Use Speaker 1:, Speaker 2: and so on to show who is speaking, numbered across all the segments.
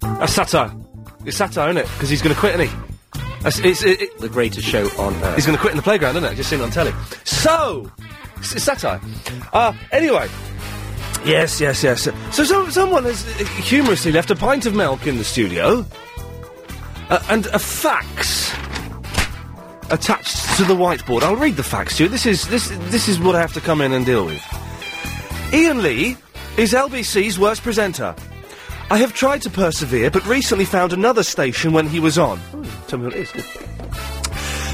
Speaker 1: That's satire. It's satire, isn't it? Because he's going to quit, isn't he? That's, it's, it, it, the greatest show on earth. He's going to quit in the playground, isn't it? Just seen it on telly. So, it's, it's satire. Uh, anyway. Yes, yes, yes. So, so someone has uh, humorously left a pint of milk in the studio uh, and a fax attached to the whiteboard. I'll read the facts to you. This is this this is what I have to come in and deal with. Ian Lee is LBC's worst presenter. I have tried to persevere, but recently found another station when he was on. Ooh, Hmm, tell me what it is. Good.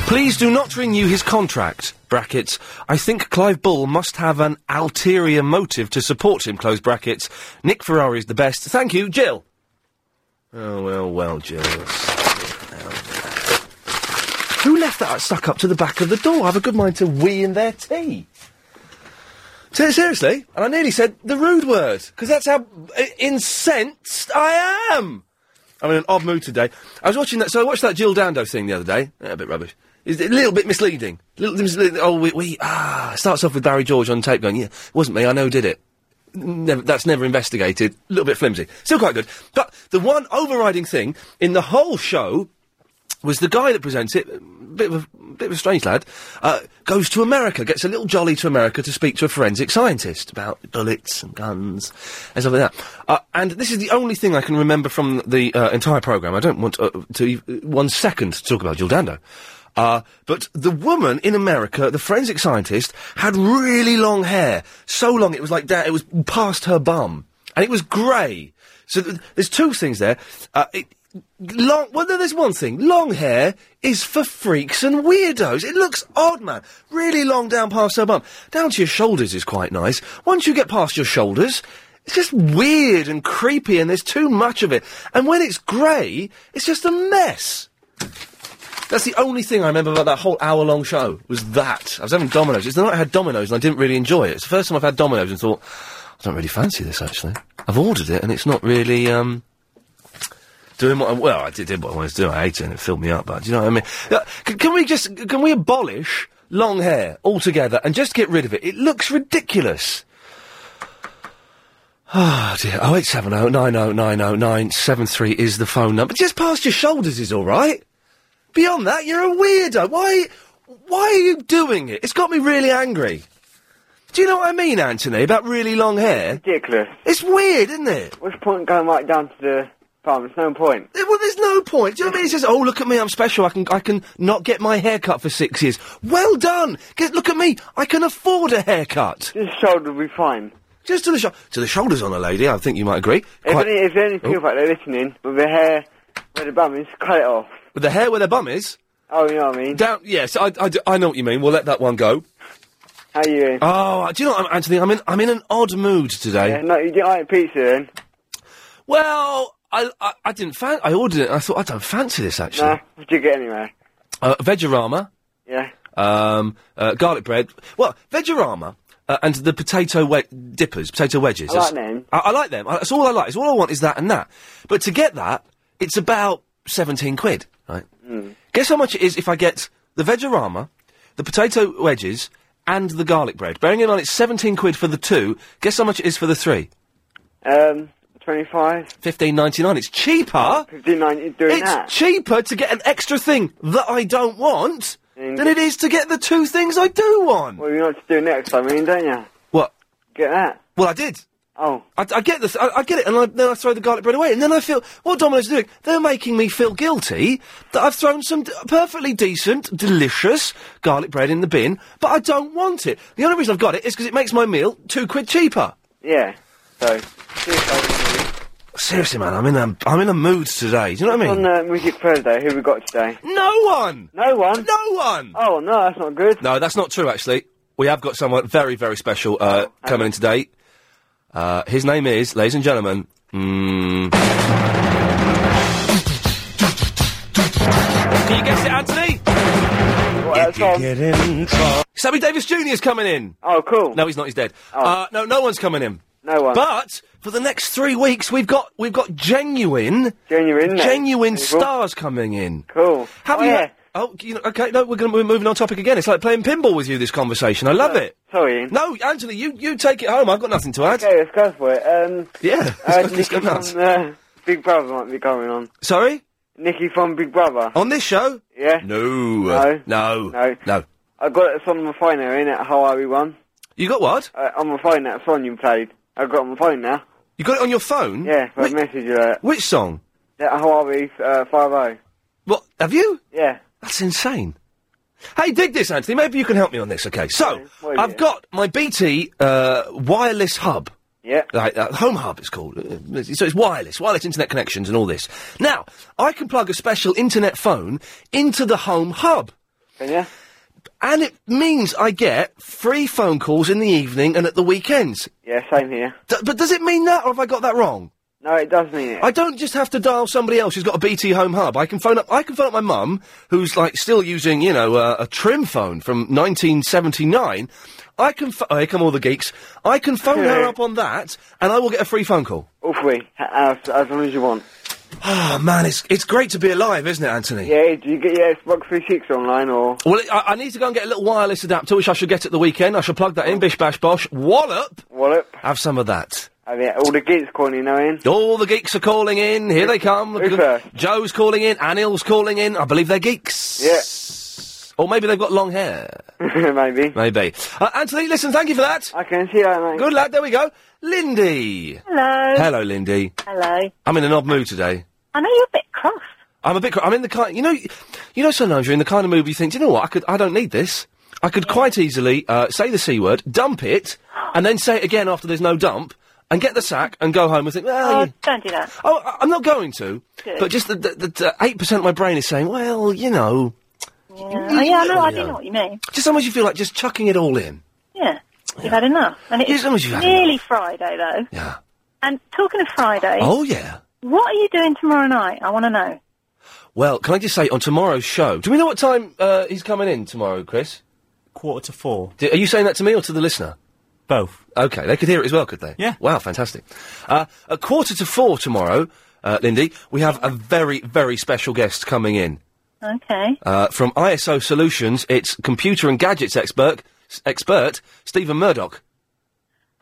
Speaker 1: Please do not renew his contract. Brackets. I think Clive Bull must have an ulterior motive to support him. Close brackets. Nick Ferrari is the best. Thank you, Jill. Oh well, well, Jill. Who left that stuck up to the back of the door? I have a good mind to wee in their tea. Se- Seriously, and I nearly said the rude word because that's how uh, incensed I am. I'm in an odd mood today. I was watching that, so I watched that Jill Dando thing the other day. Yeah, a bit rubbish. It's a little bit misleading. Little, misle- oh, we, we ah it starts off with Barry George on tape going, yeah, it wasn't me. I know who did it. Never, that's never investigated. A little bit flimsy. Still quite good. But the one overriding thing in the whole show was the guy that presents it, bit of a, bit of a strange lad, uh, goes to America, gets a little jolly to America to speak to a forensic scientist about bullets and guns and stuff like that. Uh, and this is the only thing I can remember from the uh, entire programme. I don't want uh, to ev- one second to talk about Jill Dando. Uh, but the woman in America, the forensic scientist, had really long hair. So long it was like down, it was past her bum. And it was grey. So th- there's two things there. Uh, it, long, well, no, there's one thing. Long hair is for freaks and weirdos. It looks odd, man. Really long down past her bum. Down to your shoulders is quite nice. Once you get past your shoulders, it's just weird and creepy and there's too much of it. And when it's grey, it's just a mess. That's the only thing I remember about that whole hour-long show was that I was having Dominoes. It's the night I had Dominoes and I didn't really enjoy it. It's the first time I've had Dominoes and thought I don't really fancy this actually. I've ordered it and it's not really um, doing what I, well I did, did what I wanted to do. I ate it and it filled me up. But do you know what I mean? Uh, c- can we just can we abolish long hair altogether and just get rid of it? It looks ridiculous. Oh dear. Oh eight seven oh nine oh nine oh nine seven three is the phone number. Just past your shoulders is all right. Beyond that, you're a weirdo. Why? Why are you doing it? It's got me really angry. Do you know what I mean, Anthony? About really long hair.
Speaker 2: Ridiculous.
Speaker 1: It's weird, isn't it?
Speaker 2: What's the point in going right down to the farm? There's no point.
Speaker 1: Eh, Well, there's no point. Do you know what I mean? It's just, oh, look at me, I'm special. I can, I can not get my hair cut for six years. Well done. Get, look at me. I can afford a haircut.
Speaker 2: This shoulder will be fine.
Speaker 1: Just to the sho- to the shoulders on a lady. I think you might agree.
Speaker 2: If,
Speaker 1: Quite- Oh.
Speaker 2: any, if there any people out there listening with their hair where the bum is, cut it off.
Speaker 1: with the hair where their bum is.
Speaker 2: Oh, you know what I mean?
Speaker 1: Down. Yes, I, I d- I know what you mean. We'll let that one go.
Speaker 2: How you doing?
Speaker 1: Oh, do you know what, Anthony? I'm in, I'm in an odd mood today.
Speaker 2: Yeah, no, you didn't like pizza then?
Speaker 1: Well, I, I, I didn't fan. I ordered it. and I thought I don't fancy this actually.
Speaker 2: Nah, what did you get anyway?
Speaker 1: Uh, Vegorama,
Speaker 2: Yeah.
Speaker 1: um, uh, garlic bread. Well, Vegorama. Uh, and the potato wed- dippers, potato wedges.
Speaker 2: I like
Speaker 1: That's-
Speaker 2: them.
Speaker 1: I, I like them. I, that's all I like. It's all I want is that and that. But to get that, it's about seventeen quid, right?
Speaker 2: Hmm.
Speaker 1: Guess how much it is if I get the Vegorama, the potato wedges, and the garlic bread. Bearing in mind it's seventeen quid for the two. Guess how much it is for the three?
Speaker 2: Um, 25?
Speaker 1: Fifteen ninety nine. It's cheaper.
Speaker 2: 59, you're doing
Speaker 1: It's
Speaker 2: that.
Speaker 1: cheaper to get an extra thing that I don't want
Speaker 2: Mm.
Speaker 1: than it is to get the two things I do want.
Speaker 2: well, you know what to do next time, I mean, don't you?
Speaker 1: What?
Speaker 2: Get that.
Speaker 1: Well, I did.
Speaker 2: Oh,
Speaker 1: I, I get this. I, I get it, and I, then I throw the garlic bread away, and then I feel what Domino's are doing. They're making me feel guilty that I've thrown some d- perfectly decent, delicious garlic bread in the bin, but I don't want it. The only reason I've got it is because it makes my meal two quid cheaper.
Speaker 2: yeah. So,
Speaker 1: Seriously, man, I'm in a I'm in a mood today. Do you know what I
Speaker 2: on
Speaker 1: mean?
Speaker 2: uh, Music Thursday, who we got today?
Speaker 1: No one,
Speaker 2: No one?
Speaker 1: no one.
Speaker 2: Oh, no, that's not good.
Speaker 1: No, that's not true, actually. We have got someone very, very special
Speaker 2: Oh,
Speaker 1: uh, coming in today. Uh, his name is, ladies and gentlemen, mm. Can you guess it, Anthony?
Speaker 2: What, that's on?
Speaker 1: Sammy Davis Jr. is coming in.
Speaker 2: Oh, cool. Oh.
Speaker 1: No, he's not. He's dead. Uh, no, no one's coming in.
Speaker 2: No one.
Speaker 1: But for the next three weeks, we've got we've got genuine,
Speaker 2: Genuine, mate.
Speaker 1: genuine
Speaker 2: People.
Speaker 1: stars coming in.
Speaker 2: Cool.
Speaker 1: Have
Speaker 2: oh,
Speaker 1: you?
Speaker 2: yeah.
Speaker 1: Oh, you know, okay. No, we're going. We're moving on topic again. It's like playing pinball with you. This conversation. I love it.
Speaker 2: Sorry. Ian.
Speaker 1: No, Anthony, you, you take it home. I've got nothing to add.
Speaker 2: Okay, let's go for it. Um,
Speaker 1: Yeah,
Speaker 2: I
Speaker 1: let's go- let's go nuts.
Speaker 2: from, uh, Big Brother might be going on.
Speaker 1: Sorry?
Speaker 2: Nikki from Big Brother.
Speaker 1: On this show?
Speaker 2: Yeah.
Speaker 1: No.
Speaker 2: No.
Speaker 1: No.
Speaker 2: No.
Speaker 1: No.
Speaker 2: I got it, it's on my phone now, innit? How are we one?
Speaker 1: You got what?
Speaker 2: Uh, on my phone, that song you played. I got it on my phone now.
Speaker 1: You got it on your phone?
Speaker 2: Yeah, I messaged you that.
Speaker 1: Which song?
Speaker 2: That How are we, uh, 5
Speaker 1: What? Have you?
Speaker 2: Yeah.
Speaker 1: That's insane. Hey, dig this, Anthony. Maybe you can help me on this. Okay, so
Speaker 2: what is
Speaker 1: I've
Speaker 2: it?
Speaker 1: got my BT uh, wireless hub.
Speaker 2: Yeah.
Speaker 1: Like, uh, Home Hub, it's called. Uh, So it's wireless, wireless internet connections and all this. Now, I can plug a special internet phone into the Home Hub.
Speaker 2: Yeah.
Speaker 1: And it means I get free phone calls in the evening and at the weekends.
Speaker 2: Yeah, same here.
Speaker 1: D- but does it mean that, or have I got that wrong?
Speaker 2: No, it does mean it.
Speaker 1: I don't just have to dial somebody else who's got a BT Home Hub. I can phone up. I can phone up my mum, who's like still using, you know, uh, a trim phone from 1979. I can. Ph- oh, here come all the geeks. I can phone her up on that, and I will get a free phone call.
Speaker 2: All three, h- as, as long as you want.
Speaker 1: Oh man, it's it's great to be alive, isn't it, Anthony?
Speaker 2: Yeah, do you get your Xbox 360 online or?
Speaker 1: Well, I, I need to go and get a little wireless adapter, which I should get at the weekend. I shall plug that in. Bish bash bosh. Wallop.
Speaker 2: Wallop.
Speaker 1: Have some of that.
Speaker 2: Oh, yeah, all the geeks calling you know in.
Speaker 1: All the geeks are calling in. Here they come.
Speaker 2: Who's first?
Speaker 1: Joe's calling in. Anil's calling in. I believe they're geeks.
Speaker 2: Yeah.
Speaker 1: Or maybe they've got long hair.
Speaker 2: Maybe.
Speaker 1: Maybe. Uh, Anthony, listen, thank you for that.
Speaker 2: I can see that, mate.
Speaker 1: Good lad, there we go. Lindy.
Speaker 3: Hello.
Speaker 1: Hello, Lindy.
Speaker 3: Hello.
Speaker 1: I'm in an odd mood today.
Speaker 3: I know you're a bit cross.
Speaker 1: I'm a bit, cr- I'm in the kind, you know, you know sometimes you're in the kind of mood where you think, "Do you know what, I could, I don't need this. I could quite easily, uh, say the C word, dump it, and then say it again after there's no dump, and get the sack, and go home and think, well,
Speaker 3: Oh,
Speaker 2: Uh,
Speaker 1: you-
Speaker 3: don't do that.
Speaker 1: Oh, I- I'm not going to.
Speaker 3: Good.
Speaker 1: But just the the- the the eight percent of my brain is saying, well, you know,
Speaker 3: Yeah. Oh, yeah, I know. I do
Speaker 1: Yeah.
Speaker 3: know what you mean.
Speaker 1: just sometimes you feel like just chucking it all in.
Speaker 3: Yeah. You've had enough. And
Speaker 1: Yes,
Speaker 3: it's
Speaker 1: I mean, you've had
Speaker 3: nearly Friday, though.
Speaker 1: Yeah.
Speaker 3: And talking of Friday,
Speaker 1: Oh yeah.
Speaker 3: what are you doing tomorrow night? I want to know.
Speaker 1: Well, can I just say on tomorrow's show? Do we know what time uh, he's coming in tomorrow, Chris?
Speaker 4: Quarter to four.
Speaker 1: Do, are you saying that to me or to the listener?
Speaker 4: Both.
Speaker 1: Okay, they could hear it as well, could they?
Speaker 4: Yeah.
Speaker 1: Wow, fantastic. Uh, at quarter to four tomorrow, uh, Lindy, we have a very very special guest coming in
Speaker 3: Okay.
Speaker 1: uh, from ISO Solutions. It's computer and gadgets expert expert Stephen Murdoch.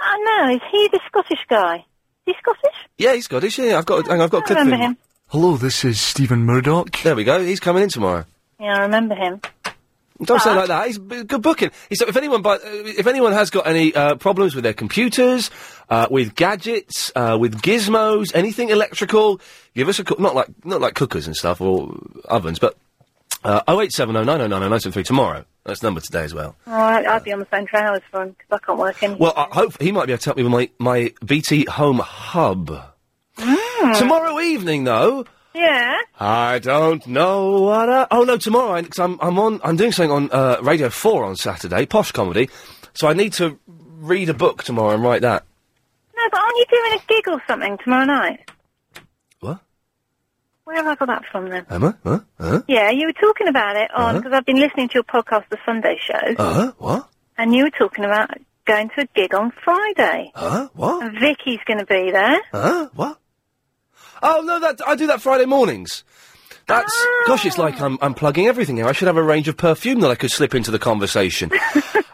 Speaker 3: I know. Is he the Scottish guy? Is he Scottish?
Speaker 1: Yeah, he's Scottish. Yeah, I've got. Hang on, I've got a
Speaker 3: I
Speaker 1: clip. of
Speaker 3: remember
Speaker 1: him.
Speaker 3: him.
Speaker 5: Hello, this is Stephen Murdoch.
Speaker 1: There we go. He's coming in tomorrow.
Speaker 3: Yeah, I remember him.
Speaker 1: Don't say it like that. He's b- good booking. He's, if anyone, buy, uh, if anyone has got any uh, problems with their computers, uh, with gadgets, uh, with gizmos, anything electrical, give us a call. Not like not like cookers and stuff or ovens, but oh eight seven oh nine oh nine oh nine seven three tomorrow. That's the number today as well.
Speaker 3: All right, I'll be on the phone for hours for him because I can't work in.
Speaker 1: Well, I hope he might be able to help me with my my BT Home Hub. Tomorrow evening, though,
Speaker 3: yeah.
Speaker 1: I don't know what. I, oh no, tomorrow because I'm I'm on I'm doing something on uh, Radio Four on Saturday, posh comedy. So I need to read a book tomorrow and write that.
Speaker 3: No, but aren't you doing a gig or something tomorrow night?
Speaker 1: What?
Speaker 3: Where have I got that from then?
Speaker 1: Am I? Huh? Huh? Uh-huh.
Speaker 3: Yeah, you were talking about it on
Speaker 1: Huh?
Speaker 3: because I've been listening to your podcast, The Sunday Show,
Speaker 1: Uh? What?
Speaker 3: and you were talking about going to a gig on Friday.
Speaker 1: Huh? Uh, What?
Speaker 3: And Vicky's going to be there.
Speaker 1: Huh? What? Oh no, that I do that Friday mornings. That's gosh, it's like I'm I'm plugging everything here. I should have a range of perfume that I could slip into the conversation.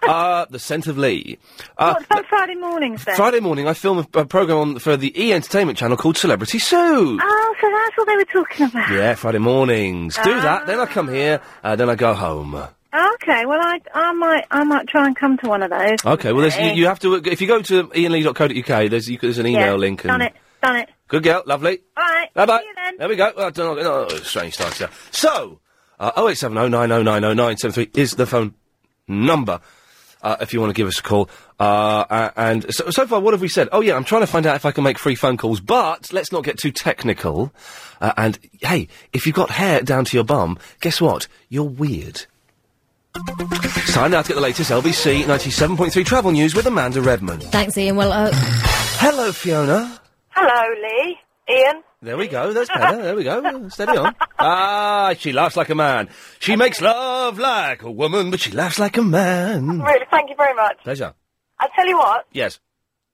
Speaker 1: uh, the scent of Lee. Uh,
Speaker 3: What's on Friday mornings then?
Speaker 1: Friday morning, I film a, a program on, for the E Entertainment Channel called Celebrity Sue.
Speaker 3: Oh, so that's what they were talking about.
Speaker 1: Yeah, Friday mornings. Do that, then I come here, uh, then I go home.
Speaker 3: Okay, well I, I might I might try and come to one of those.
Speaker 1: Okay, well, there's, you, you have to, if you go to ianlee.co.uk, there's, you, there's an email
Speaker 3: yeah,
Speaker 1: link. And,
Speaker 3: Done it, done it.
Speaker 1: Good girl, lovely.
Speaker 3: All right.
Speaker 1: Bye bye.
Speaker 3: See you then.
Speaker 1: There we go. Well, I don't know, no, strange start to that. So, uh, 08709090973 is the phone number. Uh, if you want to give us a call, uh, a- and so, so far, what have we said? Oh yeah, I'm trying to find out if I can make free phone calls, but let's not get too technical. Uh, and hey, if you've got hair down to your bum, guess what? You're weird. It's time now to get the latest LBC 97.3 travel news with Amanda Redman.
Speaker 6: Thanks, Ian. Well, uh,
Speaker 1: Hello, Fiona.
Speaker 7: Hello, Lee. Ian.
Speaker 1: There we go. That's better. There we go. Steady on. Ah, she laughs like a man. She makes love like a woman, but she laughs like a man.
Speaker 7: Really, thank you very much.
Speaker 1: Pleasure.
Speaker 7: I tell you what,
Speaker 1: Yes.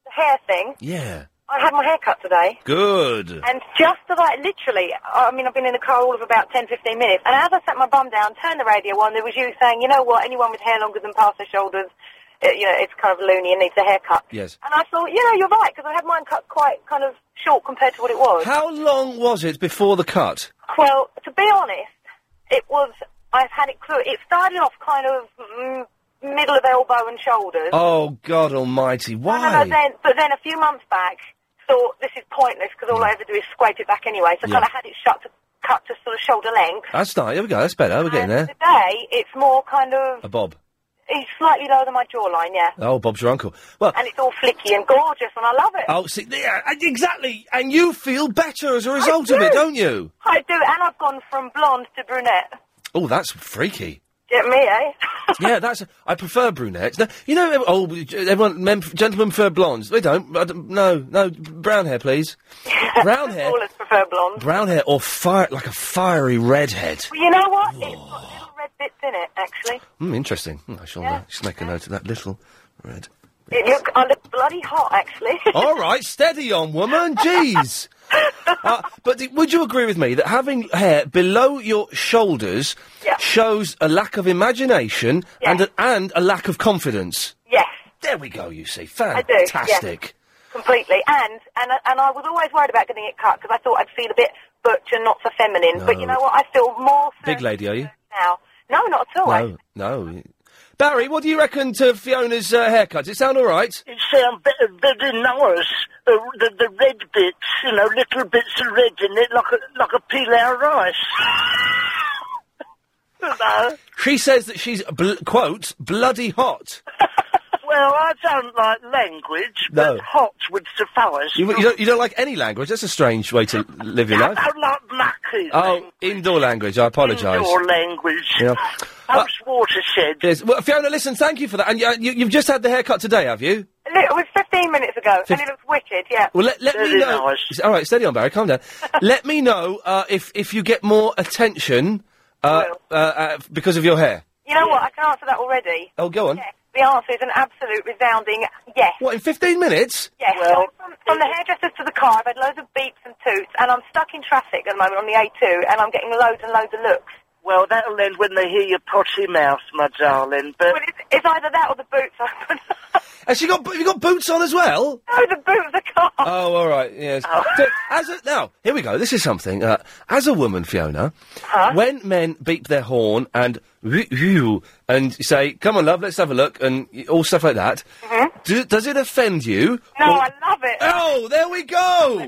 Speaker 7: the hair thing.
Speaker 1: Yeah.
Speaker 7: I had my hair cut today,
Speaker 1: Good.
Speaker 7: and just as I literally, I mean, I've been in the car all of about 10, 15 minutes, and as I sat my bum down, turned the radio on, there was you saying, you know what, anyone with hair longer than past their shoulders, uh you know, it's kind of loony and needs a haircut.
Speaker 1: Yes.
Speaker 7: And I thought, you know, you're right, because I had mine cut quite kind of
Speaker 3: short compared to what it was.
Speaker 1: How long was it before the cut?
Speaker 3: Well, to be honest, it was. I've had it clue. It started off kind of mm, middle of elbow and shoulders.
Speaker 1: Oh God Almighty! Why?
Speaker 3: No, no, then, but then a few months back, thought this is pointless because all I ever do is scrape it back anyway. So I
Speaker 1: Hmm. Yeah.
Speaker 3: kind of had it shut to cut to sort of shoulder length.
Speaker 1: That's nice. Here we go. That's better. We're getting there.
Speaker 3: Today, it's more kind of
Speaker 1: A bob.
Speaker 3: it's slightly lower than my jawline, yeah,
Speaker 1: Oh, Bob's your uncle. Well,
Speaker 3: and it's all flicky and gorgeous, and I love it.
Speaker 1: oh, see, yeah, and- exactly. And you feel better as a result of it,
Speaker 3: do.
Speaker 1: don't you?
Speaker 3: I do, and I've gone from blonde to brunette.
Speaker 1: Oh, that's freaky.
Speaker 3: Get me, eh?
Speaker 1: yeah, that's. I prefer brunettes. No, you know, oh, everyone, men, gentlemen prefer blondes. They don't. I don't- no, no, brown hair, please. Brown hair.
Speaker 3: All prefer blonde.
Speaker 1: Brown hair or fire, like a fiery redhead.
Speaker 3: Well, you know what? It's got little red bits in it, actually.
Speaker 1: Hmm, interesting. Hmm, I shall uh, just make a note of that little red.
Speaker 3: It look, I look bloody hot, actually.
Speaker 1: All right, steady on, woman. Jeez. Uh, but d- would you agree with me that having hair below your shoulders shows a lack of imagination and a, and a lack of confidence?
Speaker 3: Yes.
Speaker 1: There we go. You see,
Speaker 3: I do, yeah.
Speaker 1: fantastic.
Speaker 3: Completely. And and I- and I was always worried about getting it cut because I thought I'd feel a bit butch and not so feminine. But you
Speaker 1: No.
Speaker 3: know what? I feel more
Speaker 1: Big lady, are you?
Speaker 3: now. No, not at all.
Speaker 1: No, no. Barry, what do you reckon to Fiona's uh, haircut? Does it sound all right?
Speaker 6: It sounds better, better nice. The, the, the red bits, you know, little bits of red in it, like a, like a pilau rice. Hello.
Speaker 1: She says that she's bl- quote bloody hot.
Speaker 6: Well, I don't like language,
Speaker 1: No.
Speaker 6: but hot would suffice.
Speaker 1: You, you, don't, you don't like any language. That's a strange way to live your
Speaker 6: I
Speaker 1: life.
Speaker 6: don't like mucky.
Speaker 1: Oh, indoor language. I apologise.
Speaker 6: Indoor language.
Speaker 1: Yeah. Uh,
Speaker 6: House watershed.
Speaker 1: Yes. Well, Fiona, listen. Thank you for that. And uh, you, you've just had the haircut today, have you?
Speaker 3: Look, it was 15 minutes ago,
Speaker 1: Fif-
Speaker 3: and it looks wicked, yeah.
Speaker 1: Well, let, let me know. All right, steady on, Barry. Calm down. let me know uh, if if you get more attention uh, uh, uh, because of your hair.
Speaker 3: You know what? I can answer that already.
Speaker 1: Oh, go on.
Speaker 3: Yes. The answer is an absolute resounding yes.
Speaker 1: What in fifteen minutes?
Speaker 3: Yes. from, from the hairdressers to the car, I've had loads of beeps and toots, and I'm stuck in traffic at the moment on the A2, and I'm getting loads and loads of looks.
Speaker 6: Well, that'll end when they hear your potty mouth, my darling. But
Speaker 3: Well, it's, it's either that or the boots.
Speaker 1: Has she got bo- you got boots on as well?
Speaker 3: no, the boot of the car.
Speaker 1: Oh, all right. Yes. So, as a, now, here we go. This is something. Uh, as a woman, Fiona, when men beep their horn and whew, whew, and you say, "Come on, love, let's have a look," and y- all stuff like that, do, does it offend you?
Speaker 3: Mm-hmm. No,
Speaker 1: Or-
Speaker 3: I love it.
Speaker 1: Oh, there we go.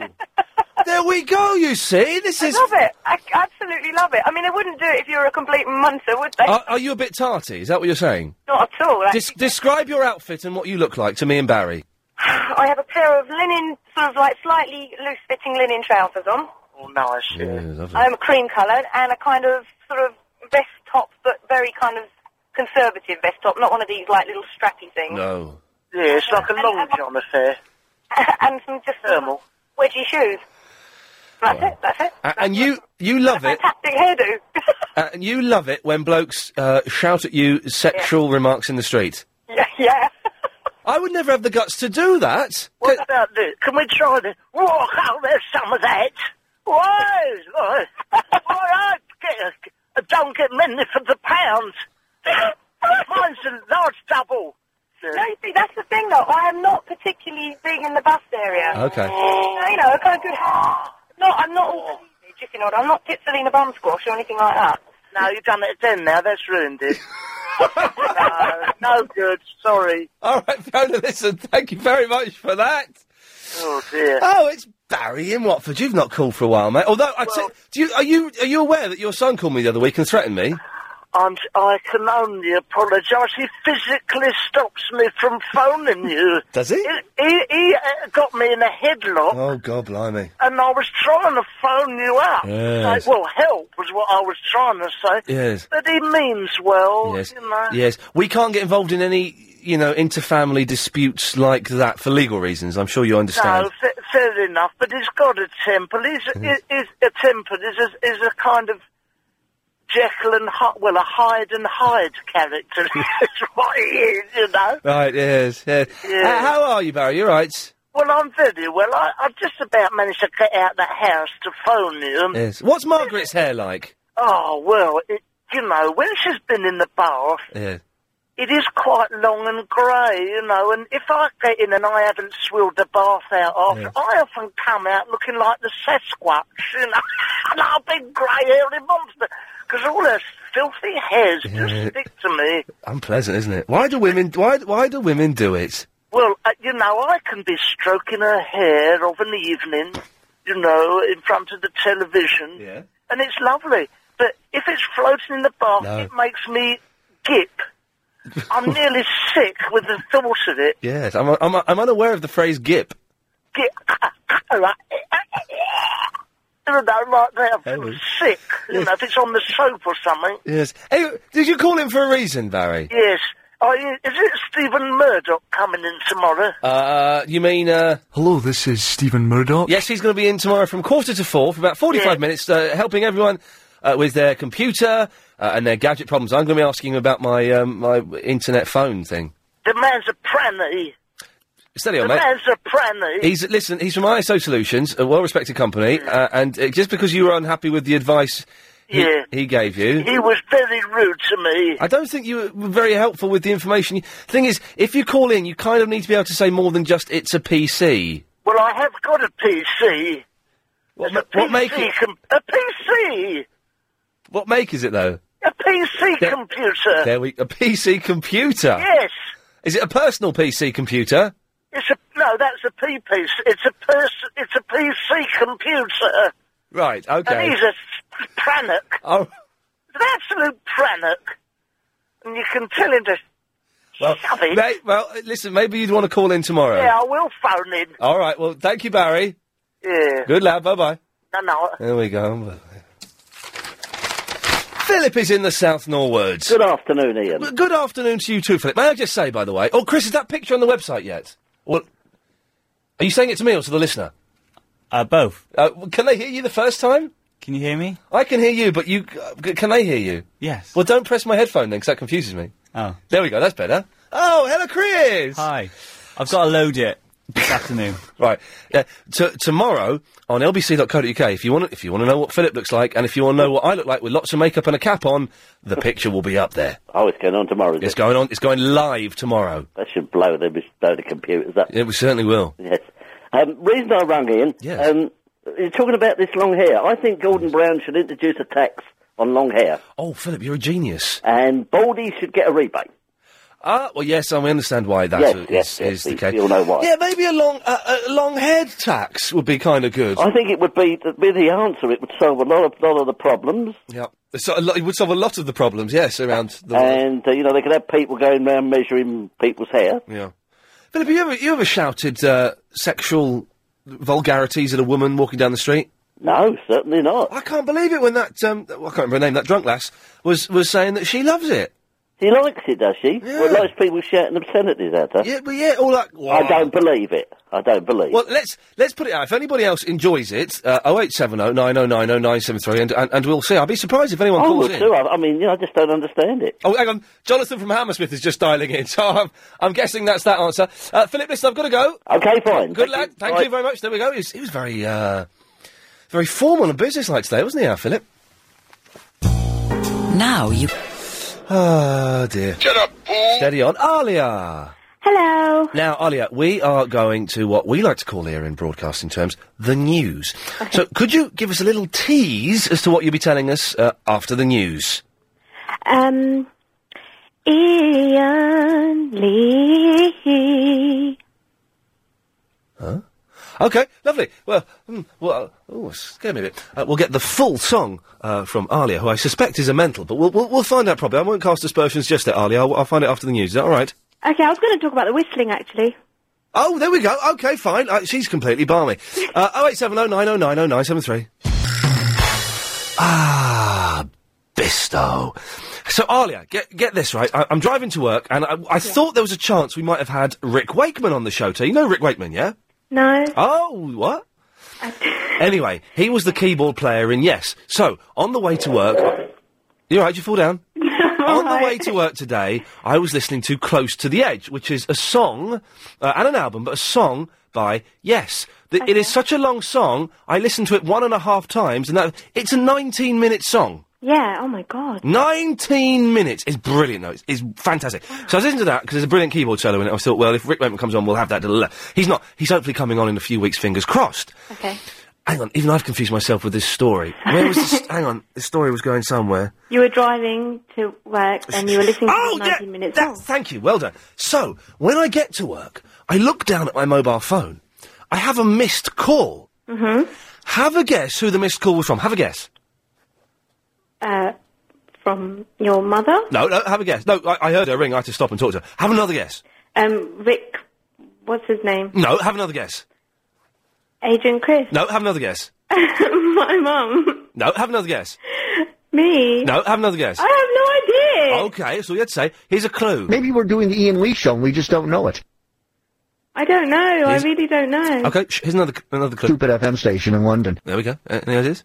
Speaker 1: there we go. You see, this
Speaker 3: I
Speaker 1: is.
Speaker 3: love it. I absolutely love it. I mean, they wouldn't do it if you were a complete munter, would they?
Speaker 1: Are, are you a bit tarty? Is that what you're saying?
Speaker 3: Not at all.
Speaker 1: Des- describe your outfit and what you look like to me and Barry.
Speaker 3: I have a pair of linen, sort of like slightly loose-fitting linen trousers on.
Speaker 6: oh, nice.
Speaker 8: Mm-hmm. Uh,
Speaker 3: I'm a cream coloured and a kind of sort of vest top, but very kind of conservative vest top, not one of these like little strappy things.
Speaker 1: No.
Speaker 6: Yeah, it's like a long john affair.
Speaker 3: and some just thermal wedgie shoes. That's it. That's it.
Speaker 1: A- and you, you love it.
Speaker 3: Fantastic hairdo.
Speaker 1: Uh, and you love it when blokes uh, shout at you sexual remarks in the street.
Speaker 3: yeah, yeah.
Speaker 1: I would never have the guts to do that.
Speaker 6: What about this? Can we try this? Walk out there's some of that. Why? Why? Why? I get, don't get many for the pound. Mine's a large double.
Speaker 3: No, you see, that's the thing though. I am not particularly big in the bust area.
Speaker 1: Okay.
Speaker 3: So, you know, a kind of good. No, I'm not all. If you know, what I mean. I'm not Tipsalina bum squash or anything like that.
Speaker 6: No, you've done it again now. That's ruined it. no, no good. Sorry.
Speaker 1: All right, Fiona, listen, thank you very much for that.
Speaker 6: Oh, dear.
Speaker 1: Oh, it's Barry in Watford. You've not called for a while, mate. Although, I'd say, do you, are you are you aware that your son called me the other week and threatened me?
Speaker 6: I'm, I can only apologise. He physically stops me from phoning you.
Speaker 1: Does he?
Speaker 6: He, he, he, uh, got me in a headlock.
Speaker 1: Oh, God, blimey.
Speaker 6: and I was trying to phone you up.
Speaker 1: Yes.
Speaker 6: Say, well, help was what I was trying to say.
Speaker 1: Yes.
Speaker 6: But he means well,
Speaker 1: Yes,
Speaker 6: Oh, you know.
Speaker 1: yes. We can't get involved in any, you know, inter-family disputes like that for legal reasons. I'm sure you understand. Mm-hmm.
Speaker 6: No, fa- fair enough. But he's got a temper. He's,
Speaker 1: Yes.
Speaker 6: he's a temper. He's a, he's a kind of Jekyll and Hyde, well, a Hyde and Hyde character. That's what he is, you know.
Speaker 1: Right, yes, yes.
Speaker 6: Yeah.
Speaker 1: Uh, how are you, Barry? You right?
Speaker 6: Well, I'm very well. I, I just about managed to get out of the house to phone you.
Speaker 1: Yes. What's Margaret's hair like?
Speaker 6: Oh, well, it, you know, when she's been in the bath,
Speaker 1: Yeah.
Speaker 6: it is quite long and grey, you know. And if I get in and I haven't swilled the bath out after, I often come out looking like the Sasquatch, you know, like a big grey hairy monster, because all those filthy hairs
Speaker 1: Yeah.
Speaker 6: just stick to me.
Speaker 1: Unpleasant, isn't it? Why do women? Why? Why do women do it?
Speaker 6: Well, uh, you know, I can be stroking her hair of an evening, you know, in front of the television. Yeah. And it's lovely. But if it's floating in the bath,
Speaker 1: No.
Speaker 6: it makes me gip. I'm nearly sick with the thought of it.
Speaker 1: Yes, I'm. I'm. I'm unaware of the phrase "gip."
Speaker 6: Gip. Like, you know, like that, I'm sick. You know, if it's on the soap or something.
Speaker 1: Yes. Hey, did you call him for a reason, Barry?
Speaker 6: Yes. Are you, is it Stephen Murdoch coming in tomorrow?
Speaker 1: Uh, you mean? Uh,
Speaker 5: Hello, this is Stephen Murdoch.
Speaker 1: yes, he's going to be in tomorrow from quarter to four for about forty-five minutes, uh, helping everyone uh, with their computer uh, and their gadget problems. I'm going to be asking him about my um, my internet phone thing.
Speaker 6: The man's a pranny.
Speaker 1: Steady
Speaker 6: The
Speaker 1: on, mate.
Speaker 6: man's a pranny.
Speaker 1: He's listen. He's from ISO Solutions, a well-respected company, uh, and uh, just because you were unhappy with the advice he,
Speaker 6: Yeah.
Speaker 1: he gave you,
Speaker 6: He was very rude to me.
Speaker 1: I don't think you were very helpful with the information. you- Thing is, if you call in, you kind of need to be able to say more than just "it's a PC."
Speaker 6: Well, I have got a PC.
Speaker 1: What,
Speaker 6: a PC
Speaker 1: what make it-
Speaker 6: com- a PC?
Speaker 1: What make is it though?
Speaker 6: A PC
Speaker 1: There-
Speaker 6: computer.
Speaker 1: There we a PC computer.
Speaker 6: Yes.
Speaker 1: Is it a personal PC computer?
Speaker 6: It's a no. That's a PC. It's a pers- It's a PC computer.
Speaker 1: Right. Okay.
Speaker 6: And he's a s- pranic.
Speaker 1: Oh,
Speaker 6: An absolute pranic. And you can tell him to.
Speaker 1: well,
Speaker 6: Shabby.
Speaker 1: may, well, uh, listen. Maybe you'd want to call in tomorrow.
Speaker 6: Yeah, I will phone him.
Speaker 1: All right. Well, thank you, Barry.
Speaker 6: Yeah.
Speaker 1: Good lad. Bye bye.
Speaker 6: No, no.
Speaker 1: There we go. Philip is in the South Norwood. Good
Speaker 9: afternoon, Ian.
Speaker 1: Good afternoon to you too, Philip. May I just say, by the way? Oh, Chris, is that picture on the website yet? Well, are you saying it to me or to the listener? Uh, both. can they hear you the first time? Can you hear me? I can hear you, but you uh, c- can they hear you?
Speaker 4: Yes.
Speaker 1: Well, don't press my headphone then, because that confuses me.
Speaker 4: Oh.
Speaker 1: There we go. That's better. Oh, hello, Chris.
Speaker 4: Hi. I've got to load it this afternoon.
Speaker 1: Right. Uh, t- tomorrow on lbc.co.uk, if you want, if you want to know what Philip looks like, and if you want to know what I look like with lots of makeup and a cap on, the picture will be up there.
Speaker 9: Oh, it's going on tomorrow.
Speaker 1: It's going on. It's going live tomorrow.
Speaker 9: That should blow the blow the computers up.
Speaker 1: It certainly will.
Speaker 9: Yes. Um, reason I rang Ian.
Speaker 1: Yes.
Speaker 9: Um, you're talking about this long hair. I think Gordon Brown should introduce a tax on long hair,
Speaker 1: Oh, Philip, you're a genius.
Speaker 9: and Baldy should get a rebate.
Speaker 1: Ah, well, yes, I understand why that is
Speaker 9: Yes, yes, yes,
Speaker 1: is the
Speaker 9: we-
Speaker 1: case.
Speaker 9: we all know why.
Speaker 1: Yeah, maybe a long a, a long haired tax would be kind of good.
Speaker 9: I think it would be that'd be the answer. It would solve a lot of lot of the problems,
Speaker 1: Yeah, so a lot, it would solve a lot of the problems. Yes, around the world.
Speaker 9: and uh, you know they could have people going round measuring people's hair.
Speaker 1: Yeah. Philip, you ever you ever shouted uh, sexual vulgarities at a woman walking down the street?
Speaker 9: No, certainly not.
Speaker 1: I can't believe it when that um, well, I can't remember her name. That drunk lass was was saying that she loves it.
Speaker 9: She likes it, does she? Well, lots of people shouting obscenities at her.
Speaker 1: Yeah, but yeah, all that.
Speaker 9: I don't believe it. I don't believe.
Speaker 1: Well, let's let's put it out. If anybody else enjoys it, uh, 0870 9090 973, and, and, and we'll see. I'd be surprised if anyone
Speaker 9: I
Speaker 1: calls
Speaker 9: would
Speaker 1: in.
Speaker 9: too. Oh, I, I mean, you know, I just don't understand it.
Speaker 1: Oh, hang on. Jonathan from Hammersmith is just dialing in, so I'm, I'm guessing that's that answer. Uh, Philip, listen, I've got to go.
Speaker 9: Okay, fine.
Speaker 1: Good
Speaker 9: Thank
Speaker 1: lad.
Speaker 9: you.
Speaker 1: Thank
Speaker 9: Bye.
Speaker 1: you very much. There we go. He was, he was very, uh, very formal and businesslike today, wasn't he, our Philip?
Speaker 10: Now you.
Speaker 1: Oh, dear. Shut up, Steady on. Alia.
Speaker 11: Hello.
Speaker 1: Now, Alia, we are going to what we like to call here in broadcasting terms the news. So, could you give us a little tease as to what you'll be telling us uh, after the news?
Speaker 11: Um, Ian Lee.
Speaker 1: Huh? Okay, lovely. Well, mm, well, oh, scare me a bit. Uh, we'll get the full song uh, from Alia, who I suspect is a mental, but we'll, we'll, we'll find out probably. I won't cast aspersions just at Alia. I'll, I'll find out after the news. Is that all right?
Speaker 11: Okay, I was going to talk about the whistling actually.
Speaker 1: Oh, there we go. Okay, fine. Uh, she's completely balmy. Uh, 0870 909 0973. Ah, Bisto. So, Alia, get, get this right. I, I'm driving to work, and I, I thought there was a chance we might have had Rick Wakeman on the show today. You know Rick Wakeman, yeah?
Speaker 11: No.
Speaker 1: Oh, what? anyway, he was the keyboard player in Yes. So, on the way to work. You alright? Did you fall down? on the way to work today, I was listening to Close to the Edge, which is a song, uh, and an album, but a song by Yes. The, It is such a long song, I listened to it one and a half times, and that, it's a 19 minute song.
Speaker 7: Yeah, oh my god.
Speaker 1: 19 minutes is brilliant, though. It's, it's fantastic. So I was listening to that because there's a brilliant keyboard solo in it. I thought, well, if Rick Wakeman comes on, we'll have that. da-da-da. He's not. He's hopefully coming on in a few weeks, fingers crossed.
Speaker 7: Okay.
Speaker 1: Hang on, even I've confused myself with this story. Where was this? hang on, this story was going somewhere.
Speaker 7: You were driving to work and you were listening
Speaker 1: Oh,
Speaker 7: to 90
Speaker 1: yeah,
Speaker 7: minutes.
Speaker 1: that- thank you, well done. So, when I get to work, I look down at my mobile phone. I have a missed call.
Speaker 7: Mm-hmm.
Speaker 1: Have a guess who the missed call was from. Have a guess.
Speaker 7: Uh, from your mother?
Speaker 1: No, no, have a guess. No, I, I heard her ring. I had to stop and talk to her. Have another guess.
Speaker 7: Um, Rick, what's his name?
Speaker 1: No, have another guess.
Speaker 7: Agent Chris.
Speaker 1: No, have another guess.
Speaker 7: My mum.
Speaker 1: No, have another guess.
Speaker 7: Me.
Speaker 1: No, have another guess. Oh,
Speaker 7: I have no idea.
Speaker 1: Okay, that's all you had to say. Here's a clue.
Speaker 6: Maybe we're doing the Ian Lee show and we just don't know it.
Speaker 7: I don't know.
Speaker 1: Is-
Speaker 7: I really don't know.
Speaker 1: Okay, sh- here's another c- another clue.
Speaker 6: Stupid FM station in London.
Speaker 1: There we go. Uh, any ideas?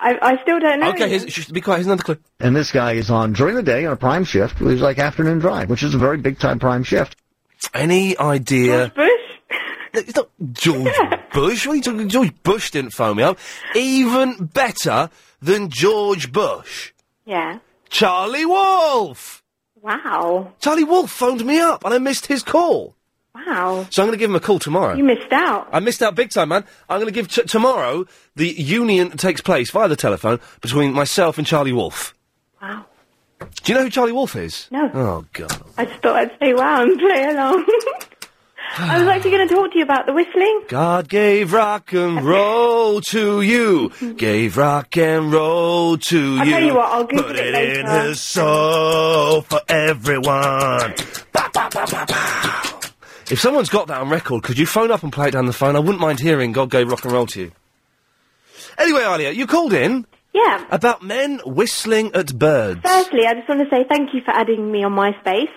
Speaker 7: I, I still don't know.
Speaker 1: Okay, here's, sh- be quiet. Here's another clue.
Speaker 6: And this guy is on during the day on a prime shift, which is like afternoon drive, which is a very big time prime shift.
Speaker 1: Any idea? Bush? It's not George Bush. What are you talking? George Bush didn't phone me up. Even better than George Bush.
Speaker 7: Yeah.
Speaker 1: Charlie Wolf.
Speaker 7: Wow.
Speaker 1: Charlie Wolf phoned me up and I missed his call.
Speaker 7: Wow.
Speaker 1: So I'm going to give him a call tomorrow.
Speaker 7: You missed out.
Speaker 1: I missed out big time, man. I'm going to give t- tomorrow the union that takes place via the telephone between myself and Charlie Wolf.
Speaker 7: Wow.
Speaker 1: Do you know who Charlie Wolf is?
Speaker 7: No.
Speaker 1: Oh God.
Speaker 7: I just thought I'd say wow and play along. I was actually going to talk to you about the whistling.
Speaker 1: God gave rock and roll to you. Gave rock and roll to
Speaker 7: Hmm. I'll
Speaker 1: you.
Speaker 7: tell you what, I'll Google
Speaker 1: Put
Speaker 7: it
Speaker 1: it, in
Speaker 7: later.
Speaker 1: his soul for everyone. Ba, ba, ba, ba, ba. If someone's got that on record, could you phone up and play it down the phone? I wouldn't mind hearing God gave rock and roll to you. Anyway, Alia, you called in.
Speaker 7: Yeah.
Speaker 1: About men whistling at birds.
Speaker 7: Firstly, I just want to say thank you for adding me on MySpace.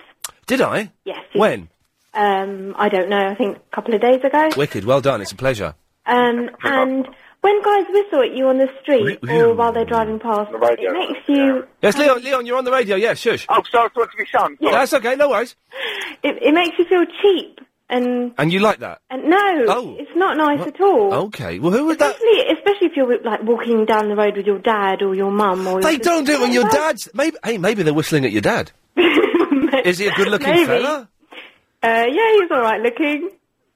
Speaker 1: Did I?
Speaker 7: Yes. you-
Speaker 1: When?
Speaker 7: Um, I don't know. I think a couple of days ago.
Speaker 1: Wicked. Well done. It's a pleasure.
Speaker 7: Um, and when guys whistle at you on the street or while they're driving past, it makes you
Speaker 1: Yes, Leon. Leon, you're on the radio. Yeah, shush. Oh, sorry, I to be shunned. Yeah, that's okay. No worries.
Speaker 7: it, it makes you feel cheap and
Speaker 1: And you like that?
Speaker 7: and no,
Speaker 1: Oh.
Speaker 7: it's not nice at all.
Speaker 1: Okay. Well, who would that?
Speaker 7: Especially, especially if you're like walking down the road with your dad or your mum or
Speaker 1: They
Speaker 7: your
Speaker 1: don't do it when your dad's. Maybe, hey, maybe they're whistling at your dad. Is he a good-looking
Speaker 7: Maybe.
Speaker 1: fella?
Speaker 7: Uh, yeah, he's all right looking.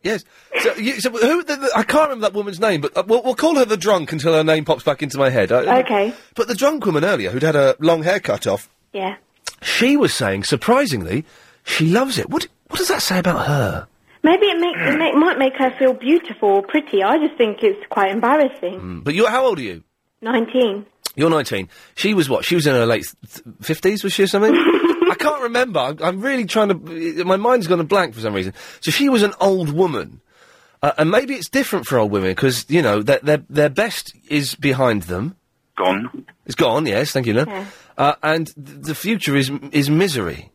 Speaker 1: Yes. So, you, so who? The, the- I can't remember that woman's name, but uh, we'll, we'll call her the drunk until her name pops back into my head. I-
Speaker 7: Okay.
Speaker 1: But the drunk woman earlier, who'd had her long hair cut off,
Speaker 7: Yeah.
Speaker 1: she was saying surprisingly, she loves it. What? What does that say about her?
Speaker 7: Maybe it make it make, might make her feel beautiful or pretty. I just think it's quite embarrassing.
Speaker 1: Hmm, But you, how old are you?
Speaker 7: Nineteen.
Speaker 1: You're 19. She was what? She was in her late th- 50s, was she or something? I can't remember. I'm, I'm really trying to. My mind's gone blank for some reason. So she was an old woman. Uh, and maybe it's different for old women because, you know, their, their, their best is behind them. Gone. It's gone, yes, thank you, Lynn.
Speaker 7: Yeah.
Speaker 1: Uh, and th- the future is is misery.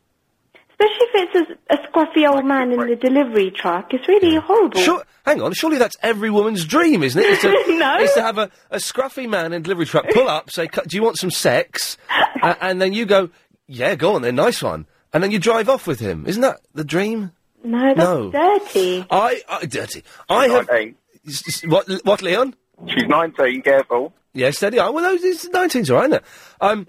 Speaker 7: Especially if it's a, a scruffy old man in the delivery truck. It's really horrible.
Speaker 1: Sure, hang on, surely that's every woman's dream, isn't it? Is to,
Speaker 7: No.
Speaker 1: Is to have a, a scruffy man in delivery truck pull up, say, "Cu- do you want some sex? A- and then you go, yeah, go on then, nice one. And then you drive off with him. Isn't that the dream?
Speaker 7: No, that's
Speaker 1: No.
Speaker 7: dirty.
Speaker 1: I, I dirty. I have. S- s- What, what, Leon? She's 19, careful. Yeah, steady on. Well, those- it's 19's all right, isn't it? Um,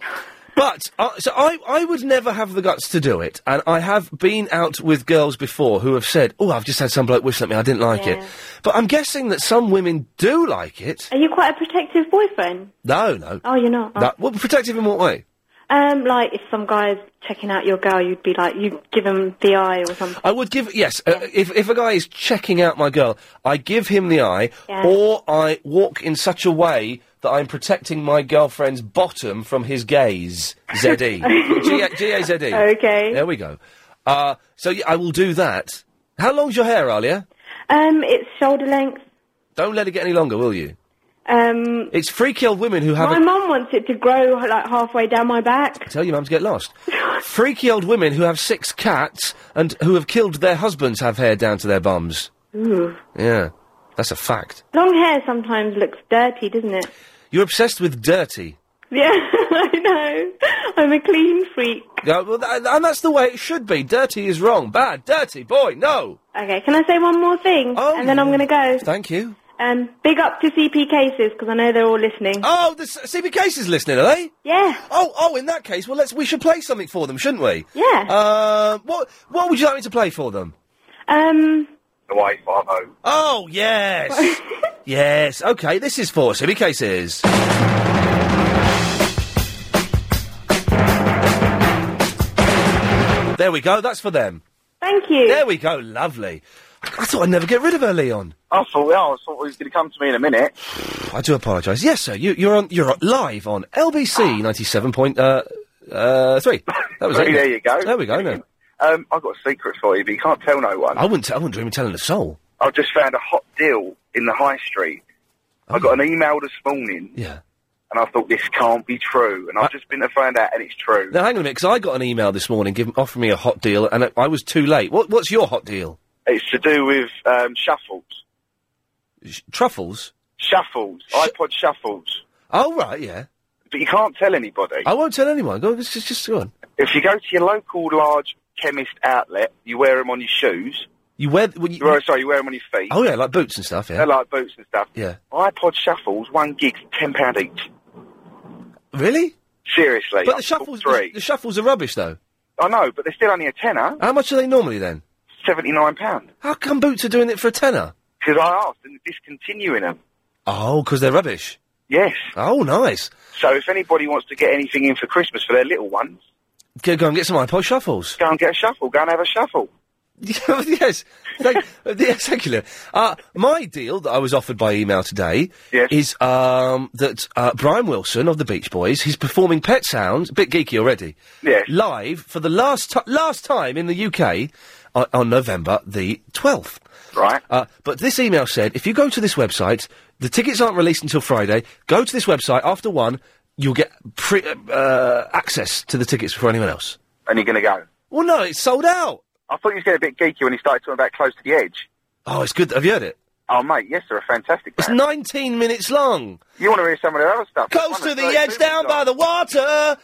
Speaker 1: but, uh, so I, I would never have the guts to do it. And I have been out with girls before who have said, oh, I've just had some bloke whistle at me, I didn't like it. But I'm guessing that some women do like it.
Speaker 7: Are you quite a protective boyfriend?
Speaker 1: No, no.
Speaker 7: Oh, you're not.
Speaker 1: That, well, protective in what way?
Speaker 7: Um, like if some guy's checking out your girl, you'd be like, you give him the eye or something.
Speaker 1: I would give yes. Uh, if if a guy is checking out my girl, I give him the eye,
Speaker 7: Yeah.
Speaker 1: or I walk in such a way that I'm protecting my girlfriend's bottom from his gaze. Z E G A- G A Z E.
Speaker 7: Okay.
Speaker 1: There we go. Uh, so yeah, I will do that. How long's your hair, Alia?
Speaker 7: Um, it's shoulder length.
Speaker 1: Don't let it get any longer, will you?
Speaker 7: Um,
Speaker 1: It's freaky old women who have.
Speaker 7: my
Speaker 1: a-
Speaker 7: mum wants it to grow like halfway down my back.
Speaker 1: Tell your mum to get lost. freaky old women who have six cats and who have killed their husbands have hair down to their bums.
Speaker 7: Ooh.
Speaker 1: Yeah, that's a fact.
Speaker 7: Long hair sometimes looks dirty, doesn't it?
Speaker 1: You're obsessed with dirty.
Speaker 7: Yeah, I know. I'm a clean freak.
Speaker 1: Yeah, well, tha- and that's the way it should be. Dirty is wrong. Bad. Dirty. Boy, no.
Speaker 7: Okay, can I say one more thing? Oh, and then I'm going to go.
Speaker 1: Thank you.
Speaker 7: Um, big up to CP cases because I know they're all listening.
Speaker 1: Oh, the S- CB Case is listening, are they?
Speaker 7: Yeah.
Speaker 1: Oh, oh, in that case, well, let's we should play something for them, shouldn't we?
Speaker 7: Yeah.
Speaker 1: Uh, what what would you like me to play for them?
Speaker 7: Um,
Speaker 1: The White Farmo. Oh yes, yes. Okay, this is for CB Cases. There we go. That's for them.
Speaker 7: Thank you.
Speaker 1: There we go. Lovely. I, I thought I'd never get rid of her, Leon.
Speaker 12: I thought, well, I thought he was going to come to me in a minute.
Speaker 1: I do apologise. Yes, sir. You, you're on. You're on- live on LBC ninety-seven point uh, uh, three. That was it.
Speaker 12: There you go.
Speaker 1: There we go. Oh. No,
Speaker 12: Um, I've got a secret for you, but you can't tell no one.
Speaker 1: I wouldn't. I wouldn't dream of telling a soul.
Speaker 12: I've just found a hot deal in the high street. I got an
Speaker 1: Oh.
Speaker 12: email this morning.
Speaker 1: Yeah.
Speaker 12: And I thought this can't be true,
Speaker 1: Uh.
Speaker 12: and I've just been to find out, and it's true.
Speaker 1: Now, hang on a minute, because I got an email this morning giving offering me a hot deal, and I, I was too late. What, what's your hot deal?
Speaker 12: It's to do with um, shuffles,
Speaker 1: Sh- truffles?
Speaker 12: shuffles, iPod shuffles.
Speaker 1: Oh right, yeah.
Speaker 12: But you can't tell anybody.
Speaker 1: I won't tell anyone. Go, it's just, just go on.
Speaker 12: If you go to your local large chemist outlet, you wear them on your shoes.
Speaker 1: You wear, well, you,
Speaker 12: You wear, sorry, you wear them on your feet.
Speaker 1: oh yeah, like boots and stuff. Yeah,
Speaker 12: They're like boots and stuff.
Speaker 1: yeah.
Speaker 12: iPod shuffles, one gig, ten pound each.
Speaker 1: Really?
Speaker 12: Seriously,
Speaker 1: But the
Speaker 12: I've
Speaker 1: shuffles,
Speaker 12: bought
Speaker 1: the,
Speaker 12: three.
Speaker 1: the shuffles are rubbish though.
Speaker 12: I know, but they're still only a tenner,
Speaker 1: How much are they normally then?
Speaker 12: seventy nine pound.
Speaker 1: How come boots are doing it for a tenner?
Speaker 12: Because I asked, and they're discontinuing them.
Speaker 1: Oh, because they're rubbish.
Speaker 12: Yes.
Speaker 1: Oh, nice.
Speaker 12: So if anybody wants to get anything in for Christmas for their little ones,
Speaker 1: Go, go and get some iPod shuffles.
Speaker 12: go and get a shuffle. Go and have a shuffle.
Speaker 1: yes, thank, yes, thank you, Lou. Uh, my deal that I was offered by email today is um, that uh, Brian Wilson of the Beach Boys, he's performing Pet Sounds, a bit geeky already,
Speaker 12: Yes.
Speaker 1: live for the last ti last time in the UK on, on November the twelfth.
Speaker 12: Right.
Speaker 1: Uh, but this email said, if you go to this website, the tickets aren't released until Friday. Go to this website after one, you'll get pre- uh, access to the tickets before anyone else.
Speaker 12: And you're going to go.
Speaker 1: Well, no, it's sold out.
Speaker 12: I thought you was getting a bit geeky when he started talking about close to the edge.
Speaker 1: Oh, it's good. Have you heard it?
Speaker 12: Oh, mate, yes, they're a fantastic.
Speaker 1: It's 19 minutes long.
Speaker 12: You want to hear some of their other stuff?
Speaker 1: Close
Speaker 12: One
Speaker 1: to
Speaker 12: of
Speaker 1: the
Speaker 12: those
Speaker 1: edge,
Speaker 12: movies,
Speaker 1: down by the water.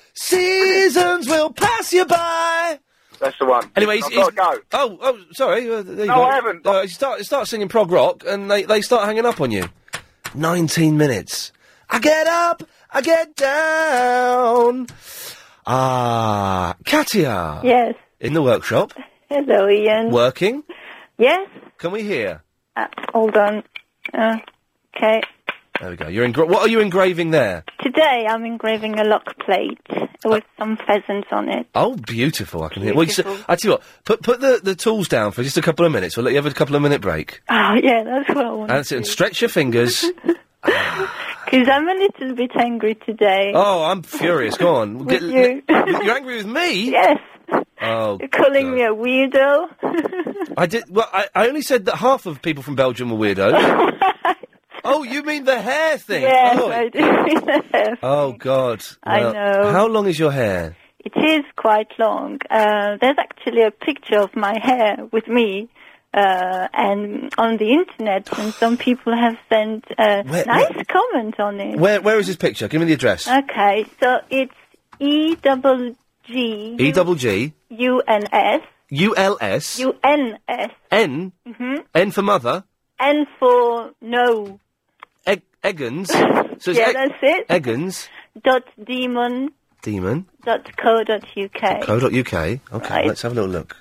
Speaker 1: Seasons will pass you by.
Speaker 12: That's the one.
Speaker 1: Anyway, he's,
Speaker 12: I've got to
Speaker 1: he's-
Speaker 12: go.
Speaker 1: Oh, oh, sorry. uh, there you
Speaker 12: No,
Speaker 1: go.
Speaker 12: I haven't.
Speaker 1: Uh, you start, you start singing prog rock, and they, they start hanging up on you. 19 minutes. I get up, I get down. Ah, Katia.
Speaker 13: Yes.
Speaker 1: In the workshop,
Speaker 13: Hello, Ian.
Speaker 1: working.
Speaker 13: Yes.
Speaker 1: Can we hear?
Speaker 13: Uh, hold on. Uh, okay.
Speaker 1: There we go. You're engra- What are you engraving there?
Speaker 13: Today I'm engraving a lock plate with some pheasants on it.
Speaker 1: Oh, beautiful! I can hear. Well, you s-
Speaker 13: Beautiful.
Speaker 1: I tell you what, put put the, the tools down for just a couple of minutes. We'll let you have a couple of minute break.
Speaker 13: Oh, yeah, that's what I want.
Speaker 1: That's it. And stretch your fingers.
Speaker 13: Because I'm a little bit angry today.
Speaker 1: oh, I'm furious. Go on.
Speaker 13: With you.
Speaker 1: are angry with me?
Speaker 13: Yes.
Speaker 1: Oh,
Speaker 13: You're calling me a weirdo.
Speaker 1: I did. Well, I, I only said that half of people from Belgium were weirdos. oh, you mean the hair thing?
Speaker 13: Yes,
Speaker 1: oh,
Speaker 13: I do.
Speaker 1: oh, God.
Speaker 13: I
Speaker 1: Well,
Speaker 13: know.
Speaker 1: How long is your hair?
Speaker 13: it is quite long. Uh, there's actually a picture of my hair with me. Uh, and on the internet, and some people have sent uh,
Speaker 1: Where-
Speaker 13: nice comments on it.
Speaker 1: Where Where is this picture? Give me the address.
Speaker 13: Okay, so it's E double G
Speaker 1: E double G
Speaker 13: U N S
Speaker 1: U L S
Speaker 13: U N S.
Speaker 1: N
Speaker 13: Mhm.
Speaker 1: N for mother.
Speaker 13: N for no.
Speaker 1: Egg, Eggins. So it's
Speaker 13: yeah,
Speaker 1: Egg-
Speaker 13: that's it.
Speaker 1: Eggins
Speaker 13: dot demon
Speaker 1: Demon
Speaker 13: dot co dot uk.
Speaker 1: Co. dot uk. Okay, let's have a little look.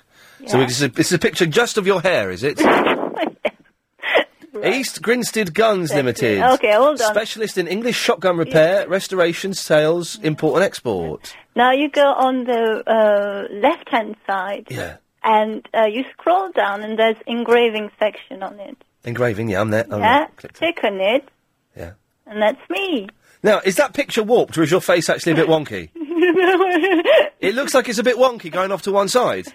Speaker 1: So
Speaker 13: Yeah.
Speaker 1: this is, a, this is a picture just of your hair, is it? East Grinstead Guns Limited.
Speaker 13: Okay, hold on.
Speaker 1: Specialist in English shotgun repair, restoration, sales, import and export.
Speaker 13: Now you go on the uh, left hand side.
Speaker 1: Yeah.
Speaker 13: And uh, you scroll down, and there's engraving section on it.
Speaker 1: Engraving, yeah, I'm there. I'm
Speaker 13: yeah,
Speaker 1: there.
Speaker 13: click on it.
Speaker 1: Yeah.
Speaker 13: And that's me.
Speaker 1: Now, is that picture warped or is your face actually a bit wonky? it looks like it's a bit wonky going off to one side.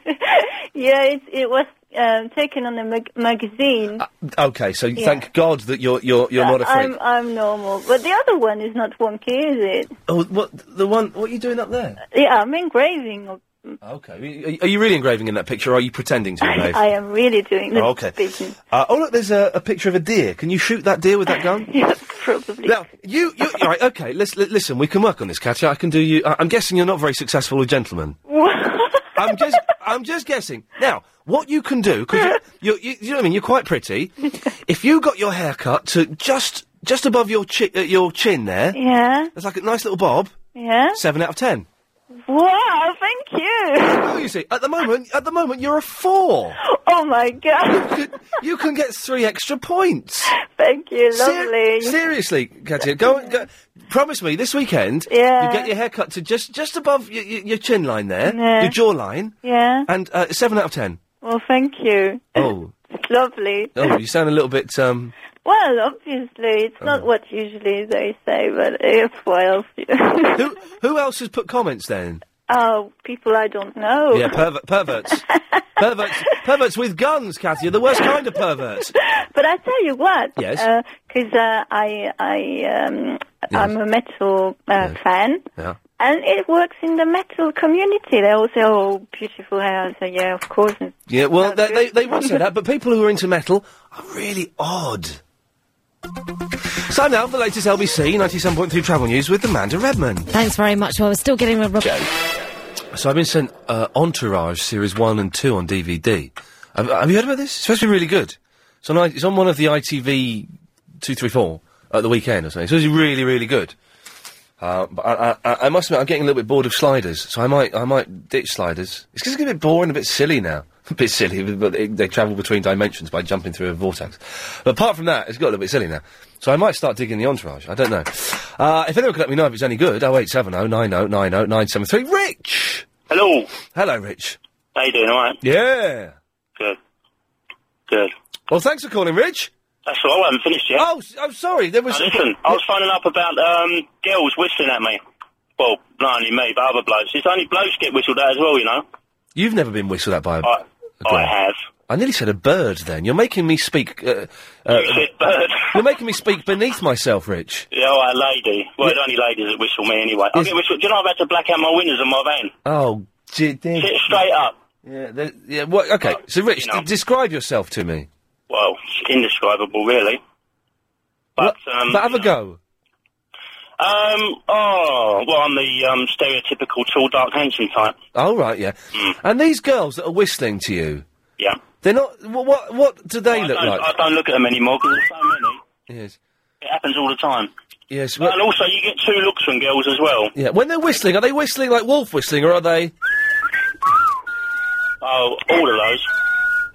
Speaker 13: yeah, it, it was um, taken on a mag- magazine.
Speaker 1: Okay, so
Speaker 13: Yeah. Uh,
Speaker 1: thank God that you're you're Uh, you're not a freak.
Speaker 13: I'm I'm normal, but the other one is not wonky, is it?
Speaker 1: Oh, what the one? What are you doing up there?
Speaker 13: Yeah, I'm engraving.
Speaker 1: Okay. Are, are you really engraving in that picture or are you pretending to engrave?
Speaker 13: I am really doing this
Speaker 1: Oh, okay.
Speaker 13: business.
Speaker 1: Uh, oh look, there's a, a picture of a deer. Can you shoot that deer with that gun?
Speaker 13: yeah, probably.
Speaker 1: Now you, you all right? Okay, let's li- listen. We can work on this, Katya. I can do you. I, I'm guessing you're not very successful with gentlemen.
Speaker 13: What?
Speaker 1: I, I'm just, I'm just guessing. Now, what you can do, because you, you, you know what I mean, you're quite pretty. if you got your hair cut to just, just above your chi- uh, your chin there,
Speaker 13: Yeah.
Speaker 1: there's like a nice little bob.
Speaker 13: Yeah.
Speaker 1: Seven out of ten.
Speaker 13: Wow, thank you.
Speaker 1: Oh, you see, at the moment, at the moment, you're a four.
Speaker 13: Oh my god.
Speaker 1: You can, you can get three extra points.
Speaker 13: Thank you,
Speaker 1: Ser-
Speaker 13: lovely.
Speaker 1: seriously, Katia, go, go. Promise me this weekend.
Speaker 13: Yeah.
Speaker 1: You get your hair cut to just just above your, your, your chin line there,
Speaker 13: Yeah.
Speaker 1: your jawline,
Speaker 13: Yeah.
Speaker 1: and uh, seven out of ten.
Speaker 13: Well, thank you.
Speaker 1: Oh,
Speaker 13: It's lovely.
Speaker 1: oh, you sound a little bit. Um,
Speaker 13: Well, obviously, it's
Speaker 1: Uh-huh.
Speaker 13: not what usually they say, but it's what else you.
Speaker 1: who who else has put comments then?
Speaker 13: Oh, people I don't know.
Speaker 1: Yeah, perver- perverts, perverts, perverts with guns, Katia, the worst kind of perverts.
Speaker 13: But I tell you what,
Speaker 1: Yes.
Speaker 13: because uh, I I um, I'm a metal uh, fan,
Speaker 1: Yeah.
Speaker 13: and it works in the metal community. They all say, "Oh, beautiful hair." I say, "Yeah, of course." And
Speaker 1: Yeah, well, they, they, they would say that, but people who are into metal are really odd. It's Time now for the latest LBC 97.3 travel news with Amanda Redmond.
Speaker 14: Thanks very much. Well, we're still getting a report.
Speaker 1: So I've been sent uh, Entourage Series 1 and 2 on DVD. Have, have you heard about this? It's supposed to be really good. It's on, I- it's on one of the ITV 234 at the weekend or something. It's supposed to be really, really good. Uh, but I, I, I must admit, I'm getting a little bit bored of sliders, so I might, I might ditch sliders. It's just getting a bit boring, a bit silly now. A bit silly, but- but they, they travel between dimensions by jumping through a vortex. But apart from that, it's got a little bit silly now. So I might start digging the entourage. I don't know. Uh, if anyone could let me know if it's any good, 0870 90 90 973. Rich!
Speaker 15: Hello.
Speaker 1: Hello, Rich.
Speaker 15: How you doing, alright?
Speaker 1: Yeah.
Speaker 15: Good. Good.
Speaker 1: Well, thanks for calling, Rich.
Speaker 15: That's all. I haven't finished yet.
Speaker 1: Oh, s- I'm sorry. There was.
Speaker 15: listen, I was phoning up about um, girls whistling at me. Well, not only me, but other blokes. It's only blokes get whistled at as well, you know.
Speaker 1: You've never been whistled at by a.
Speaker 15: I, I have.
Speaker 1: I nearly said a bird then. You're making me speak. Uh, uh, you
Speaker 15: said bird.
Speaker 1: you're making me speak beneath myself, Rich.
Speaker 15: Yeah, all right, lady. Well, it's only ladies that whistle me anyway. I get whistled. Do you know I've had to black out my windows on my van?
Speaker 1: Oh, gee, there-
Speaker 15: Sit straight up.
Speaker 1: Yeah, there- yeah. What? Okay, so Rich, d- describe yourself to me.
Speaker 15: Well, it's indescribable, really. But, um,
Speaker 1: but have a go.
Speaker 15: um, oh, well, I'm the um, stereotypical tall, dark, handsome type.
Speaker 1: Oh right, yeah. And these girls that are whistling to you,
Speaker 15: Mm. Yeah.
Speaker 1: they're not. What? What, what do they look
Speaker 15: I don't,
Speaker 1: like?
Speaker 15: I don't look at them anymore because there's so many.
Speaker 1: Yes.
Speaker 15: It happens all the time.
Speaker 1: Yes.
Speaker 15: and also, you get two looks from girls as well.
Speaker 1: Yeah. When they're whistling, are they whistling like wolf whistling, or are they?
Speaker 15: Oh, all of those.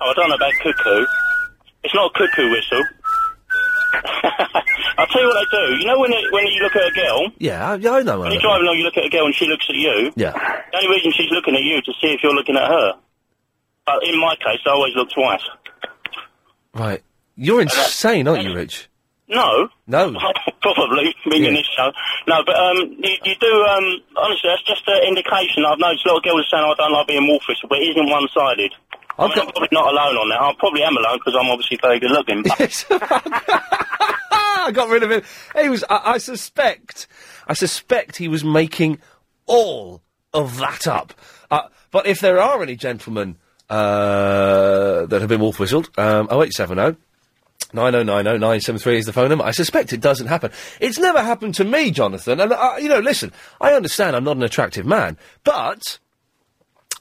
Speaker 15: Oh, I don't know about cuckoo. It's not a cuckoo whistle. I'll tell you what they do. You know when they, when you look at a girl,
Speaker 1: Yeah, I, yeah, I know. I
Speaker 15: when you're
Speaker 1: know.
Speaker 15: driving along, you look at a girl and she looks at you.
Speaker 1: Yeah.
Speaker 15: The only reason she's looking at you is to see if you're looking at her. But in my case, I always look twice.
Speaker 1: Right. You're insane, aren't you, Rich?
Speaker 15: No.
Speaker 1: No.
Speaker 15: Probably, being in this show. No, but um, you, you do, um, honestly, that's just an indication. I've noticed a lot of girls are saying I don't like being wolf whistled, but it isn't one sided. I mean, I'm probably not alone on that. I probably am alone because I'm obviously very good looking. But
Speaker 1: Ah, I got rid of him. He was. I, I suspect. I suspect he was making all of that up. Uh, but if there are any gentlemen uh, that have been wolf whistled, um, 0870 oh, 9090973 is the phone number. I suspect it doesn't happen. It's never happened to me, Jonathan. And, uh, you know, listen, I understand I'm not an attractive man, but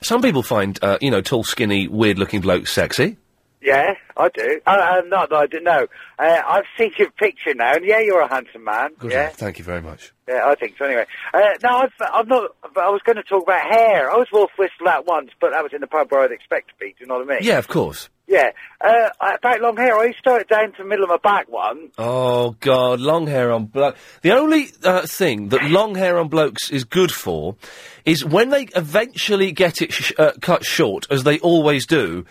Speaker 1: some people find, uh, you know, tall, skinny, weird looking blokes sexy.
Speaker 8: Yeah, I do. Uh, uh, not that I didn't know. Uh, I've seen your picture now, and yeah, you're a handsome man.
Speaker 1: Good.
Speaker 8: yeah,
Speaker 1: Thank you very much.
Speaker 8: yeah, I think so. Anyway, uh, no, I've, I'm not. But I was going to talk about hair. I was wolf whistled at once, but that was in the pub where I'd expect to be. Do you know what I mean?
Speaker 1: Yeah, of course.
Speaker 8: Yeah. Uh, I- about long hair, I used to it down to the middle of my back once.
Speaker 1: Oh god, long hair on bloke. The only uh, thing that long hair on blokes is good for is when they eventually get it sh- uh, cut short, as they always do.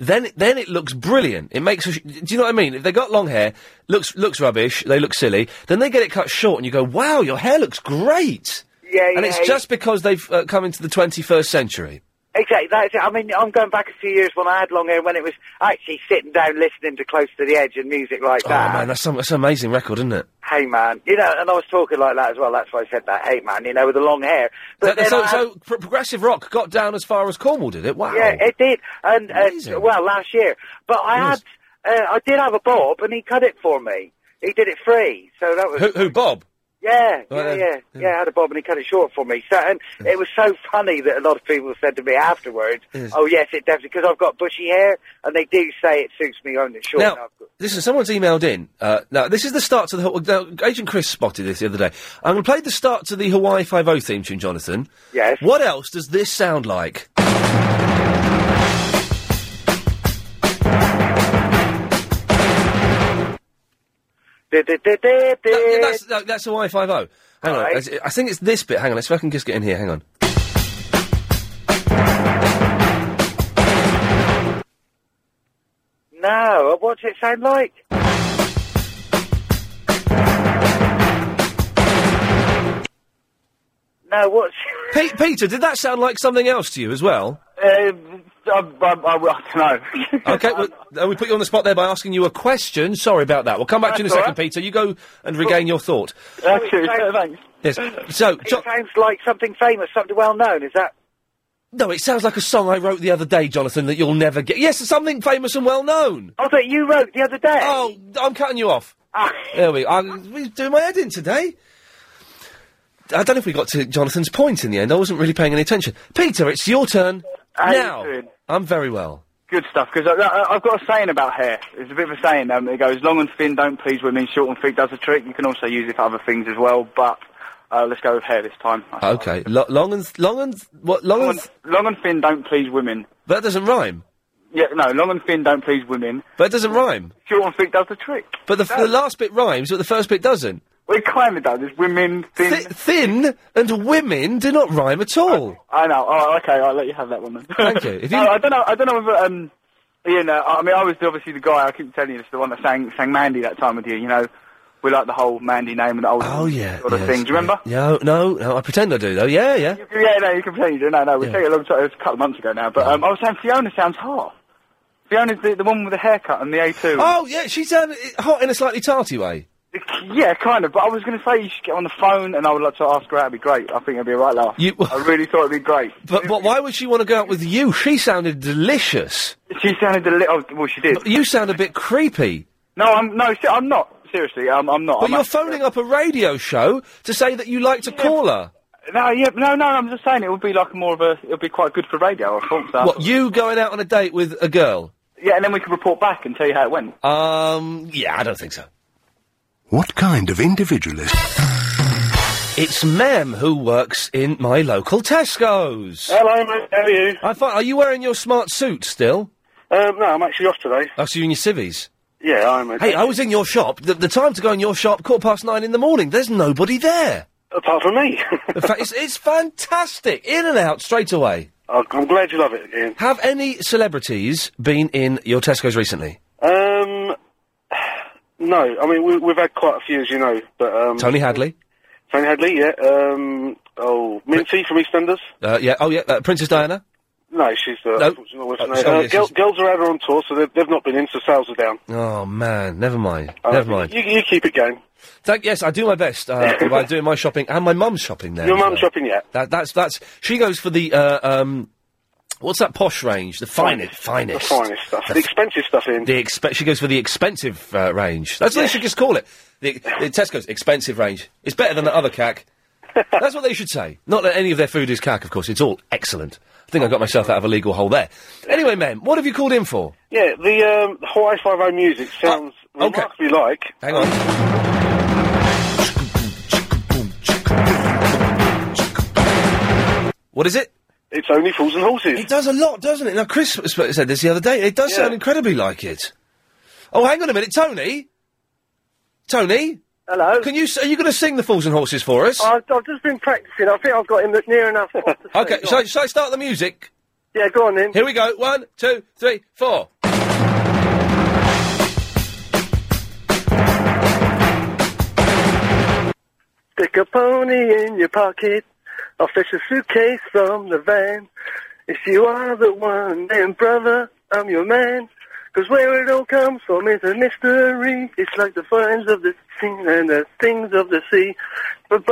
Speaker 1: Then, then it looks brilliant. It makes. A sh- do you know what I mean? If they got long hair, looks looks rubbish. They look silly. Then they get it cut short, and you go, "Wow, your hair looks great."
Speaker 8: Yeah,
Speaker 1: And
Speaker 8: yeah,
Speaker 1: it's
Speaker 8: yeah.
Speaker 1: just because they've uh, come into the twenty first century.
Speaker 8: Exactly, that's it. I mean, I'm going back a few years when I had long hair, when it was actually sitting down, listening to Close to the Edge and music like
Speaker 1: Oh
Speaker 8: that.
Speaker 1: man, that's some, that's an amazing record, isn't it?
Speaker 8: Hey man, you know, and I was talking like that as well. That's why I said that. Hey man, you know, with the long hair.
Speaker 1: So,
Speaker 8: then
Speaker 1: so,
Speaker 8: I-
Speaker 1: so pro- progressive rock got down as far as Cornwall did it. Wow.
Speaker 8: yeah, it did. And,
Speaker 1: Amazing.
Speaker 8: and well, last year, but I
Speaker 1: Yes.
Speaker 8: had, uh, I did have a bob, and he cut it for me. He did it free, so that was
Speaker 1: Who, who Bob?
Speaker 8: Yeah,
Speaker 1: Right
Speaker 8: yeah,
Speaker 1: then.
Speaker 8: yeah, yeah. I had a bob and he cut it short for me. So, and it was so funny that a lot of people said to me afterwards,
Speaker 1: Yes.
Speaker 8: "Oh yes, it definitely," because I've got bushy hair, and they do say it suits me on it short.
Speaker 1: now,
Speaker 8: enough.
Speaker 1: listen, someone's emailed in. Uh, now, this is the start to the. Haw- Now, Agent Chris spotted this the other day. I'm going to play the start to the Hawaii Five O theme tune, Jonathan.
Speaker 8: Yes.
Speaker 1: What else does this sound like? No, yeah, that's, no, that's Hawaii Five O. Hang on,
Speaker 8: Right.
Speaker 1: I- I think it's this bit. Hang on, let's see if I can just get in here. Hang on.
Speaker 8: No, what's it sound like? No, what's
Speaker 1: Pe- Peter? Did that sound like something else to you as well?
Speaker 2: Uh,
Speaker 16: Um, I, I, I, I don't know.
Speaker 1: Okay, well, uh, we put you on the spot there by asking you a question. Sorry about that. We'll come back to you in a
Speaker 16: That's all
Speaker 1: second, Peter. You go and regain your thought.
Speaker 8: Oh, it sounds-
Speaker 1: Yes. So,
Speaker 8: it sounds like something famous, something well known. Is that?
Speaker 1: No, it sounds like a song I wrote the other day, Jonathan, that you'll never get. Yes, it's something famous and well known.
Speaker 8: Oh, that you wrote the other day. Ah.
Speaker 1: Oh, I'm cutting you off. there we are. We're doing my head in today. I don't know if we got to Jonathan's point in the end. I wasn't really paying any attention. Peter, it's your turn
Speaker 16: How you
Speaker 1: now.
Speaker 16: doing?
Speaker 1: I'm very well.
Speaker 16: uh, Good stuff, because I, I, I've got a saying about hair. It's a bit of a saying. Um, it goes, long and thin don't please women, short and thick does the trick. You can also use it for other things as well, but uh, let's go with hair this time.
Speaker 1: Okay, Lo- long and th- long and th- what? Long,
Speaker 16: Long
Speaker 1: and
Speaker 16: and,
Speaker 1: th-
Speaker 16: long and thin don't please women.
Speaker 1: that doesn't rhyme.
Speaker 16: Yeah, no, long and thin don't please women.
Speaker 1: That doesn't rhyme.
Speaker 16: Short and thick does the trick.
Speaker 1: But the, f
Speaker 16: No.
Speaker 1: the last bit rhymes, but the first bit doesn't.
Speaker 16: Well, it kind of does. It's women, thin.
Speaker 1: Thi- thin and women do not rhyme at all.
Speaker 16: I know. Oh, okay, I'll let you have that one then.
Speaker 1: Thank you. If you-
Speaker 16: No, I don't know. I don't know if um, you know. I mean, I was obviously the guy. I keep telling you, it's the one that sang sang Mandy that time with you. You know, we like the whole Mandy name and the old
Speaker 1: Oh yeah,
Speaker 16: sort of
Speaker 1: yes,
Speaker 16: thing. Do you
Speaker 1: yeah.
Speaker 16: remember?
Speaker 1: No, no, no. I pretend I do though. Yeah, yeah.
Speaker 16: Yeah, no, you can play. No, no, we yeah. a long time. It was a couple of months ago now, but um, I was saying Fiona sounds hot. Fiona's the, the one with the haircut and the A2.
Speaker 1: Oh yeah, she sounded uh, hot in a slightly tarty way.
Speaker 16: Yeah, kind of. But I was going to say you should get on the phone, and I would like to ask her. out. That'd be great. I think it'd be a right laugh.
Speaker 1: You-
Speaker 16: I really thought it'd be great.
Speaker 1: But but why would she want to go out with you? She sounded delicious.
Speaker 16: She sounded a little. Well, she did.
Speaker 1: you sound a bit creepy.
Speaker 16: No, I'm no, se- I'm not. Seriously, I'm, I'm not.
Speaker 1: But
Speaker 16: I'm
Speaker 1: you're
Speaker 16: actually-
Speaker 1: phoning up a radio show to say that you like to call her.
Speaker 16: No, yeah, no, no. I'm just saying it would be like more of a. It would be quite good for radio. I thought so.
Speaker 1: What you going out on a date with a girl?
Speaker 16: Yeah, and then we can report back and tell you how it went.
Speaker 1: Um, yeah, I don't think so.
Speaker 17: What kind of individualist?
Speaker 1: It's Mem who works in my local Tesco's.
Speaker 2: Hello, mate. How are you?
Speaker 1: I fi- are you wearing your smart suit still?
Speaker 2: Um, no, I'm actually off today.
Speaker 1: Oh, so you in your civvies?
Speaker 2: Yeah, I'm. A,
Speaker 1: Hey, I was in your shop. The, the time to go in your shop, quarter past nine in the morning. There's nobody there.
Speaker 2: Apart from me.
Speaker 1: In fact, it's, it's fantastic. In and out straight away.
Speaker 2: I- I'm glad you love it, Ian.
Speaker 1: Have any celebrities been in your Tesco's recently?
Speaker 2: Um, no, I mean we, we've had quite a few, as you know, but um,
Speaker 1: Tony Hadley?
Speaker 2: Tony Hadley, yeah. Um, oh, Minty from EastEnders.
Speaker 1: Uh, yeah. Oh, yeah. Uh, Princess Diana?
Speaker 2: No, she's uh,
Speaker 1: No.
Speaker 2: unfortunately not with us
Speaker 1: Oh,
Speaker 2: now.
Speaker 1: sorry,
Speaker 2: Uh,
Speaker 1: yes,
Speaker 2: Girl-
Speaker 1: yes.
Speaker 2: girls are out on tour, so they've, they've not been in, so sales are down.
Speaker 1: Oh, man. Never mind.
Speaker 2: Uh,
Speaker 1: Never mind.
Speaker 2: You, you keep it going.
Speaker 1: Thank, yes, I do my best uh, by doing my shopping and my mum's shopping there.
Speaker 2: Your
Speaker 1: as
Speaker 2: mum's
Speaker 1: well.
Speaker 2: shopping yet?
Speaker 1: That, that's that's she goes for the uh, um, what's that posh range? The finest, finest,
Speaker 2: The finest stuff. The expensive stuff in.
Speaker 1: The expe- she goes for the expensive uh, range. That's what they should just call it. The, the Tesco's expensive range. It's better than the other cack. That's what they should say. Not that any of their food is cack, of course. It's all excellent. I think I got myself out of a legal hole there. Anyway, ma'am, what have you called in for?
Speaker 2: Yeah, the um, Hawaii Five O music sounds remarkably like.
Speaker 1: Ah, Hang on. What is it?
Speaker 2: It's only fools and horses.
Speaker 1: It does a lot, doesn't it? Now, Chris sp- sp- said this the other day. It does sound incredibly like it. Oh, hang on a minute, Tony. Tony.
Speaker 18: Hello.
Speaker 1: Can you? s- Are you going to sing the fools and horses for us?
Speaker 18: I've, I've just been practicing. I think I've got him near enough.
Speaker 1: okay. Shall I, shall I start the music?
Speaker 18: Yeah, go on then.
Speaker 1: Here we go. One, two, three, four.
Speaker 18: Stick a pony in your pocket. I'll fetch a suitcase from the van. If you are the one, then brother, I'm your man. 'Cause where it all comes from is a mystery. It's like the finds of the sea and the things of the sea. But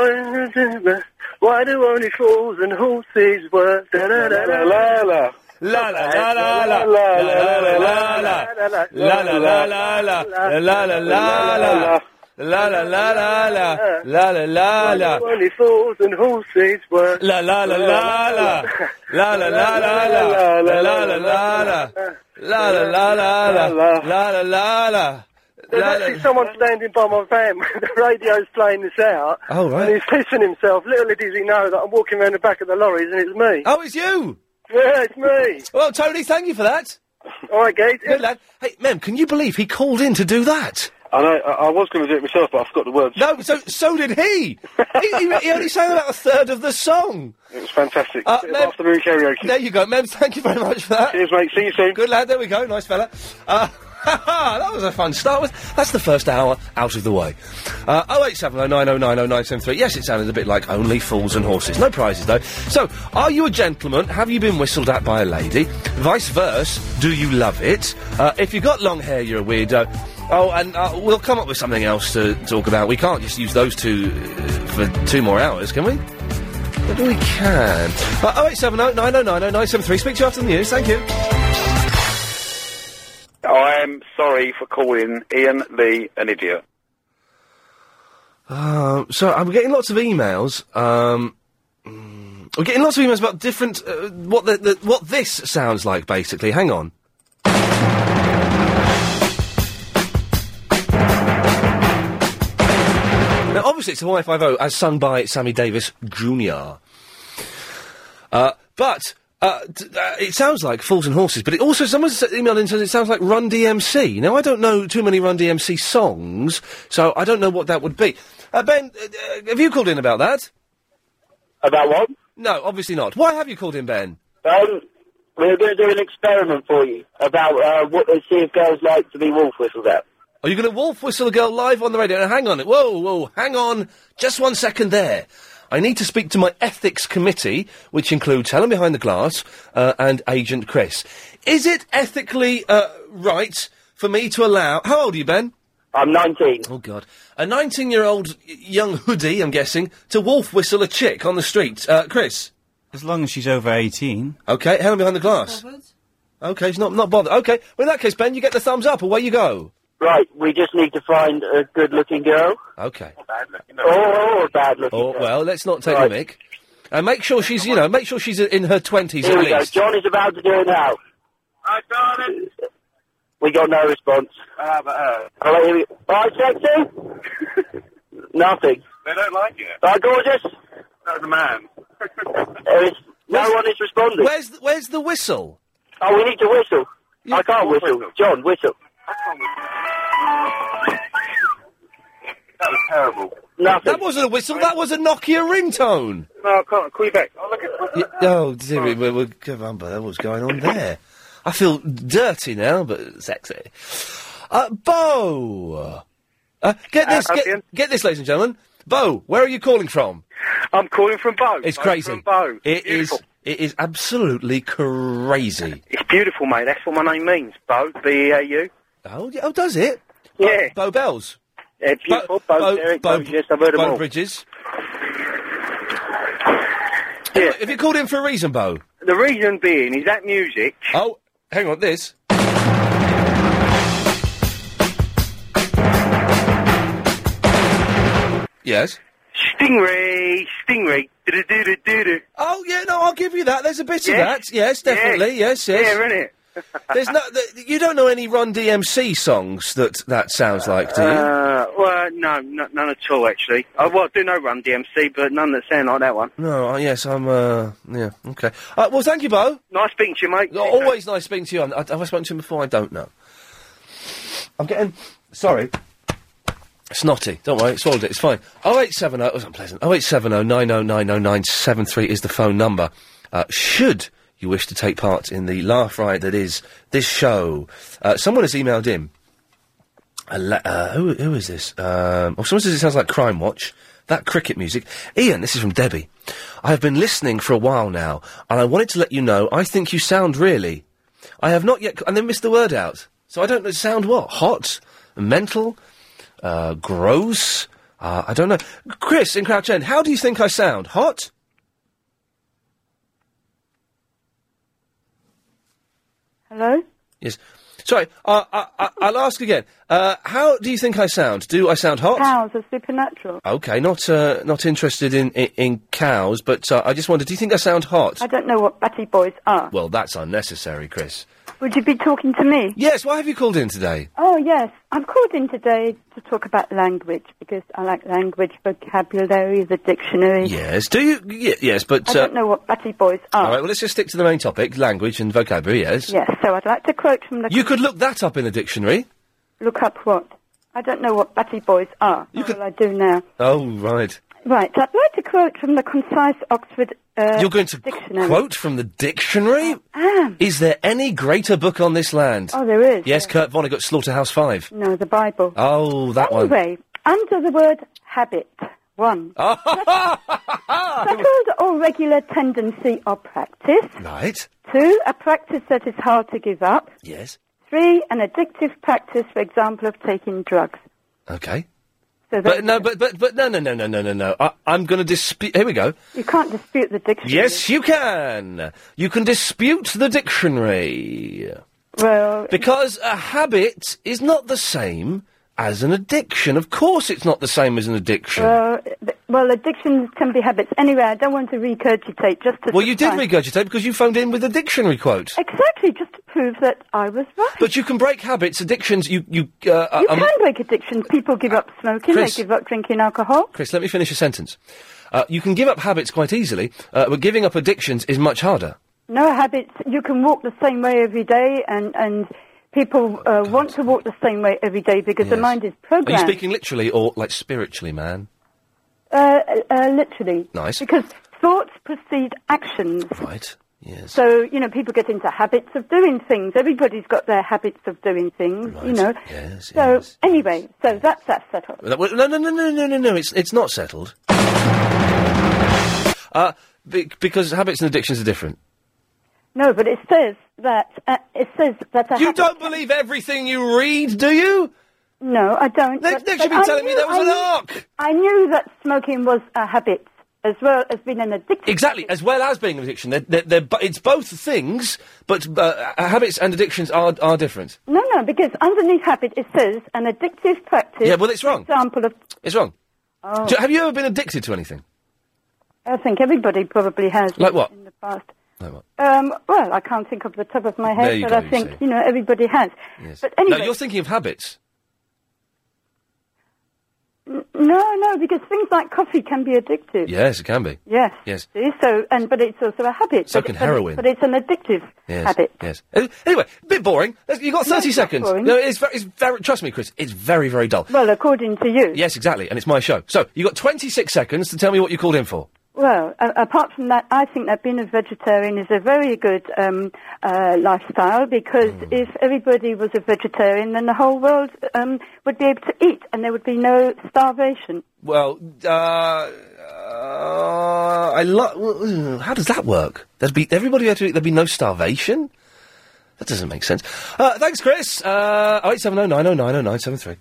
Speaker 18: why do only fools and horses work? Da da da da
Speaker 2: la la.
Speaker 1: La la la la
Speaker 18: la
Speaker 1: la la la la la la la la la la la la la la La la la la la. La la la la.
Speaker 18: Twenty fours and horses were.
Speaker 1: La la la la la. La la la la la. La la la la la. La la la la la. La la la la.
Speaker 18: There's actually someone standing by my van. the radio's playing this out.
Speaker 1: Oh, right.
Speaker 18: And he's pissing himself. Little does he know that I'm walking around the back of the lorries and it's me.
Speaker 1: Oh, it's you.
Speaker 18: Yeah, it's me.
Speaker 1: Well, Oh, Tony, thank you for that.
Speaker 18: All right, Gage.
Speaker 1: Good lad. Hey, Mem, can you believe he called in to do that?
Speaker 19: I know. I, I was going to do it myself, but I forgot the words.
Speaker 1: No, so so Oh, did he. he, he, he only sang about a third of the song.
Speaker 19: It was fantastic.
Speaker 1: Uh,
Speaker 19: Bit of
Speaker 1: Mem-
Speaker 19: afternoon karaoke.
Speaker 1: There you go, Mem. Thank you very much for that.
Speaker 19: Cheers, mate. See you soon.
Speaker 1: Good lad. There we go. Nice fella. Uh, that was a fun start with. That's the first hour out of the way. Uh, 08709090973. Yes, it sounded a bit like only fools and horses. No prizes though. So, are you a gentleman? Have you been whistled at by a lady? Vice versa, do you love it? Uh, if you've got long hair, you're a weirdo. Oh, and uh, we'll come up with something else to talk about. We can't just use those two uh, for two more hours, can we? But we can. Uh, 0870 909 0973. Speak to you after the news. Thank you.
Speaker 20: I am sorry for calling Ian Lee an idiot.
Speaker 1: Um, so I'm getting lots of emails. Um, mm, we're getting lots of emails about different uh, what the, the what this sounds like. Basically, hang on. Now, obviously, it's Hawaii Five O as sung by Sammy Davis Jr. Uh, but uh, t- uh, it sounds like Fools and Horses. But it also someone's emailed in and says it sounds like Run DMC. Now I don't know too many Run DMC songs, so I don't know what that would be. Uh, ben, uh, uh, have you called in about that?
Speaker 21: About what?
Speaker 1: No, obviously not. Why have you called in, Ben?
Speaker 21: Um, we we're going to do an experiment for you about uh, what they see if girls like to be wolf whistled at.
Speaker 1: Are you going to wolf whistle a girl live on the radio? Now, hang on. Whoa, whoa, hang on. Just one second there. I need to speak to my ethics committee, which includes Helen Behind the Glass uh, and Agent Chris. Is it ethically uh, right for me to allow. How old are you, Ben?
Speaker 21: I'm 19.
Speaker 1: Oh, God. A 19 year old young hoodie, I'm guessing, to wolf whistle a chick on the street. Uh, Chris?
Speaker 4: As long as she's over 18.
Speaker 1: Okay, Helen Behind the Glass. Okay, she's not, not bothered. Okay, well, in that case, Ben, you get the thumbs up. Away you go.
Speaker 21: Right, we just need to find a good looking girl.
Speaker 1: Okay.
Speaker 21: Oh, a bad looking
Speaker 1: Oh
Speaker 21: girl.
Speaker 1: well, let's not take
Speaker 21: Right.
Speaker 1: the mic. And make sure she's, you know, make sure she's in her twenties
Speaker 21: Here
Speaker 1: at
Speaker 21: we go.
Speaker 1: least.
Speaker 21: John is about to do it now. I got it. We got no response. Uh, but, uh, Hello, here we Right, sexy? Nothing.
Speaker 20: They don't like you.
Speaker 21: Right, gorgeous?
Speaker 20: That's a man.
Speaker 21: There is, no one is responding.
Speaker 1: Where's the, where's the whistle?
Speaker 21: Oh, we need to whistle. I can't whistle. John, whistle.
Speaker 20: That was terrible.
Speaker 21: Nothing.
Speaker 1: That wasn't a whistle. That was a Nokia ringtone.
Speaker 20: No, I can't. Call you back. I'll look at
Speaker 1: Y- oh, dear, we, we, we, come on, brother, what's going on there? I feel dirty now, but sexy. Uh, Bo, uh, get
Speaker 18: Uh,
Speaker 1: this, get, get this, ladies and gentlemen. Bo, where are you calling from?
Speaker 18: I'm calling from Bow.
Speaker 1: It's
Speaker 18: I'm
Speaker 1: crazy.
Speaker 18: From Bow.
Speaker 1: It is.
Speaker 18: Beautiful.
Speaker 1: It is absolutely crazy.
Speaker 18: It's beautiful, mate. That's what my name means. Bow. B E A U.
Speaker 1: Oh, yeah, oh, does it?
Speaker 18: Yeah.
Speaker 1: Bo, Bo Bells.
Speaker 18: Yeah, beautiful. Bo, Derek, Bo, Jess, oh, I've heard 'em
Speaker 1: Bo
Speaker 18: all.
Speaker 1: Bridges. Have you called in for a reason, Bo?
Speaker 18: The reason being is that music.
Speaker 1: Oh, hang on, this. Yes.
Speaker 18: Stingray, stingray. Do-do-do-do-do.
Speaker 1: Oh yeah, no, I'll give you that. There's a bit of that. Yes, definitely. Yes, yes.
Speaker 18: Yeah, isn't it?
Speaker 1: There's no. Th- you don't know any Run DMC songs that that sounds like, do you?
Speaker 18: Uh, well, no, no, none at all, actually.
Speaker 22: Uh,
Speaker 18: I, well, I do know Run DMC, but none that sound like that one.
Speaker 1: no. Uh, yes, I'm. Uh, yeah. Okay. Uh, well, thank you, Bo.
Speaker 18: Nice speaking to you, mate.
Speaker 1: Always nice speaking to you. I, I, have I spoken to him before? I don't know. I'm getting. Sorry. Snotty. Don't worry, it swallowed it. It's fine. Oh, 0870. It was unpleasant. 0870 9090973 is the phone number. Uh, should you wish to take part in the laugh riot that is this show, uh, someone has emailed in. A la- uh, who, who is this? Um, oh, someone says it sounds like Crime Watch. That cricket music. Ian, this is from Debbie. I have been listening for a while now, and I wanted to let you know I think you sound really. I have not yet, and then missed the word out. So I don't know, sound what? Hot? Mental? Uh, gross? Uh, I don't know. Chris in Crouch End, how do you think I sound? Hot?
Speaker 11: Hello?
Speaker 1: Yes. Sorry, uh, I, I, I'll ask again. Uh, how do you think I sound? Do I sound hot?
Speaker 23: Powers of supernatural.
Speaker 1: Okay, not uh, not interested in in, in cows, but uh, I just wondered. Do you think I sound hot?
Speaker 23: I don't know what Batty Boys are.
Speaker 1: Well, that's unnecessary, Chris.
Speaker 23: Would you be talking to me?
Speaker 1: Yes. Why have you called in today?
Speaker 23: Oh, yes. I've called in today to talk about language because I like language, vocabulary, the dictionary.
Speaker 1: Yes. Do you? Y- yes, but
Speaker 23: I
Speaker 1: uh,
Speaker 23: don't know what Batty Boys are.
Speaker 1: all right. Well, let's just stick to the main topic: language and vocabulary. Yes.
Speaker 23: Yes, so I'd like to quote from the.
Speaker 1: You could look that up in the dictionary.
Speaker 23: Look up what? I don't know what Batty Boys are. You I do now.
Speaker 1: Oh, right.
Speaker 23: Right, I'd like to quote from the concise Oxford uh,
Speaker 1: You're going to
Speaker 23: dictionary.
Speaker 1: quote from the dictionary.
Speaker 23: Ah,
Speaker 1: Is there any greater book on this land?
Speaker 23: oh, there is.
Speaker 1: yes, Kurt Vonnegut, Slaughterhouse Five.
Speaker 23: No, the Bible.
Speaker 1: Oh, that one.
Speaker 23: Anyway, under the word habit, one. Settled or regular tendency or practice.
Speaker 1: Right.
Speaker 23: Two, a practice that is hard to give up.
Speaker 1: Yes.
Speaker 23: Three, an addictive practice, for example, of taking drugs.
Speaker 1: Okay.
Speaker 23: So that
Speaker 1: But no, but but but no, no, no, no, no, no, no. I, I'm going to dispute. Here we go.
Speaker 23: you can't dispute the dictionary.
Speaker 1: Yes, you can. You can dispute the dictionary.
Speaker 23: Well,
Speaker 1: Because a habit is not the same as an addiction. Of course, it's not the same as an addiction.
Speaker 23: well, th- well, addictions can be habits. Anyway, I don't want to regurgitate just to.
Speaker 1: well, you did
Speaker 23: try-
Speaker 1: regurgitate because you phoned in with a dictionary quote.
Speaker 23: Exactly, just to prove that I was right.
Speaker 1: But you can break habits, addictions. You you. Uh, uh,
Speaker 23: you
Speaker 1: um,
Speaker 23: can break addiction. People give up smoking,
Speaker 1: Chris.
Speaker 23: they give up drinking alcohol.
Speaker 1: Chris, let me finish a sentence. Uh, you can give up habits quite easily, uh, but giving up addictions is much harder.
Speaker 23: No habits. You can walk the same way every day, and and people uh, want to walk the same way every day because the
Speaker 1: Yes.
Speaker 23: mind is
Speaker 1: Are you
Speaker 23: programmed.
Speaker 1: speaking literally or like spiritually, man?
Speaker 23: uh, uh, literally.
Speaker 1: Nice.
Speaker 23: Because thoughts precede actions.
Speaker 1: Right. Yes.
Speaker 23: So you know, people get into habits of doing things. Everybody's got their habits of doing things. You know.
Speaker 1: Yes.
Speaker 23: so anyway, so that's that settled.
Speaker 1: Well, that- well, No, no, no, no, no, no, no. It's it's not settled. Uh, be- because habits and addictions are different.
Speaker 23: No, but it says that uh, it says that a
Speaker 1: You
Speaker 23: habit-
Speaker 1: don't believe everything you read, do you?
Speaker 23: No, I don't.
Speaker 1: They-
Speaker 23: but-
Speaker 1: they
Speaker 23: but
Speaker 1: should be
Speaker 23: I
Speaker 1: telling me
Speaker 23: knew-
Speaker 1: that was
Speaker 23: I
Speaker 1: an
Speaker 23: knew-
Speaker 1: arc.
Speaker 23: I knew that smoking was a habit as well as being an addiction.
Speaker 1: Exactly, as well as being an addiction. They're, they're, they're, bo- it's both things, but uh, uh, habits and addictions are are different.
Speaker 23: No, no, because underneath habit it says an addictive practice.
Speaker 1: Yeah, well, it's wrong.
Speaker 23: Example of.
Speaker 1: It's wrong.
Speaker 23: Oh,
Speaker 1: Do- have you ever been addicted to anything?
Speaker 23: I think everybody probably has.
Speaker 1: Like what?
Speaker 23: In the past.
Speaker 1: Like what?
Speaker 23: Um, well, I can't think of the top of my head,
Speaker 1: There you
Speaker 23: but
Speaker 1: go,
Speaker 23: I
Speaker 1: you
Speaker 23: think
Speaker 1: see.
Speaker 23: you know everybody has.
Speaker 1: Yes.
Speaker 23: But anyway,
Speaker 1: no, you're thinking of habits.
Speaker 23: n- no, no, because things like coffee can be addictive.
Speaker 1: Yes, it can be.
Speaker 23: Yes.
Speaker 1: Yes.
Speaker 23: See, so and but it's also a habit.
Speaker 1: So
Speaker 23: but
Speaker 1: can
Speaker 23: it's an-
Speaker 1: heroin.
Speaker 23: but it's an addictive
Speaker 1: Yes.
Speaker 23: habit.
Speaker 1: Yes. An- Anyway, a bit boring. Let's- You got
Speaker 23: No,
Speaker 1: thirty
Speaker 23: it's not
Speaker 1: seconds.
Speaker 23: boring.
Speaker 1: No, it's very, it's very. Trust me, Chris. It's very, very dull.
Speaker 23: Well, according to you.
Speaker 1: Yes, exactly. And it's my show. So you got twenty six seconds to tell me what you called in for.
Speaker 23: Well, a- apart from that, I think that being a vegetarian is a very good um, uh, lifestyle because
Speaker 1: Hmm.
Speaker 23: if everybody was a vegetarian, then the whole world um, would be able to eat and there would be no starvation.
Speaker 1: Well, uh, uh, I love. How does that work? There'd be everybody had to. There'd be no starvation. That doesn't make sense. Uh, thanks, Chris. Uh, oh eight seven oh nine oh nine oh nine seven three.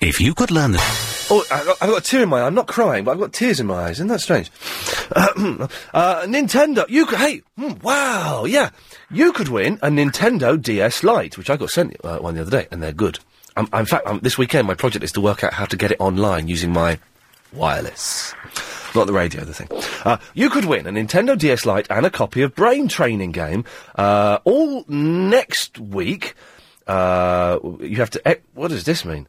Speaker 5: If you could learn the.
Speaker 1: Oh, I got, I've got a tear in my eye. I'm not crying, but I've got tears in my eyes. Isn't that strange? uh, Nintendo. You could, hey, hmm, wow, yeah. You could win a Nintendo DS Lite, which I got sent uh, one the other day, and they're good. Um, in fact, um, this weekend, my project is to work out how to get it online using my wireless. Not the radio, the thing. Uh, you could win a Nintendo DS Lite and a copy of Brain Training Game uh, all next week. Uh, you have to. E- what does this mean?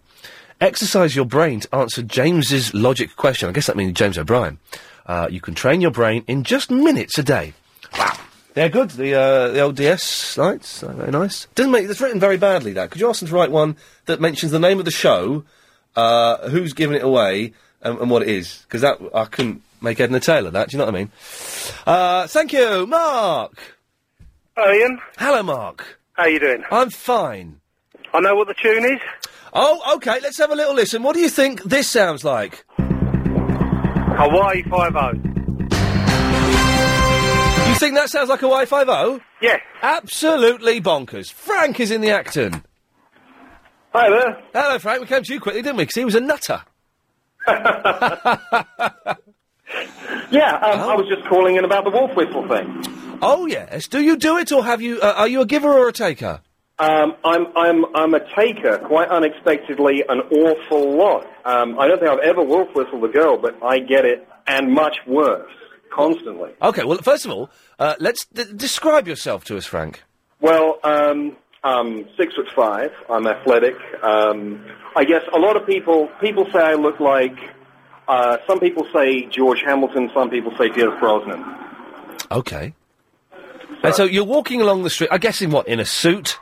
Speaker 1: Exercise your brain to answer James's logic question. I guess that means James O'Brien. Uh, you can train your brain in just minutes a day. Wow. They're good, the, uh, the old DS lights. They're very nice. Doesn't make, it's written very badly, that. Could you ask them to write one that mentions the name of the show, uh, who's giving it away, and, and what it is? Because that, I couldn't make head and a tail of that. Do you know what I mean? Uh, thank you, Mark.
Speaker 18: Hello, Ian.
Speaker 1: Hello, Mark.
Speaker 18: How you doing?
Speaker 1: I'm fine.
Speaker 18: I know what the tune is.
Speaker 1: Oh, okay, let's have a little listen. What do you think this sounds like?
Speaker 18: Hawaii Five oh. O.
Speaker 1: You think that sounds like a Y five O?
Speaker 18: Yeah.
Speaker 1: Absolutely bonkers. Frank is in the Acton.
Speaker 18: Hi there.
Speaker 1: Hello, Frank. We came to you quickly, didn't we? Because he was a nutter.
Speaker 24: Yeah, um, I was just calling in about the wolf whistle thing.
Speaker 1: Oh yes. Do you do it, or have you? Uh, are you a giver or a taker?
Speaker 24: Um, I'm, I'm, I'm a taker, quite unexpectedly, an awful lot. Um, I don't think I've ever wolf whistled a girl, but I get it, and much worse, constantly.
Speaker 1: Okay, well, first of all, uh, let's d- describe yourself to us, Frank.
Speaker 24: Well, um, I'm six foot five. I'm athletic. Um, I guess a lot of people people say I look like. Uh, some people say George Hamilton. Some people say Pierce Brosnan.
Speaker 1: Okay. And so you're walking along the street, I guess in what, in a suit?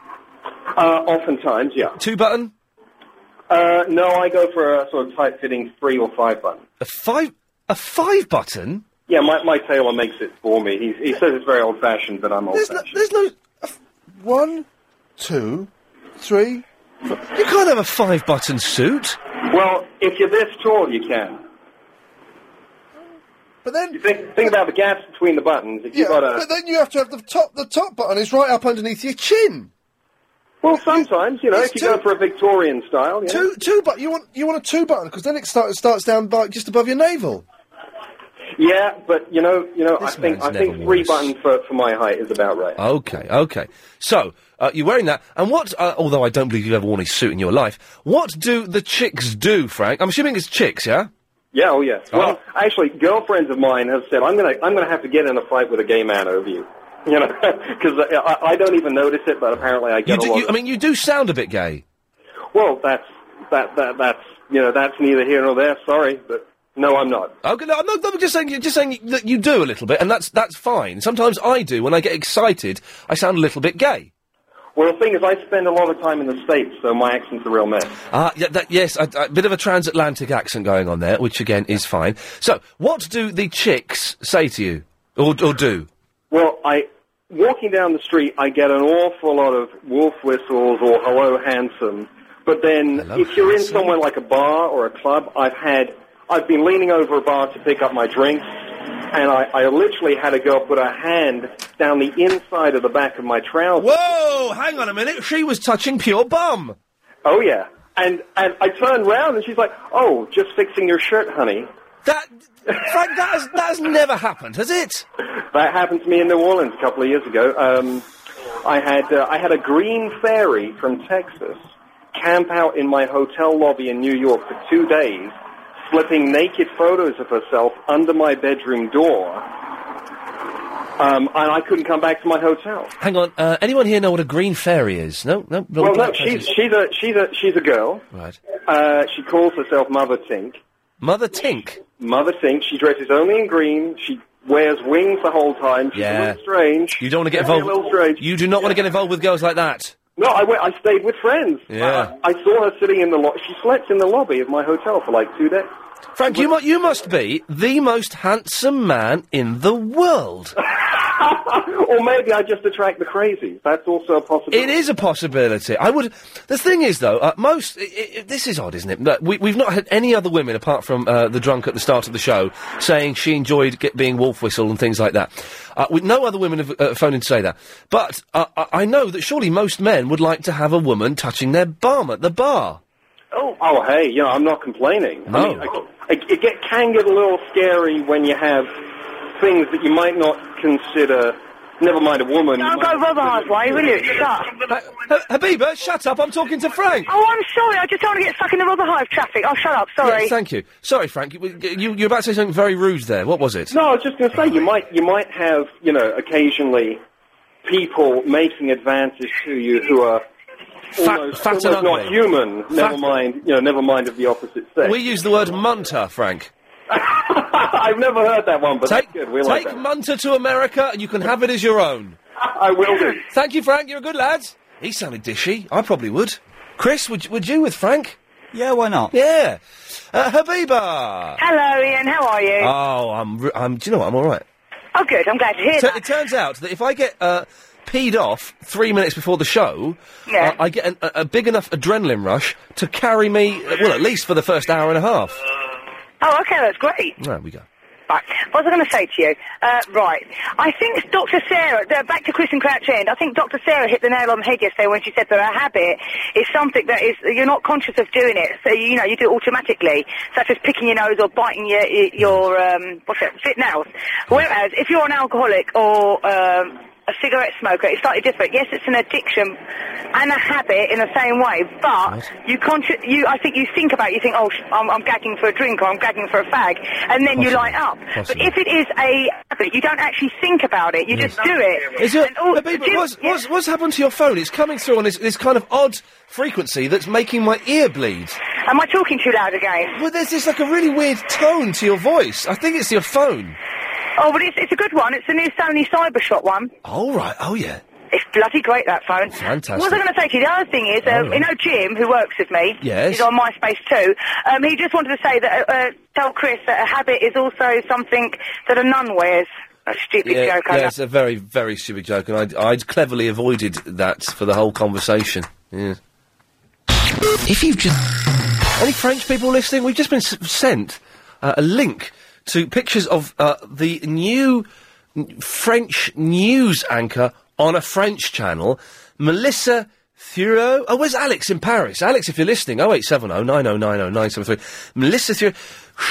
Speaker 24: Uh, oftentimes, yeah.
Speaker 1: Two button?
Speaker 24: Uh, no, I go for a sort of tight fitting three or five button.
Speaker 1: A five, a five button?
Speaker 24: Yeah, my, my tailor makes it for me. He, he says it's very old fashioned, but I'm old
Speaker 1: There's no,
Speaker 24: fashioned.
Speaker 1: there's no, one, two, three. You can't have a five button suit.
Speaker 24: Well, if you're this tall, you can.
Speaker 2: But then,
Speaker 24: you think, think about the gaps between the buttons. If
Speaker 2: Yeah,
Speaker 24: you've got a
Speaker 2: but then you have to have the top. The top button is right up underneath your chin.
Speaker 24: Well, sometimes you know, if you go for a Victorian style, yeah.
Speaker 2: two two but you want you want a two button because then it starts starts down by just above your navel.
Speaker 24: yeah, but you know, you know, I think
Speaker 1: man's
Speaker 24: I think
Speaker 1: never
Speaker 24: three
Speaker 1: worse.
Speaker 24: buttons for, for my height is about right.
Speaker 1: Okay, okay. So, uh, you're wearing that, and what, uh, although I don't believe you've ever worn a suit in your life, what do the chicks do, Frank? I'm assuming it's chicks, yeah?
Speaker 24: Yeah, oh yeah. Well, actually, girlfriends of mine have said I'm gonna I'm gonna have to get in a fight with a gay man over you. You know, because I, I- I don't even notice it, but apparently I
Speaker 1: You
Speaker 24: get
Speaker 1: do,
Speaker 24: a lot.
Speaker 1: you, I mean, you do sound a bit gay.
Speaker 24: well, that's that that that's you know that's neither here nor there. Sorry, but no, I'm not.
Speaker 1: Okay, Oh, no, I'm not, I'm just saying, just saying that you do a little bit, and that's that's fine. Sometimes I do when I get excited, I sound a little bit gay.
Speaker 24: Well, the thing is, I spend a lot of time in the states, so my accent's a real mess.
Speaker 1: Ah, yeah, that, yes, a, a bit of a transatlantic accent going on there, which again is fine. So, what do the chicks say to you, or or do?
Speaker 24: Well, I walking down the street, I get an awful lot of wolf whistles or hello handsome. But then, if you're in somewhere like a bar or a club, I've had I've been leaning over a bar to pick up my drinks, and I, I literally had a girl put her hand down the inside of the back of my trousers.
Speaker 1: Whoa! Hang on a minute. She was touching pure bum.
Speaker 24: Oh yeah, and and I turned round and she's like, "Oh, just fixing your shirt, honey."
Speaker 1: That Frank, that has that has never happened, has it?
Speaker 24: That happened to me in New Orleans a couple of years ago. Um, I had uh, I had a green fairy from Texas camp out in my hotel lobby in New York for two days, slipping naked photos of herself under my bedroom door, um, and I couldn't come back to my hotel.
Speaker 1: Hang on. Uh, anyone here know what a green fairy is? No, no.
Speaker 24: Well, no, she's she's a she's a she's a girl.
Speaker 1: Right.
Speaker 24: Uh, she calls herself Mother Tink.
Speaker 1: Mother Tink.
Speaker 24: Mother Tink. She dresses only in green. She wears wings the whole time. She's
Speaker 1: Yeah.
Speaker 24: a little strange.
Speaker 1: You don't want to get
Speaker 24: Very little
Speaker 1: involved. You do not want to get involved with girls like that.
Speaker 24: No, I went. I stayed with friends.
Speaker 1: Yeah.
Speaker 24: I saw her sitting in the lobby. She slept in the lobby of my hotel for like two days.
Speaker 1: Frank, you, mu- you must be the most handsome man in the world.
Speaker 24: or maybe I just attract the crazy. That's also a possibility.
Speaker 1: It is a possibility. I would. The thing is, though, uh, most. i i this is odd, isn't it? That We, we've not had any other women apart from uh, the drunk at the start of the show saying she enjoyed get, being wolf whistled and things like that. Uh, with no other women have uh, phoned in to say that. But uh, I, I know that surely most men would like to have a woman touching their bum at the bar.
Speaker 24: Oh, oh, hey, you know, I'm not complaining. I
Speaker 1: No.
Speaker 24: mean, I- I- it get, can get a little scary when you have things that you might not consider. Never mind a woman.
Speaker 6: Don't go rubber hard way, will you? Shut.
Speaker 1: Ha- Habiba, shut up! I'm talking to Frank.
Speaker 6: Oh, I'm sorry. I just don't want to get stuck in the rubber hive traffic. Oh, shut up. Sorry.
Speaker 1: Yes, thank you. Sorry, Frank. You, you, you're about to say something very rude there. What was it?
Speaker 24: No, I was just going to say you might you might have you know occasionally people making advances to you who are almost,
Speaker 1: fat and
Speaker 24: almost not
Speaker 1: ugly.
Speaker 24: human.
Speaker 1: Fat-
Speaker 24: Never mind you know never mind of the opposite sex.
Speaker 1: We use the word munter, Frank.
Speaker 24: I've never heard that one, but
Speaker 1: take,
Speaker 24: that's good. We like
Speaker 1: take
Speaker 24: that.
Speaker 1: Munter to America and you can have it as your own.
Speaker 24: I will do.
Speaker 1: Thank you, Frank. You're a good lad. He sounded dishy. I probably would. Chris, would, would you with Frank?
Speaker 4: Yeah, why not?
Speaker 1: Yeah. Uh, Habiba.
Speaker 6: Hello, Ian. How are you?
Speaker 1: Oh, I'm, re- I'm. Do you know what? I'm all right.
Speaker 6: oh, good. I'm glad to hear
Speaker 1: Tu-
Speaker 6: that.
Speaker 1: it turns out that if I get uh, peed off three minutes before the show,
Speaker 6: Yeah.
Speaker 1: uh, I get an, a, a big enough adrenaline rush to carry me, uh, well, at least for the first hour and a half.
Speaker 6: Oh, okay. That's great.
Speaker 1: There we go.
Speaker 6: Right. What was I going to say to you? Uh, right. I think Dr. Sarah, uh, back to Chris and Crouch End, I think Dr. Sarah hit the nail on the head yesterday when she said that a habit is something that is, you're not conscious of doing it. So, you know, you do it automatically, such as picking your nose or biting your, your um, what's it, fit nails. Whereas if you're an alcoholic or, um,
Speaker 3: a cigarette smoker. It's slightly different. Yes, it's an addiction and a habit in the same way, but you, contr- you I think you think about it, you think, oh, sh- I'm, I'm gagging for a drink or I'm gagging for a fag, and then you
Speaker 6: Possibly.
Speaker 3: light up.
Speaker 6: Possibly.
Speaker 3: But if it is a habit, you don't actually think about it. You
Speaker 1: Yes.
Speaker 3: just do it.
Speaker 1: Is it,
Speaker 3: And all-
Speaker 1: no, but- but
Speaker 3: do you-
Speaker 1: what's, what's, what's happened to your phone? It's coming through on this, this kind of odd frequency that's making my ear bleed.
Speaker 3: Am I talking too loud again?
Speaker 1: Well, there's this like a really weird tone to your voice. I think it's your phone.
Speaker 3: Oh, but it's, it's a good one. It's the new Sony Cybershot one.
Speaker 1: All right. Oh yeah.
Speaker 3: It's bloody great that phone.
Speaker 1: Fantastic.
Speaker 3: What was I going to say to you? The other thing is, uh,
Speaker 1: All
Speaker 3: you know, Jim, who works with me,
Speaker 1: Yes.
Speaker 3: he's on MySpace too. Um, he just wanted to say that uh, uh, tell Chris that a habit is also something that a nun wears. A stupid
Speaker 1: Yeah,
Speaker 3: joke. I
Speaker 1: yeah,
Speaker 3: know.
Speaker 1: it's a very, very stupid joke, and I'd, I'd cleverly avoided that for the whole conversation. Yeah. If you've just any French people listening, we've just been s- sent uh, a link to pictures of uh, the new n- French news anchor on a French channel, Melissa. Thureau. Oh, where's Alex in Paris? Alex, if you're listening, 0870 9090 973. Melissa Thureau.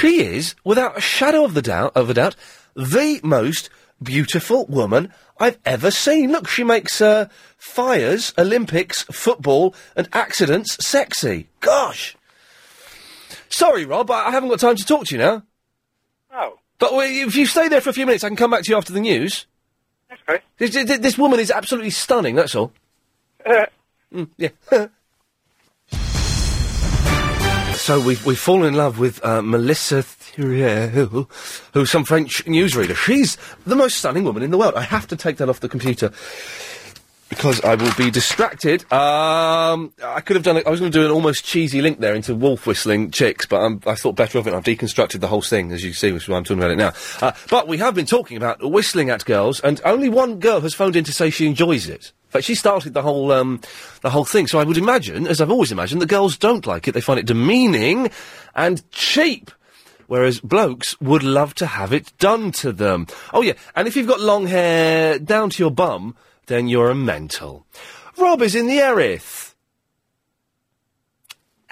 Speaker 1: She is, without a shadow of the doubt, of a doubt, the most beautiful woman I've ever seen. Look, she makes uh, fires, Olympics, football, and accidents sexy. Gosh. Sorry, Rob, I I haven't got time to talk to you now.
Speaker 19: Oh.
Speaker 1: But we- if you stay there for a few minutes, I can come back to you after the news.
Speaker 19: Okay.
Speaker 1: This, this- this woman is absolutely stunning, that's all. Mm, yeah. So we've, we've fallen in love with uh, Melissa Thurier, who's some French newsreader. She's the most stunning woman in the world. I have to take that off the computer because I will be distracted. Um, I could have done. it- I was going to do an almost cheesy link there into wolf whistling chicks, but i I thought better of it. I've deconstructed the whole thing, as you see, which is why I'm talking about it now. Uh, but we have been talking about whistling at girls, and only one girl has phoned in to say she enjoys it. In fact, she started the whole um, the whole thing. So I would imagine, as I've always imagined, that girls don't like it. They find it demeaning and cheap whereas blokes would love to have it done to them. Oh yeah, and if you've got long hair down to your bum, then you're a mental. Rob is in the Erith.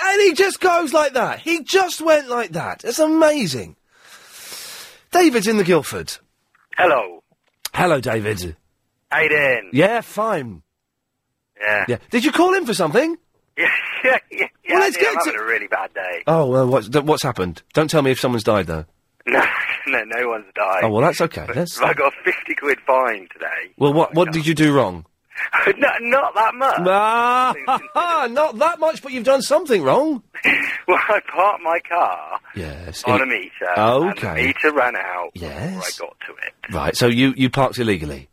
Speaker 1: And he just goes like that. He just went like that. It's amazing. David's in the Guildford.
Speaker 22: Hello.
Speaker 1: Hello, David.
Speaker 22: How you doing?
Speaker 1: Yeah, fine.
Speaker 22: Yeah.
Speaker 1: Yeah. Did you call in for something?
Speaker 22: Yeah, yeah, yeah.
Speaker 1: Well, let's
Speaker 22: I did.
Speaker 1: get
Speaker 22: I'm
Speaker 1: to-
Speaker 22: having a really bad day.
Speaker 1: Oh, well, what's, th- what's happened? Don't tell me if someone's died, though.
Speaker 22: No, no, no one's died.
Speaker 1: Oh, well, that's okay. That's-
Speaker 22: I got a 50 quid fine today.
Speaker 1: Well, what, what did you do wrong?
Speaker 22: no, not that much.
Speaker 1: Ah, not that much, but you've done something wrong.
Speaker 22: Well, I parked my car
Speaker 1: Yes.
Speaker 22: on
Speaker 1: it- Oh,
Speaker 22: a meter.
Speaker 1: Okay.
Speaker 22: And the meter ran out
Speaker 1: Yes.
Speaker 22: before I got to it.
Speaker 1: Right, so you, you parked illegally.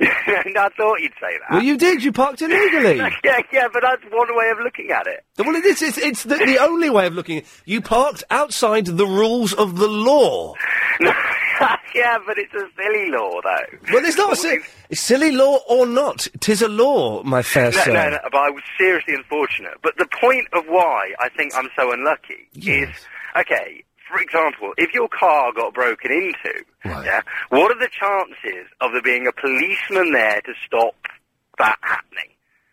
Speaker 22: and I thought you'd say that.
Speaker 1: Well, you did. You parked illegally.
Speaker 22: yeah, yeah, but that's one way of looking at it.
Speaker 1: well, it's, it's, it's the, the only way of looking at You parked outside the rules of the law.
Speaker 22: yeah, but it's a silly law, though.
Speaker 1: Well, it's not a si- silly law or not. Tis a law, my fair
Speaker 22: no,
Speaker 1: sir.
Speaker 22: no, no, but I was seriously unfortunate. But the point of why I think I'm so unlucky
Speaker 1: Yes.
Speaker 22: is, okay, for example, if your car got broken into, yeah, what are the chances of there being a policeman there to stop that happening?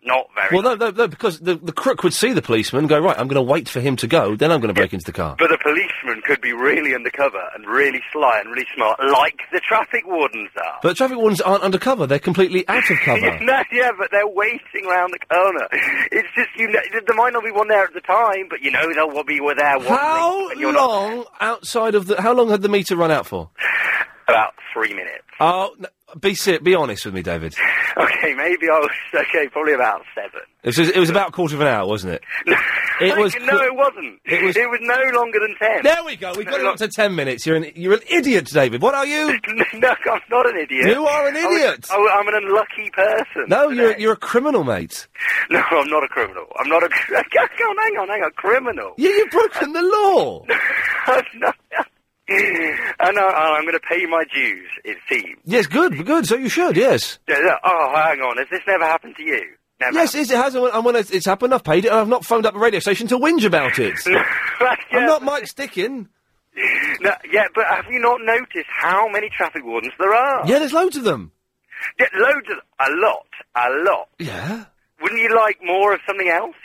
Speaker 22: Not very.
Speaker 1: Well, no, no, no, because the, the crook would see the policeman and go, right, I'm going to wait for him to go, then I'm going to break into the car.
Speaker 22: But the policeman could be really undercover and really sly and really smart, like the traffic wardens are.
Speaker 1: But the traffic wardens aren't undercover, they're completely out of cover.
Speaker 22: no, yeah, but they're waiting round the corner. It's just you know there might not be one there at the time, but you know they'll be were there. wandering
Speaker 1: How
Speaker 22: when you're not-
Speaker 1: long outside of the. How long had the meter run out for?
Speaker 22: About three minutes.
Speaker 1: Oh, n be ser- be honest with me, David.
Speaker 22: Okay, maybe I was okay. Probably about seven.
Speaker 1: It was, it was about a quarter of an hour, wasn't it? It was
Speaker 22: no,
Speaker 1: qu-
Speaker 22: it wasn't.
Speaker 1: it was-
Speaker 22: no longer than ten.
Speaker 1: There we go. We've got it up to ten minutes. You're an you're an idiot, David. What are you?
Speaker 22: no, I'm not an idiot.
Speaker 1: You are an
Speaker 22: I was-
Speaker 1: idiot.
Speaker 22: I, am an unlucky person.
Speaker 1: No, you're you're a criminal, mate.
Speaker 22: No, I'm not a criminal. I'm not a. cr- Hang on, hang on, hang on. Criminal.
Speaker 1: You, you've broken the law.
Speaker 22: And I, I'm going to pay my dues. It seems.
Speaker 1: yes, good, good. So you should. Yes.
Speaker 22: Yeah, yeah. Oh, hang on. Has this never happened to you? Never.
Speaker 1: Yes, it's, it has, and when- and when it's, it's happened, I've paid it, and I've not phoned up the radio station to whinge about it. I'm not Mike Stickin.
Speaker 22: No, yeah, but have you not noticed how many traffic wardens there are?
Speaker 1: Yeah, there's loads of them.
Speaker 22: Yeah, loads of a lot, a lot.
Speaker 1: Yeah.
Speaker 22: Wouldn't you like more of something else?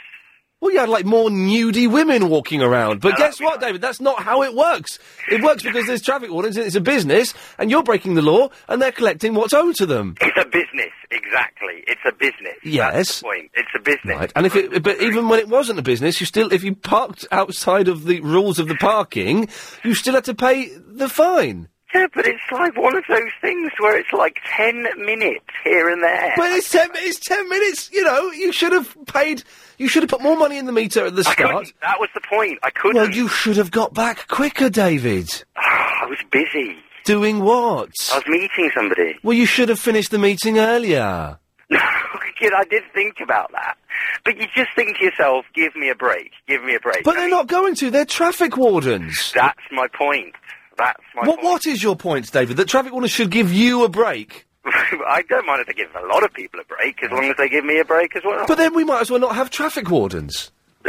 Speaker 1: Well, you had like more nudie women walking around. But guess what, David? That's not how it works. It works because there's traffic wardens, and it's a business, and you're breaking the law, and they're collecting what's owed to them.
Speaker 22: It's a business, exactly. It's a business.
Speaker 1: Yes.
Speaker 22: Point. It's a business.
Speaker 1: Right. And if it, but even when it wasn't a business, you still, if you parked outside of the rules of the parking, you still had to pay the fine.
Speaker 22: Yeah, but it's like one of those things where it's like ten minutes here and there.
Speaker 1: But it's ten, it's ten minutes. You know, you should have paid. You should have put more money in the meter at the
Speaker 22: I couldn't.
Speaker 1: start.
Speaker 22: That was the point. I couldn't.
Speaker 1: Well, you should have got back quicker, David.
Speaker 22: I was busy.
Speaker 1: Doing what?
Speaker 22: I was meeting somebody.
Speaker 1: Well, you should have finished the meeting earlier.
Speaker 22: Kid, I did think about that. But you just think to yourself, give me a break. Give me a break.
Speaker 1: But they're not going to. They're traffic wardens.
Speaker 22: That's my point. That's my
Speaker 1: What, what is your point, David? That traffic wardens should give you a break.
Speaker 22: I don't mind if they give a lot of people a break, as long as they give me a break as well.
Speaker 1: But then we might as well not have traffic wardens.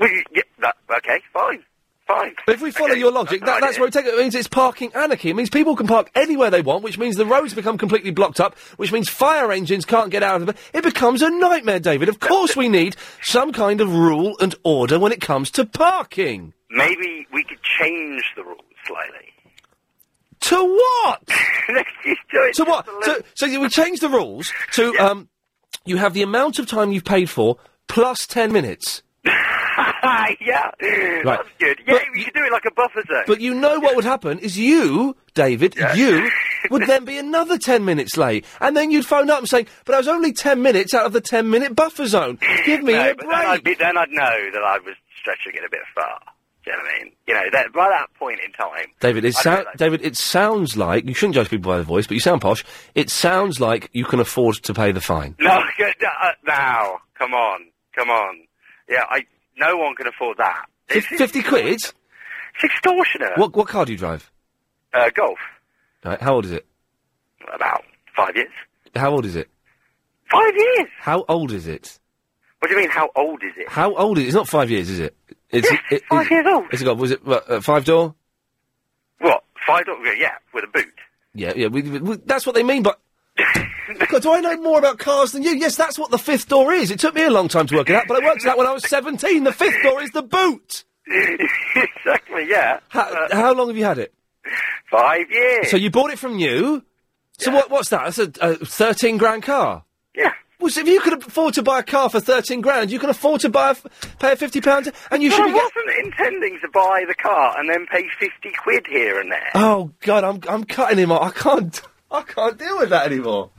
Speaker 22: Well, you- yeah, that- okay, fine, fine.
Speaker 1: If we follow your logic, that, that's where we take it. It means it's parking anarchy. It means people can park anywhere they want, which means the roads become completely blocked up, which means fire engines can't get out of it. It becomes a nightmare, David. Of course we need some kind of rule and order when it comes to parking.
Speaker 22: Maybe we could change the rules slightly.
Speaker 1: To what? to what? To, so you- we change the rules to um, you have the amount of time you've paid for plus ten minutes.
Speaker 22: yeah, that's good. Yeah, we should do it like a buffer zone.
Speaker 1: But you know what would happen is you, David, you would then be another 10 minutes late. And then you'd phone up and say, but I was only 10 minutes out of the 10 minute buffer zone. Give me
Speaker 22: no,
Speaker 1: a
Speaker 22: but
Speaker 1: break.
Speaker 22: then I'd, be, then I'd know that I was stretching it a bit far. Do you know what I mean? You know, that, by that point in time,
Speaker 1: David, it
Speaker 22: I'd
Speaker 1: sound,
Speaker 22: realise-
Speaker 1: David, it sounds like you shouldn't judge people by their voice, but you sound posh. It sounds like you can afford to pay the fine.
Speaker 22: No, good, uh, now, come on, come on. Yeah, I. No one can afford that.
Speaker 1: Fif- Fifty quid. It's
Speaker 22: extortionate.
Speaker 1: What what car do you drive?
Speaker 22: Uh, golf,
Speaker 1: Right, how old is it?
Speaker 22: about five years.
Speaker 1: How old is it?
Speaker 22: Five years.
Speaker 1: How old is it?
Speaker 22: What do you mean? How old is it?
Speaker 1: How old is it? It's not five years, is it? It's,
Speaker 22: Yes, five years old.
Speaker 1: It's got was it uh, five door?
Speaker 22: What? Five dollars? Yeah, with a boot.
Speaker 1: Yeah, yeah. We, we, we- that's what they mean, but. God, do I know more about cars than you? Yes, that's what the fifth door is. It took me a long time to work it out, but I worked it out when I was 17. The fifth door is the boot.
Speaker 22: exactly. Yeah.
Speaker 19: Uh,
Speaker 1: How, uh, how long have you had it?
Speaker 22: Five years.
Speaker 1: So you bought it from you? So what, what's that? That's a, a 13 grand car?
Speaker 22: Yeah.
Speaker 1: Well, so if you could afford to buy a car for 13 grand, you can afford to buy a, f- pay a 50 pound, and you
Speaker 22: Well,
Speaker 1: should
Speaker 22: I
Speaker 1: be get-
Speaker 22: wasn't intending to buy the car and then pay fifty quid here and there.
Speaker 1: Oh God, I'm I'm cutting him off. I can't I can't deal with that anymore.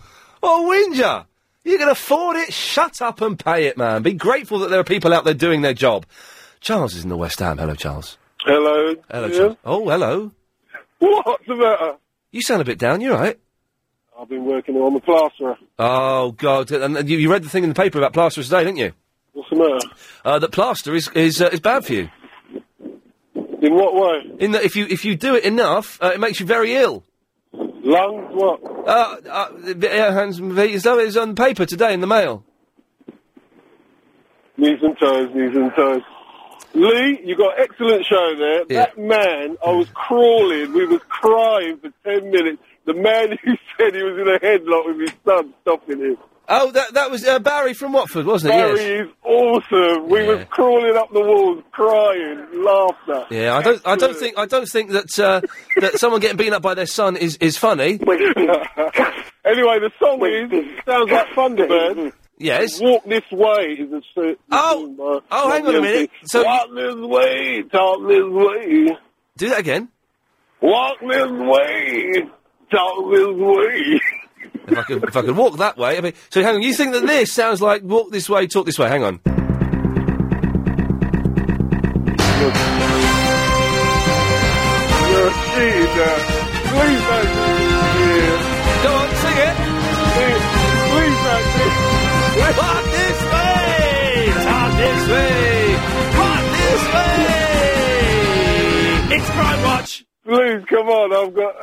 Speaker 1: Oh whinger. You can afford it. Shut up and pay it, man. Be grateful that there are people out there doing their job. Charles is in the West Ham. Hello, Charles.
Speaker 19: Hello.
Speaker 1: Hello,
Speaker 19: dear.
Speaker 1: Charles. Oh, hello.
Speaker 19: What's the matter?
Speaker 1: You sound a bit down. You're right.
Speaker 19: I've been working on the plasterer.
Speaker 1: Oh God! And and you, you read the thing in the paper about plaster today, didn't you?
Speaker 19: What's the matter?
Speaker 1: Uh, that plaster is is uh, is bad for you.
Speaker 19: In what way?
Speaker 1: In that if you if you do it enough, uh, it makes you very ill.
Speaker 19: Lungs? What?
Speaker 1: Uh, uh, the- the air hands and feet. It's on- it's on the paper today in the mail.
Speaker 19: Knees and toes, knees and toes. Lee, you got excellent show there. That man, I was crawling. We was crying for ten minutes. The man who said he was in a headlock with his son stopping him.
Speaker 1: Oh, that that was uh, Barry from Watford, wasn't it?
Speaker 19: Barry
Speaker 1: Yes.
Speaker 19: is awesome. We was crawling up the walls, crying, laughter.
Speaker 1: Yeah, I don't. I don't think. I don't think that uh, that someone getting beaten up by their son is is funny.
Speaker 19: anyway, the song is sounds like Thunderbird.
Speaker 1: Yes.
Speaker 19: Walk this way is a su- oh
Speaker 1: oh, hang on a minute. So
Speaker 19: walk this way, talk this way.
Speaker 1: Do that again.
Speaker 19: Walk this way, talk this way.
Speaker 1: If I could, if I could walk that way. I mean, so hang on. You think that this sounds like walk this way, talk this way? Hang on.
Speaker 19: You're a cheater. Please don't do this to me.
Speaker 1: Go on, sing it.
Speaker 19: Please, please don't do this.
Speaker 1: Walk this way, talk this way, walk this way. It's Crime Watch.
Speaker 19: Please, come on. I've got,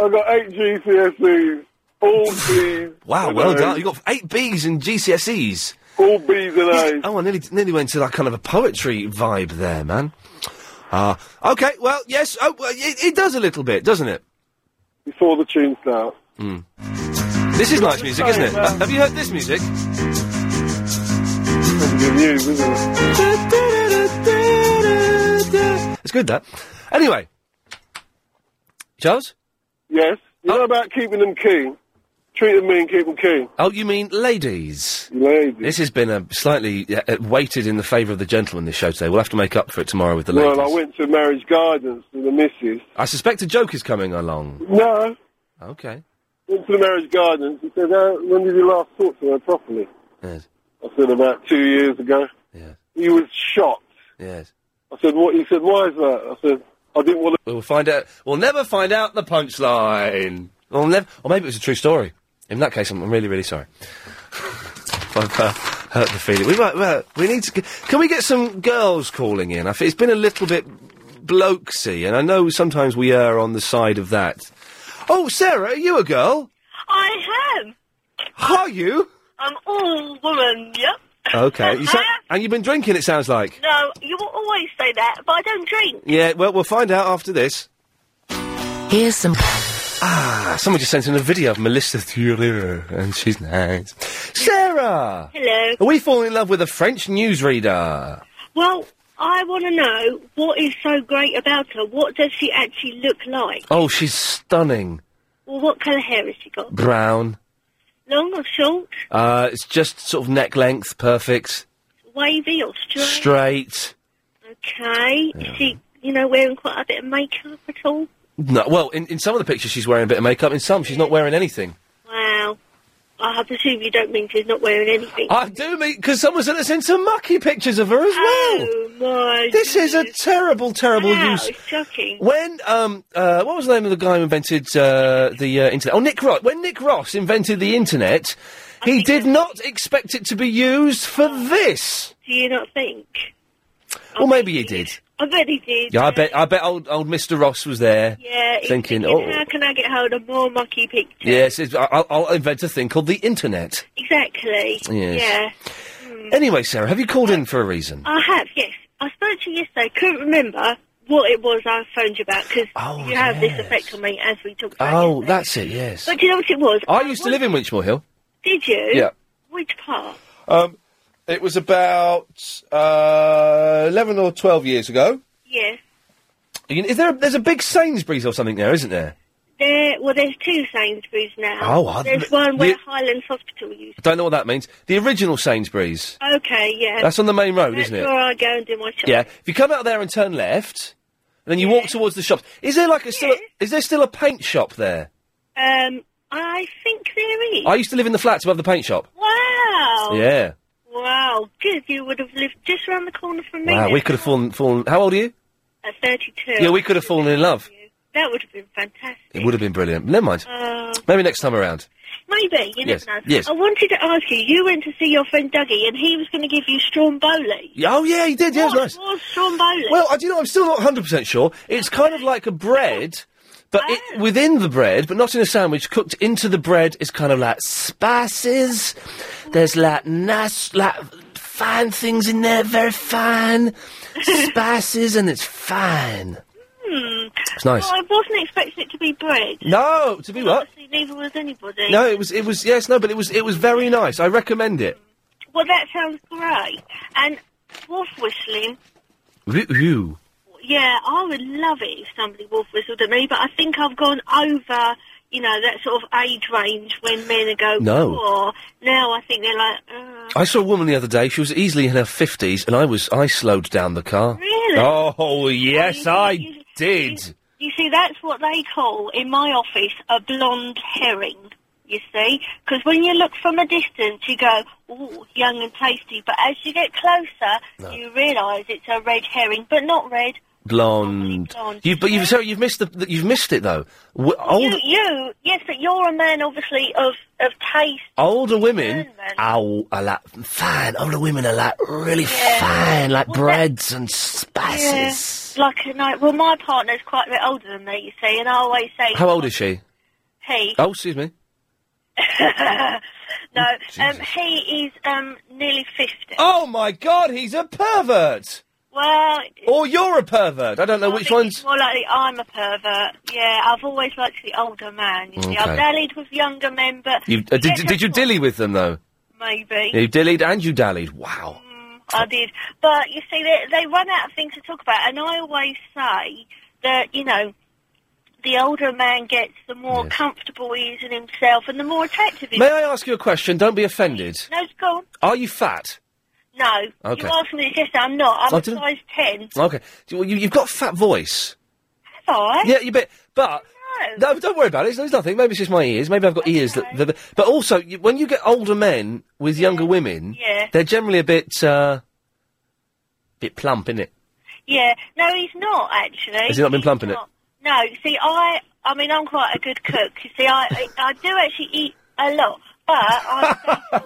Speaker 19: I've got eight GCSEs. All B's.
Speaker 1: Wow,
Speaker 19: and
Speaker 1: well
Speaker 19: A's.
Speaker 1: done. You got eight Bs and GCSEs.
Speaker 19: All B's and A's.
Speaker 1: Oh, I nearly nearly went to that kind of a poetry vibe there, man. Ah, okay. Well, yes. Oh, well, it, it does a little bit, doesn't it?
Speaker 19: Before the tune starts.
Speaker 1: Mm. This is nice music, isn't it? Uh, have you heard this music?
Speaker 19: This is the news, isn't it?
Speaker 1: It's good that. Anyway, Charles.
Speaker 19: Yes. You know about keeping them keen? Treat them mean, keep them keen.
Speaker 1: Oh, you mean ladies?
Speaker 19: Ladies.
Speaker 1: This has been a slightly uh, uh, weighted in the favour of the gentleman. This show today. We'll have to make up for it tomorrow with the ladies.
Speaker 19: Well, I went to marriage guidance with the missus.
Speaker 1: I suspect a joke is coming along.
Speaker 19: No.
Speaker 1: Okay.
Speaker 19: Went to the marriage guidance. He said, uh, when did you last talk to her properly?
Speaker 1: Yes.
Speaker 19: I said, about two years ago.
Speaker 1: Yeah.
Speaker 19: He was shocked.
Speaker 1: Yes.
Speaker 19: I said, what? He said, why is that? I said, I didn't want
Speaker 1: We'll find out. We'll never find out the punchline. We'll never. Or maybe it was a true story. In that case, I'm I'm really, really sorry. If I've uh, hurt the feeling. We might. Well, we need to. g- Can we get some girls calling in? I feel it's been a little bit blokesy, and I know sometimes we err on the side of that. Oh, Sarah, are you a girl?
Speaker 7: I am.
Speaker 1: Are you?
Speaker 7: I'm all Oh, woman, yep.
Speaker 1: Okay. You sa- and you've been drinking. It sounds like.
Speaker 7: No, you will always say that, but I don't drink.
Speaker 1: Yeah. Well, we'll find out after this.
Speaker 14: Here's some.
Speaker 1: Ah, someone just sent in a video of Melissa Thurer, and she's nice. Sarah!
Speaker 7: Hello.
Speaker 1: Are we falling in love with a French newsreader?
Speaker 7: Well, I want to know what is so great about her. What does she actually look like?
Speaker 1: Oh, she's stunning.
Speaker 7: Well, what colour hair has she got?
Speaker 1: Brown.
Speaker 7: Long or short?
Speaker 1: Uh, it's just sort of neck length, perfect.
Speaker 7: Wavy or straight?
Speaker 1: Straight.
Speaker 7: Okay. Is she, you know, wearing quite a bit of makeup at all?
Speaker 1: No, well, in, in some of the pictures she's wearing a bit of makeup, in some she's not wearing anything.
Speaker 7: Wow. I presume you don't mean she's not wearing anything.
Speaker 1: I do mean, because someone sent us in some mucky pictures of her as
Speaker 7: Oh, my.
Speaker 1: well. This is a terrible, terrible
Speaker 7: Wow,
Speaker 1: use.
Speaker 7: it's shocking.
Speaker 1: When um uh what was the name of the guy who invented uh the uh, internet? Oh, Nick Ross. When Nick Ross invented the internet, he did not expect it to be used for this.
Speaker 7: Do you not think?
Speaker 1: Or maybe he did.
Speaker 7: I bet he did.
Speaker 1: Yeah, I bet I bet old old Mister Ross was there,
Speaker 7: Yeah, he's
Speaker 1: thinking, oh
Speaker 7: how can I get hold of more mucky pictures?
Speaker 1: yes, it's, I'll, I'll invent a thing called the internet.
Speaker 7: Exactly.
Speaker 1: Yes.
Speaker 7: Yeah. Mm.
Speaker 1: Anyway, Sarah, have you called in for a reason?
Speaker 7: I have, yes. I spoke to you yesterday. Couldn't remember what it was I phoned you about because you have this effect on me as we talk.
Speaker 1: Oh, that's it. Yes,
Speaker 7: But do you know what it was?
Speaker 1: I used to live in Winchmore Hill.
Speaker 7: Did you?
Speaker 1: Yeah.
Speaker 7: Which part?
Speaker 1: Um, it was about uh, eleven or twelve years ago.
Speaker 7: Yes.
Speaker 1: You- Is there? A, there's a big Sainsbury's or something there, isn't there?
Speaker 7: There. Well, there's two Sainsbury's now.
Speaker 1: Oh, I-
Speaker 7: There's one where
Speaker 1: the-
Speaker 7: Highlands Hospital used.
Speaker 1: I don't know what that means. The original Sainsbury's.
Speaker 7: Okay. Yeah.
Speaker 1: That's on the main road,
Speaker 7: That's
Speaker 1: isn't it?
Speaker 7: Where I go and do my shopping.
Speaker 1: Yeah. If you come out there and turn left, and then you walk towards the shops. Is there like a still? A, is there still a paint shop there?
Speaker 7: Um, I think there is.
Speaker 1: I used to live in the flats above the paint shop.
Speaker 7: Wow.
Speaker 1: Yeah.
Speaker 7: Wow. Good. You would have lived just around the corner from me.
Speaker 1: Wow.
Speaker 7: then.
Speaker 1: We could have fallen. Fallen. How old are you?
Speaker 7: At 32.
Speaker 1: Yeah. We could have fallen in love.
Speaker 7: That would have been fantastic.
Speaker 1: It would have been brilliant. Never mind.
Speaker 7: Uh,
Speaker 1: Maybe next time around.
Speaker 7: maybe, you
Speaker 1: Yes,
Speaker 7: never know.
Speaker 1: yes.
Speaker 7: I wanted to ask you, you went to see your friend Dougie and he was going to give you Stromboli.
Speaker 1: Yeah, Oh yeah, he did. Yeah, it was nice.
Speaker 7: What's Stromboli?
Speaker 1: Well, I do you know. I'm still not 100 percent sure. It's kind of like a bread, but
Speaker 7: Oh.
Speaker 1: it, within the bread, but not in a sandwich. Cooked into the bread is kind of like spices. There's like nice, like fine things in there, very fine spices, and it's fine.
Speaker 7: Hmm.
Speaker 1: It's nice.
Speaker 7: Well, I wasn't expecting it to be bread.
Speaker 1: No, to be what?
Speaker 7: Obviously, neither was anybody.
Speaker 1: No, it was. It was. Yes, no, but it was. It was very nice. I recommend it.
Speaker 7: Well, that sounds great. And wolf whistling,
Speaker 1: Woo.
Speaker 7: yeah, I would love it if somebody wolf whistled at me, but I think I've gone over, you know, that sort of age range when men go,
Speaker 1: No.
Speaker 7: "Oh." Now I think they're like, "Uh,
Speaker 1: I saw a woman the other day. She was easily in her fifties, and I was. I slowed down the car.
Speaker 7: Really?
Speaker 1: Oh yes, I did.
Speaker 7: Oh, You see, that's what they call in my office a blonde herring. You see, because when you look from a distance, you go, "Ooh, young and tasty," but as you get closer, you realise it's a red herring, but not red.
Speaker 1: Blonde.
Speaker 7: blonde.
Speaker 1: You, but you've, sorry, you've missed the, the. You've missed it though. W- old,
Speaker 7: You, you, yes, but you're a man, obviously, of of taste.
Speaker 1: older women. Ow, are like fine. Older women are like really fine, like breads and spices.
Speaker 7: Yeah, like a night. Well, my partner's quite a bit older than me, you see, and I always say,
Speaker 1: How old is she?
Speaker 7: "He."
Speaker 1: Oh, excuse me.
Speaker 7: no, um, he is um, nearly fifty.
Speaker 1: Oh my God, he's a pervert.
Speaker 7: Well,
Speaker 1: Or you're a pervert. I don't know
Speaker 7: I
Speaker 1: which
Speaker 7: think
Speaker 1: one's.
Speaker 7: it's more likely I'm a pervert. Yeah, I've always liked the older man. You see,
Speaker 1: Okay. uh,
Speaker 7: I've dallied with younger men, but
Speaker 1: You, uh, did, did you dilly with them though?
Speaker 7: maybe. Mm,
Speaker 1: You dillied and you dallied. Wow.
Speaker 7: I did. But you see, they, they run out of things to talk about, and I always say that, you know, the older a man gets, the more comfortable he is in himself and the more attractive he is.
Speaker 1: May I ask you a question? Don't be offended.
Speaker 7: No, go on.
Speaker 1: Are you fat?
Speaker 7: No.
Speaker 1: Okay.
Speaker 7: You asked me this yesterday. I'm not. I'm
Speaker 1: I
Speaker 7: a
Speaker 1: didn't-
Speaker 7: size 10.
Speaker 1: Okay. Do- well, You, you've got a fat voice.
Speaker 7: Have I?
Speaker 1: Yeah, you bet. But no. don't worry about it. There's nothing. Maybe it's just my ears. Maybe I've got ears that. that but also, you, when you get older men with younger women,
Speaker 7: Yeah.
Speaker 1: they're generally a bit, uh, bit plump, innit?
Speaker 7: Yeah. No, he's not, actually.
Speaker 1: Has he not been plump in
Speaker 7: He's
Speaker 1: it?
Speaker 7: not. No. See, I, I mean, I'm quite a good cook. You see, I, I, I do actually eat a lot, but I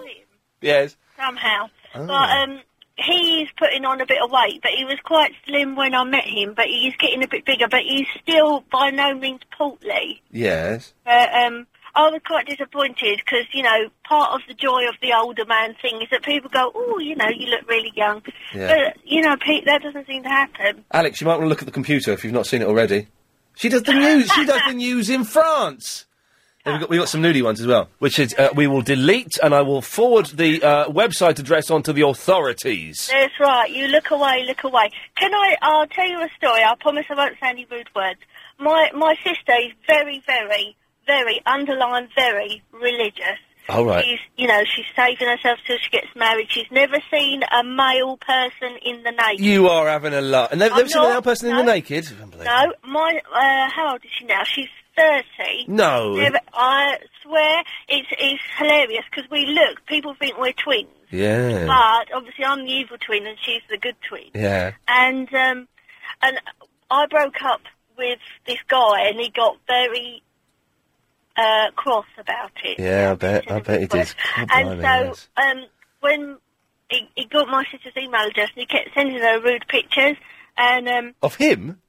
Speaker 1: Yes.
Speaker 7: somehow.
Speaker 1: Oh.
Speaker 7: But um, he's putting on a bit of weight. But he was quite slim when I met him. But he's getting a bit bigger. But he's still by no means portly.
Speaker 1: Yes.
Speaker 7: But um, I was quite disappointed because you know part of the joy of the older man thing is that people go, oh, you know, you look really young.
Speaker 1: Yeah.
Speaker 7: But you know, Pete, that doesn't seem to happen.
Speaker 1: Alex, you might want to look at the computer if you've not seen it already. She does the news. she does the news in France. And We've got, we've got some nudie ones as well, which is uh, we will delete and I will forward the uh, website address onto the authorities.
Speaker 7: That's right. You look away, look away. Can I? I'll tell you a story. I promise I won't say any rude words. My my sister is very, very, very underline very religious.
Speaker 1: All right.
Speaker 7: She's, you know, she's saving herself till she gets married. She's never seen a male person in the naked.
Speaker 1: You are having a lot. And they've,
Speaker 7: I'm
Speaker 1: they've seen
Speaker 7: not,
Speaker 1: another person in the naked.
Speaker 7: No, my uh, how old is she now? She's thirty.
Speaker 1: No.
Speaker 7: Never, I swear it's it's hilarious because we look. People think we're twins,
Speaker 1: Yeah.
Speaker 7: but obviously I'm the evil twin and she's the good twin.
Speaker 1: Yeah.
Speaker 7: And um, and I broke up with this guy and he got very uh, cross about it.
Speaker 1: Yeah, I bet. I bet he did. Oh,
Speaker 7: And
Speaker 1: blimey,
Speaker 7: so,
Speaker 1: yes.
Speaker 7: um, when he, he got my sister's email address and he kept sending her rude pictures and um,
Speaker 1: Of him?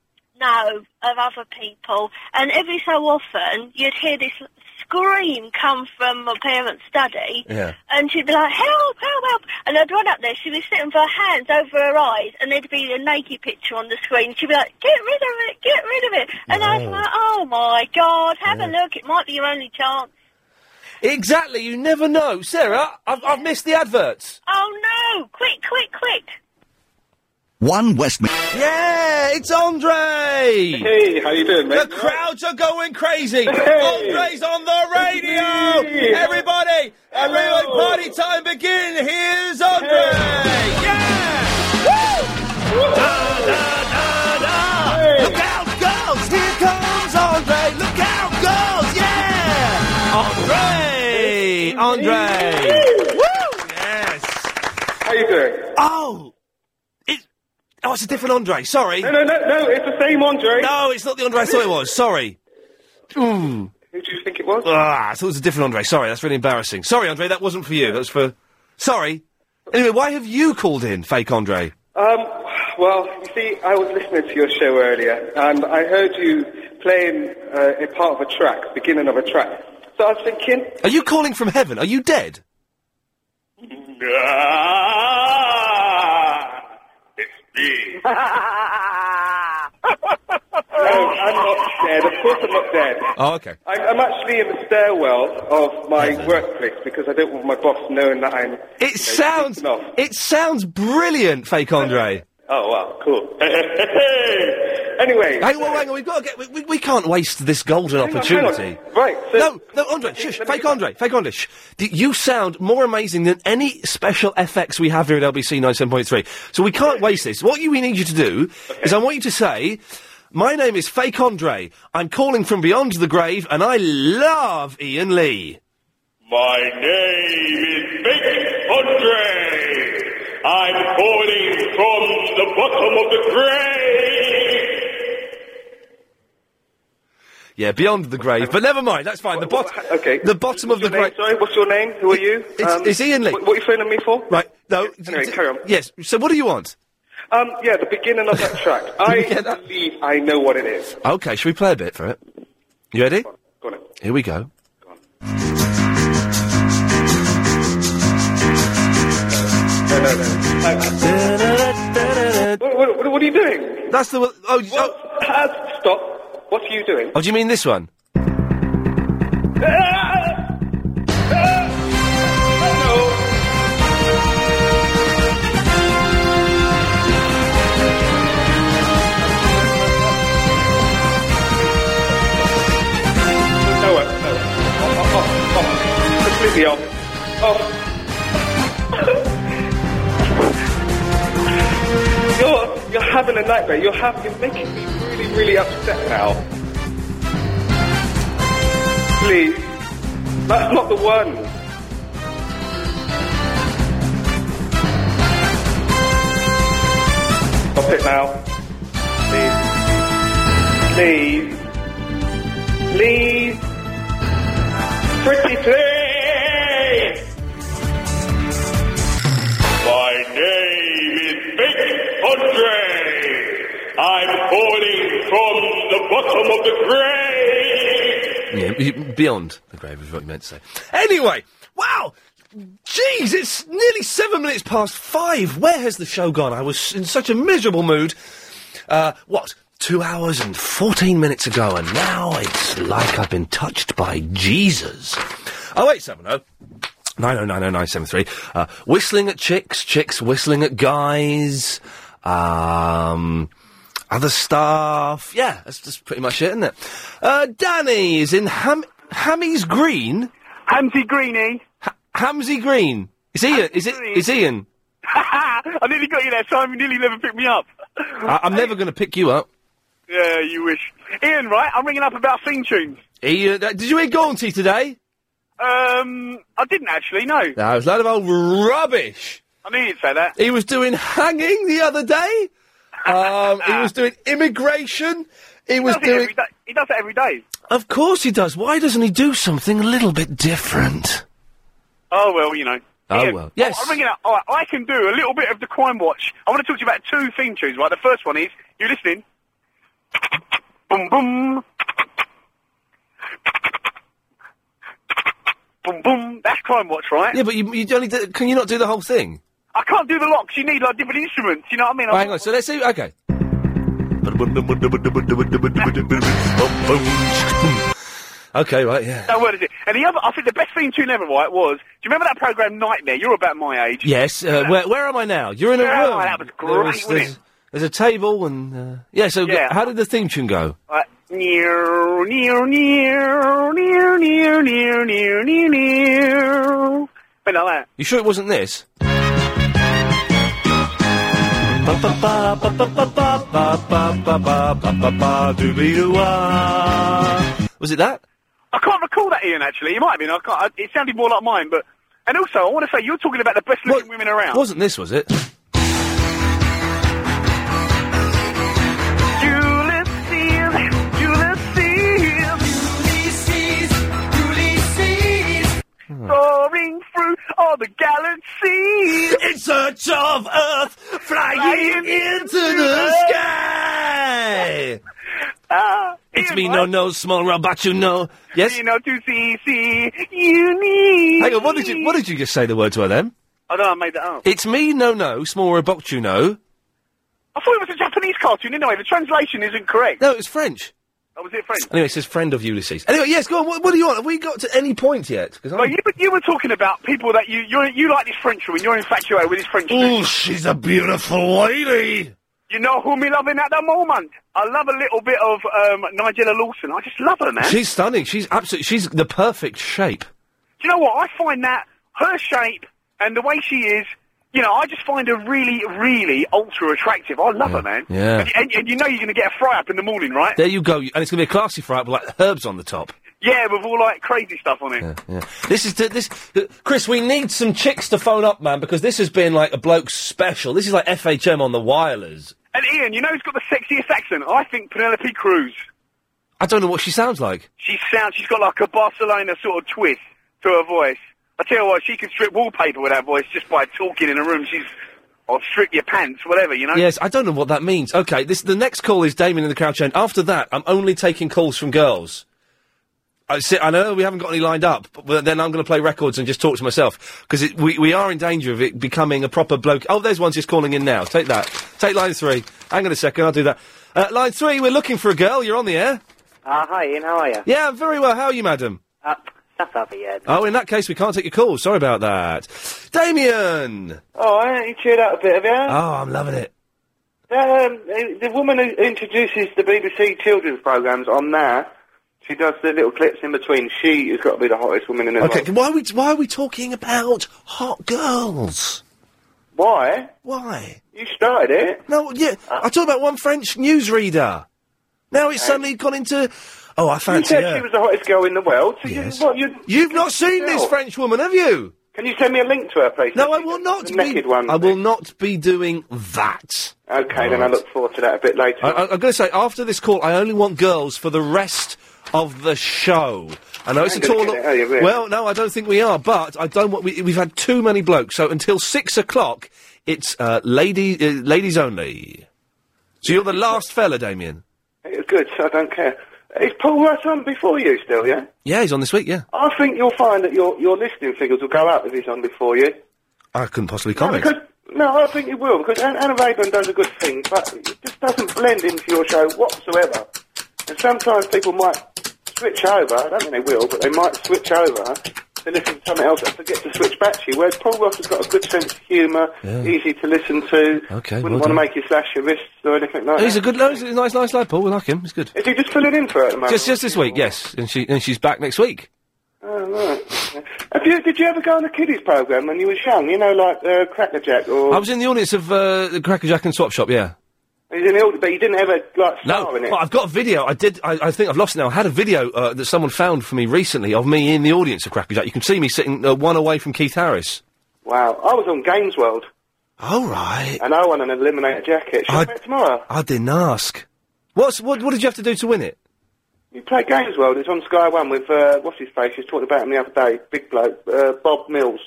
Speaker 7: no of other people, and every so often you'd hear this scream come from my parents' study,
Speaker 1: Yeah.
Speaker 7: and she'd be like, "Help! Help! Help!" And I'd run up there. She'd be sitting with her hands over her eyes, and there'd be a naked picture on the screen. She'd be like, "Get rid of it! Get rid of it!" And I was
Speaker 1: No.
Speaker 7: like, "Oh my God! Have a look. It might be your only chance."
Speaker 1: Exactly. You never know. Sarah, I've, I've missed the adverts.
Speaker 7: Oh no! Quick! Quick! Quick!
Speaker 5: One Westminster.
Speaker 1: Yeah, it's Andre. Hey,
Speaker 19: how you doing, mate?
Speaker 1: The crowds are going crazy. Andre's on the radio. Everybody, everybody, party time begin. Here's Andre. Yeah. Woo! Da, da, da, da. Look out, girls. Here comes Andre. Look out, girls. Yeah. Andre. Andre. Woo! Yes.
Speaker 19: How you doing?
Speaker 1: Oh. Oh, it's a different Andre. Sorry.
Speaker 19: No, no, no, no. It's the same Andre.
Speaker 1: No, it's not the Andre I thought it was. Sorry. Ooh.
Speaker 19: Who do you think it was?
Speaker 1: Ah, I thought it was a different Andre. Sorry, that's really embarrassing. Sorry, Andre, that wasn't for you. That's for. Sorry. Anyway, why have you called in, fake Andre?
Speaker 19: Um, well, you see, I was listening to your show earlier, and I heard you playing uh, a part of a track, beginning of a track. So I was thinking,
Speaker 1: Are you calling from heaven? Are you dead?
Speaker 9: Ah,
Speaker 19: no, I'm not dead. Of course, I'm not dead.
Speaker 1: Oh, okay.
Speaker 19: I'm, I'm actually in the stairwell of my workplace because I don't want my boss knowing that I'm.
Speaker 1: It sounds. It sounds brilliant, fake Andre.
Speaker 19: Oh wow, cool. anyway,
Speaker 1: Hang on, hang on. We've got to get. We, we, we can't waste this golden
Speaker 19: Hang on, hang on.
Speaker 1: opportunity.
Speaker 19: Right.
Speaker 1: no, no, Andre, shush, fake Andre, fake Andre. Shh. D- You sound more amazing than any special FX we have here at LBC 97.3. So we can't waste this. What you, we need you to do is I want you to say, my name is Fake Andre. I'm calling from beyond the grave and I love Ian Lee.
Speaker 9: My name is Big Andre. I'm calling from the bottom of the grave.
Speaker 1: Yeah, beyond the grave, but never mind. That's fine. The bottom. Okay. The bottom of the grave.
Speaker 19: Sorry, what's your name? Who are you? Um,
Speaker 1: It's, it's Ian Lee.
Speaker 19: What, what are you phoning me for?
Speaker 1: Right. No.
Speaker 19: Anyway, carry on.
Speaker 1: Yes. So what do you want?
Speaker 19: Um, yeah, the beginning of that track. I believe I know what it is.
Speaker 1: Okay. Shall we play a bit for it? You ready?
Speaker 19: Go on.
Speaker 1: Here we go.
Speaker 19: No, no, no. I- what, what- what- what are you doing?
Speaker 1: That's the. Oh,
Speaker 19: what, uh, stop. What are you doing?
Speaker 1: Oh, do you mean this one?
Speaker 19: No.
Speaker 25: completely off. Oh.
Speaker 26: You're, you're having a nightmare. You're, have, you're making me really, really upset now. Please. That's not the one. Stop it now. Please. Please. Please. Pretty please.
Speaker 9: My name is Big Andre. I'm calling from the bottom of the grave.
Speaker 1: Yeah, b- beyond the grave is what you meant to say. Anyway, wow! Jeez, it's nearly seven minutes past five. Where has the show gone? I was in such a miserable mood. Uh, what? Two hours and 14 minutes ago, and now it's like I've been touched by Jesus. Oh, 0870 9090973. Uh, whistling at chicks, chicks whistling at guys, um, other staff. Yeah, that's, that's pretty much it, isn't it? Uh, Danny is in Ham- Hammy's Green. Hamsy Greeny. Ha- Hamsy Green. Is Ian? Is it? Is Ian?
Speaker 2: I nearly got you there, Simon. You nearly never picked me up.
Speaker 1: I- I'm never going to pick you up.
Speaker 2: Yeah, you wish. Ian, right? I'm ringing up about theme tunes.
Speaker 1: Ian, uh, did you hear Gaunty today?
Speaker 2: Um, I didn't actually, no.
Speaker 1: No, it was a load of old rubbish.
Speaker 2: I knew you'd say that.
Speaker 1: He was doing hanging the other day. Um, he was doing immigration. He was
Speaker 2: does it
Speaker 1: doing.
Speaker 2: every day- he does it every day.
Speaker 1: Of course he does. Why doesn't he do something a little bit different?
Speaker 2: Oh, well, you know.
Speaker 1: Oh,
Speaker 2: Ian,
Speaker 1: well. Yes.
Speaker 2: I- I'm ringing up. All right, I can do a little bit of the crime watch. I want to talk to you about two theme tunes, right? The first one is, you listening? boom, boom. boom, boom. That's crime watch, right?
Speaker 1: Yeah, but you, you only do, can you not do the whole thing?
Speaker 2: I can't do the locks. You need, like, different instruments. You know what I mean?
Speaker 1: Hang on. So let's see. Okay. Okay, right. Yeah.
Speaker 2: That word is it. And the other, I think the best theme tune ever, right, was, do you remember that program Nightmare? You're about my age.
Speaker 1: Yes. Uh, where where am I now? You're in a
Speaker 2: Where am
Speaker 1: room.
Speaker 2: I? That was great,
Speaker 1: There
Speaker 2: wasn't
Speaker 1: there's,
Speaker 2: it?
Speaker 1: there's a table and uh, yeah. So
Speaker 2: Yeah.
Speaker 1: how did the theme tune go?
Speaker 2: Right. Near, near, near, near, near, near, near, near, near. Been like that.
Speaker 1: You sure it wasn't this? Was it that?
Speaker 2: I can't recall that, Ian, actually. It might have been. I can't, I, it sounded more like mine, but... And also, I want to say, you're talking about the best looking women around.
Speaker 1: Wasn't this? Was it?
Speaker 2: Soaring through all the galaxies
Speaker 1: in search of Earth, flying, into the sky.
Speaker 2: Ah,
Speaker 1: it's me, no, no, small robot, you know. Yes.
Speaker 2: You know, to see, see, you need.
Speaker 1: Hang on. What did you What did you just say the words were then?
Speaker 2: I don't know, I made that up.
Speaker 1: It's me, no, no, small robot, you know.
Speaker 2: I thought it was a Japanese cartoon anyway. The translation isn't correct.
Speaker 1: No, it's French.
Speaker 2: Oh, was it French?
Speaker 1: Anyway, it says friend of Ulysses. Anyway, yes, go on. What, what do you want? Have we got to any point yet? Because
Speaker 2: Well, you, were- you were talking about people that you you're, you like this French woman. You're infatuated with this French.
Speaker 1: Oh, she's a beautiful lady.
Speaker 2: You know who me loving at the moment? I love a little bit of um, Nigella Lawson. I just love her, man.
Speaker 1: she's stunning. She's absolutely. She's the perfect shape.
Speaker 2: Do you know what? I find that her shape and the way she is, you know, I just find her really, really ultra attractive. I love her, man.
Speaker 1: Mm, yeah.
Speaker 2: And, and, and you know you're going to get a fry up in the morning, right?
Speaker 1: There you go. And it's going to be a classy fright with like herbs on the top.
Speaker 2: Yeah, with all like crazy stuff on it.
Speaker 1: Yeah. This is the, this, the, Chris. We need some chicks to phone up, man, because this has been like a bloke's special. This is like FHM on the wireless.
Speaker 2: And Ian, you know who's got the sexiest accent? I think Penelope Cruz.
Speaker 1: I don't know what she sounds like.
Speaker 2: She sounds. She's got like a Barcelona sort of twist to her voice. I tell you what, she can strip wallpaper with that voice just by talking in a room. She's, or strip your pants, whatever, you know.
Speaker 1: Yes, I don't know what that means. Okay, this the next call is Damien in the crowd chain. After that, I'm only taking calls from girls. I, see, I know we haven't got any lined up, but then I'm going to play records and just talk to myself because we we are in danger of it becoming a proper bloke. Oh, there's one just calling in now. Take that. Take line three. Hang on a second. I'll do that. Uh, line three. We're looking for a girl. You're on the air.
Speaker 8: Ah,
Speaker 27: Uh, hi, Ian. How are you?
Speaker 1: Yeah, I'm very well. How are you, madam?
Speaker 27: Uh, shut up, Ian.
Speaker 1: Oh, in that case, we can't take your call. Sorry about that. Damien!
Speaker 27: Oh, I you cheered out a bit, have
Speaker 1: Oh,
Speaker 27: you?
Speaker 1: I'm loving it.
Speaker 27: Um, the the woman who introduces the BBC children's programmes on there, She does the little clips in between. She has got to be the hottest woman in the
Speaker 1: Okay, why are we why are we talking about hot girls?
Speaker 27: Why?
Speaker 1: Why?
Speaker 27: You started it. Uh.
Speaker 1: No, yeah, I talked about one French newsreader. Now it's suddenly gone into. Oh, I
Speaker 27: You
Speaker 1: fancy
Speaker 27: said
Speaker 1: her.
Speaker 27: she was the hottest girl in the world. So
Speaker 1: Yes.
Speaker 27: you, what, you,
Speaker 1: You've not seen this French woman, have you?
Speaker 27: Can you send me a link to her, please?
Speaker 1: No, I will not.
Speaker 27: The
Speaker 1: Be,
Speaker 27: naked one. Uh,
Speaker 1: I will not be doing that.
Speaker 27: Okay, then I
Speaker 1: Right. Uh,
Speaker 27: look forward to that a bit later.
Speaker 1: I, I, I'm going to say after this call, I only want girls for the rest of the show. I know it's a
Speaker 27: Hang on a
Speaker 1: tall.
Speaker 27: minute, are you really?
Speaker 1: Well, no, I don't think we are, but I don't want. We, we've had too many blokes, so until six o'clock, it's uh, lady, uh, ladies only. So you're the last fella, Damien.
Speaker 27: It's Good, so I don't care. Is Paul Rudd on before you still, yeah?
Speaker 1: Yeah, he's on this week. Yeah,
Speaker 27: I think you'll find that your, your listening figures will go up if he's on before you.
Speaker 1: I couldn't possibly comment.
Speaker 27: Because, no, I think you will, because An- Anna Rayburn does a good thing, but it just doesn't blend into your show whatsoever. And sometimes people might switch over, I don't think they will, but they might switch over to listen to something else and forget to switch back to you, whereas Paul Ross has got a good sense of humour,
Speaker 1: Yeah.
Speaker 27: easy to listen to,
Speaker 1: Okay, well
Speaker 27: wouldn't want to
Speaker 1: done.
Speaker 27: make you slash your wrists or anything like
Speaker 1: He's a
Speaker 27: that.
Speaker 1: good, no, he's a nice, nice lad, Paul. We like him. He's good.
Speaker 27: Is he just filling in for her at the moment?
Speaker 1: Just, just this week, yes, and she, and she's back next week.
Speaker 27: Oh, right. Have you, did you ever go on the kiddies programme when you was young? You know, like uh, Crackerjack or...
Speaker 1: I was in the audience of uh, the Crackerjack and Swap Shop. Yeah.
Speaker 27: You didn't order- but you didn't ever, like,
Speaker 1: No,
Speaker 27: star in it?
Speaker 1: well, I've got a video. I did. I, I think I've lost it now. I had a video uh, that someone found for me recently of me in the audience of Cracker Jack. You can see me sitting uh, one away from Keith Harris.
Speaker 27: Wow, I was on Games World.
Speaker 1: All right.
Speaker 27: And I won an Eliminator jacket. Should I play it tomorrow?
Speaker 1: I didn't ask. What's what? What did you have to do to win it?
Speaker 27: You play Games World. It's on Sky One with uh, what's his face? He was talking about him the other day. Big bloke, uh, Bob Mills.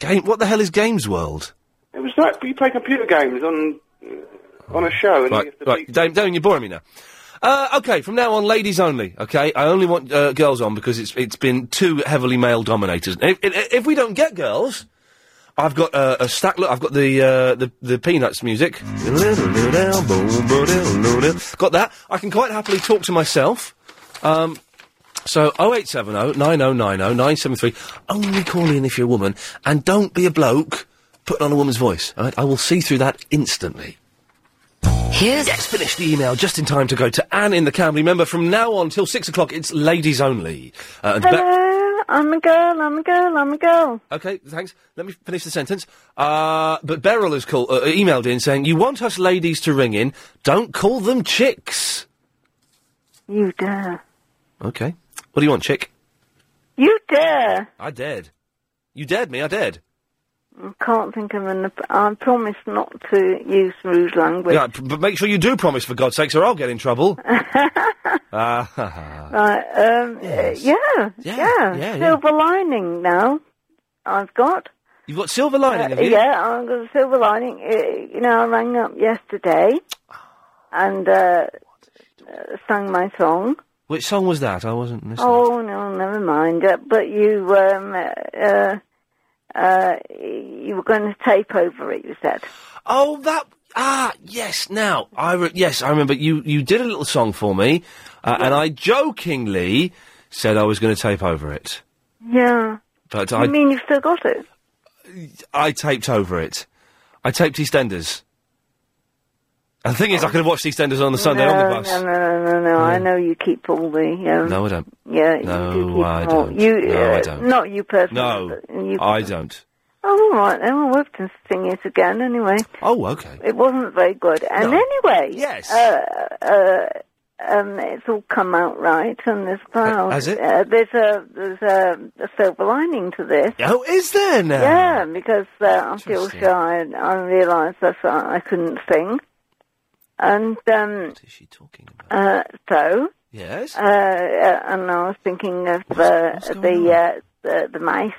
Speaker 1: Game. What the hell is Games World?
Speaker 27: It was like you play computer games on uh, on a show. And
Speaker 1: Right, right. Dame, Dame, you're boring me now. Uh, okay, from now on, ladies only. Okay, I only want uh, girls on because it's it's been too heavily male dominated. If, if, if we don't get girls, I've got uh, a stack. Look, I've got the uh, the the peanuts music. Got that. I can quite happily talk to myself. Um, so 0870 9090 973. Only call in if you're a woman, and don't be a bloke putting on a woman's voice. All right? I will see through that instantly. Here's yes, finish the email just in time to go to Anne in the Cambly. Remember, from now on till six o'clock, it's ladies only. Uh, and Bla-
Speaker 11: Hello, I'm a girl, I'm a girl, I'm a girl.
Speaker 1: Okay, thanks. Let me finish the sentence. Uh, but Beryl has call, uh, emailed in saying, "You want us ladies to ring in? Don't call them chicks."
Speaker 11: You dare.
Speaker 1: Okay. What do you want, chick?
Speaker 11: You dare.
Speaker 1: I dared. You dared me. I dared.
Speaker 11: I can't think of an. I promise not to use rude language.
Speaker 1: Yeah, p- but make sure you do promise, for God's sakes, or I'll get in trouble. Ah, ha, ha.
Speaker 11: Right, um, yeah, yeah,
Speaker 1: yeah, yeah.
Speaker 11: Silver lining now. I've got.
Speaker 1: You've got silver lining, have you?
Speaker 11: Uh, Yeah, I've got a silver lining. Uh, you know, I rang up yesterday and uh, uh, sang my song.
Speaker 1: Which song was that? I wasn't listening.
Speaker 11: Oh no, never mind. Uh, but you, um, uh, uh, you were going to tape over it. You said.
Speaker 1: Oh, that ah yes. Now I re- yes I remember you you did a little song for me, uh, and I jokingly said I was going to tape over it,
Speaker 11: Yeah.
Speaker 1: but
Speaker 11: you
Speaker 1: I
Speaker 11: mean you've still got it?
Speaker 1: I taped over it. I taped EastEnders. And the thing is, I could have watched EastEnders Oh, on the Sunday
Speaker 11: no,
Speaker 1: omnibus.
Speaker 11: no, no, no, no, no. I know you keep all the. Um,
Speaker 1: No, I don't.
Speaker 11: Yeah, you
Speaker 1: No,
Speaker 11: do keep
Speaker 1: I
Speaker 11: them all.
Speaker 1: don't.
Speaker 11: You,
Speaker 1: No,
Speaker 11: uh,
Speaker 1: I don't.
Speaker 11: Not you personally.
Speaker 1: No,
Speaker 11: but you-
Speaker 1: I don't.
Speaker 11: Oh, all right then. Well, we've been sing it again anyway.
Speaker 1: Oh, okay.
Speaker 11: It wasn't very good. And
Speaker 1: No.
Speaker 11: anyway,
Speaker 1: yes,
Speaker 11: uh, uh, um, it's all come out right, and there's proud.
Speaker 1: has it?
Speaker 11: Uh, there's a there's a, a silver lining to this.
Speaker 1: Oh, is there now?
Speaker 11: Yeah, because uh, I'm still shy. and I realised that uh, I I couldn't sing, and um, what is she talking about? Uh, so.
Speaker 1: Yes.
Speaker 11: Uh, uh, and I was thinking of the the, uh, the the mice,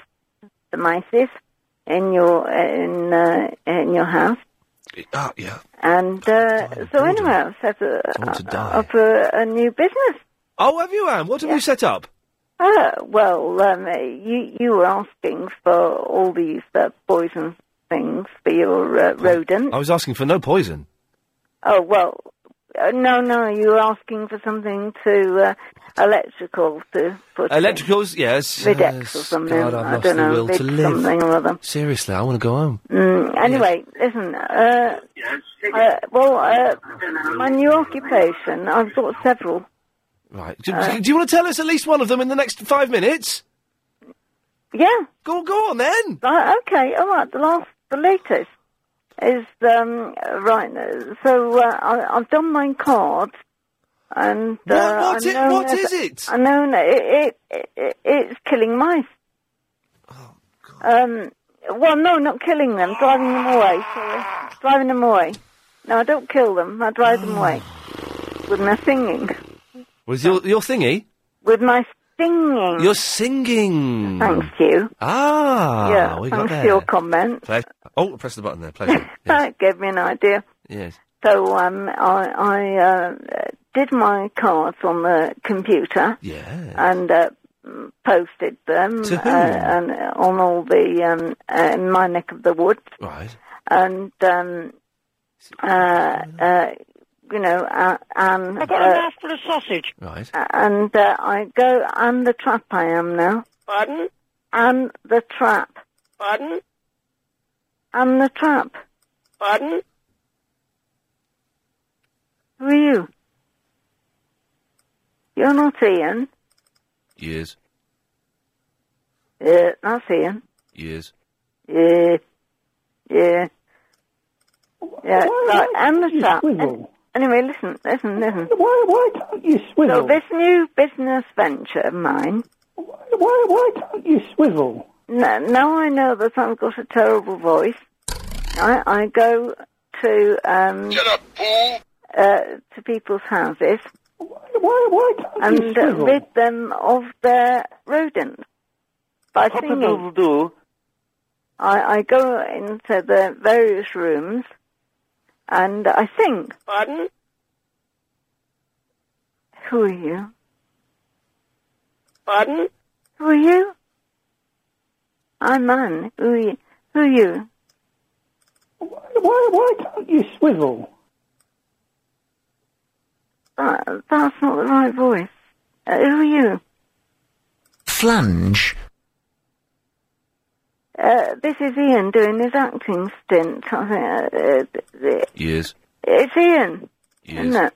Speaker 11: the mices in your in uh, in your house. Eh,
Speaker 1: Ah, yeah.
Speaker 11: And uh, so anyway, I've set a, uh, up a, a new business.
Speaker 1: Oh, have you, Anne? What have you set up?
Speaker 11: Uh, well, um, you you were asking for all these uh, poison things for your uh, rodent.
Speaker 1: I was asking for no poison.
Speaker 11: Oh well, uh, no, no, you were asking for something to uh, electrical to put in.
Speaker 1: Electricals, yes.
Speaker 11: Videx
Speaker 1: Yes,
Speaker 11: or something.
Speaker 1: God, I've
Speaker 11: I
Speaker 1: lost
Speaker 11: don't
Speaker 1: the
Speaker 11: know,
Speaker 1: will to
Speaker 11: Vid
Speaker 1: live.
Speaker 11: something or other.
Speaker 1: Seriously, I want to go home.
Speaker 11: Mm, anyway, listen. Uh, uh, well, uh, my new occupation, I've got several.
Speaker 1: Right. Do, do you want to tell us at least one of them in the next five minutes?
Speaker 11: Yeah.
Speaker 1: Go go on then.
Speaker 11: Right, okay, all right. The last, the latest is um, right. uh, So uh, I, I've done my card, and uh,
Speaker 1: What- what
Speaker 11: I
Speaker 1: it-
Speaker 11: know
Speaker 1: what
Speaker 11: that-
Speaker 1: is it?
Speaker 11: I know that it, it, it it's killing mice. Oh God. Um. Well, no, not killing them. Driving them away. Sorry. Driving them away. No, I don't kill them. I drive them away with my singing.
Speaker 1: Was your your thingy?
Speaker 11: With my singing.
Speaker 1: You're singing.
Speaker 11: Thank you.
Speaker 1: Ah,
Speaker 11: yeah.
Speaker 1: we got
Speaker 11: thanks
Speaker 1: there.
Speaker 11: for your comment.
Speaker 1: Pleasure. Oh, press the button there. Pleasure.
Speaker 11: That gave me an idea.
Speaker 1: yes.
Speaker 11: So um, I, I uh, did my cards on the computer.
Speaker 1: Yeah.
Speaker 11: And uh, m- posted them
Speaker 1: To whom?
Speaker 11: Uh, and uh, on all the um, uh, in my neck of the woods.
Speaker 1: Right.
Speaker 11: And um, uh, uh, you know, uh, and
Speaker 28: I've got a
Speaker 11: uh,
Speaker 28: mouth for a sausage.
Speaker 1: Right.
Speaker 11: and uh, I go. I'm the trap. I am now.
Speaker 28: Pardon?
Speaker 11: I'm the trap.
Speaker 28: Pardon?
Speaker 11: I'm the trap.
Speaker 28: Pardon?
Speaker 11: Who are you? You're not Ian.
Speaker 1: Years.
Speaker 11: Yeah, Uh, that's Ian.
Speaker 1: Years.
Speaker 11: Yeah. Yeah. Yeah. Right, and the trap. Anyway, listen, listen, listen. Why, why can't you
Speaker 23: swivel?
Speaker 11: So this new business venture of mine. Why, why can't you swivel? No, now I know that I've got a terrible voice. I, I go to um uh, to people's houses. Why, why
Speaker 28: can't you
Speaker 11: and uh,
Speaker 28: swivel?
Speaker 11: rid them of their rodents by
Speaker 28: Papa
Speaker 11: singing.
Speaker 28: Doodle Doo.
Speaker 11: I, I go into the various rooms and I sing.
Speaker 28: Pardon?
Speaker 11: Who are you?
Speaker 28: Pardon?
Speaker 11: Who are you? I'm Anne. Who are you? Who are you?
Speaker 23: Why, why can't you swivel?
Speaker 11: That, Uh, that's not the right voice. Uh, who are you?
Speaker 6: Flunge.
Speaker 11: Uh, this is Ian doing his acting stint. I think, uh, uh,
Speaker 1: Years.
Speaker 11: it's Ian, isn't it?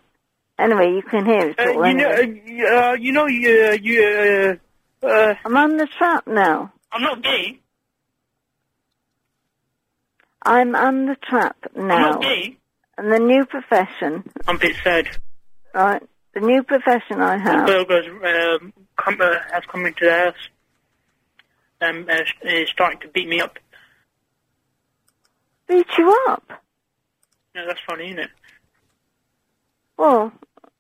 Speaker 11: Anyway, you can hear it.
Speaker 28: Uh,
Speaker 11: all
Speaker 28: you know,
Speaker 11: anyway.
Speaker 28: uh, you- uh, you know, you, uh, you, uh, uh,
Speaker 11: I'm on the trap now.
Speaker 28: I'm not gay.
Speaker 11: I'm on the trap
Speaker 28: I'm
Speaker 11: now.
Speaker 28: not gay.
Speaker 11: And the new profession,
Speaker 28: I'm a bit sad.
Speaker 11: right? The new profession I
Speaker 28: The
Speaker 11: have.
Speaker 28: burgers um, come, uh, have come into the house. Um, uh, is starting to beat me up.
Speaker 11: Beat you up?
Speaker 28: No, that's funny, isn't it?
Speaker 11: Well,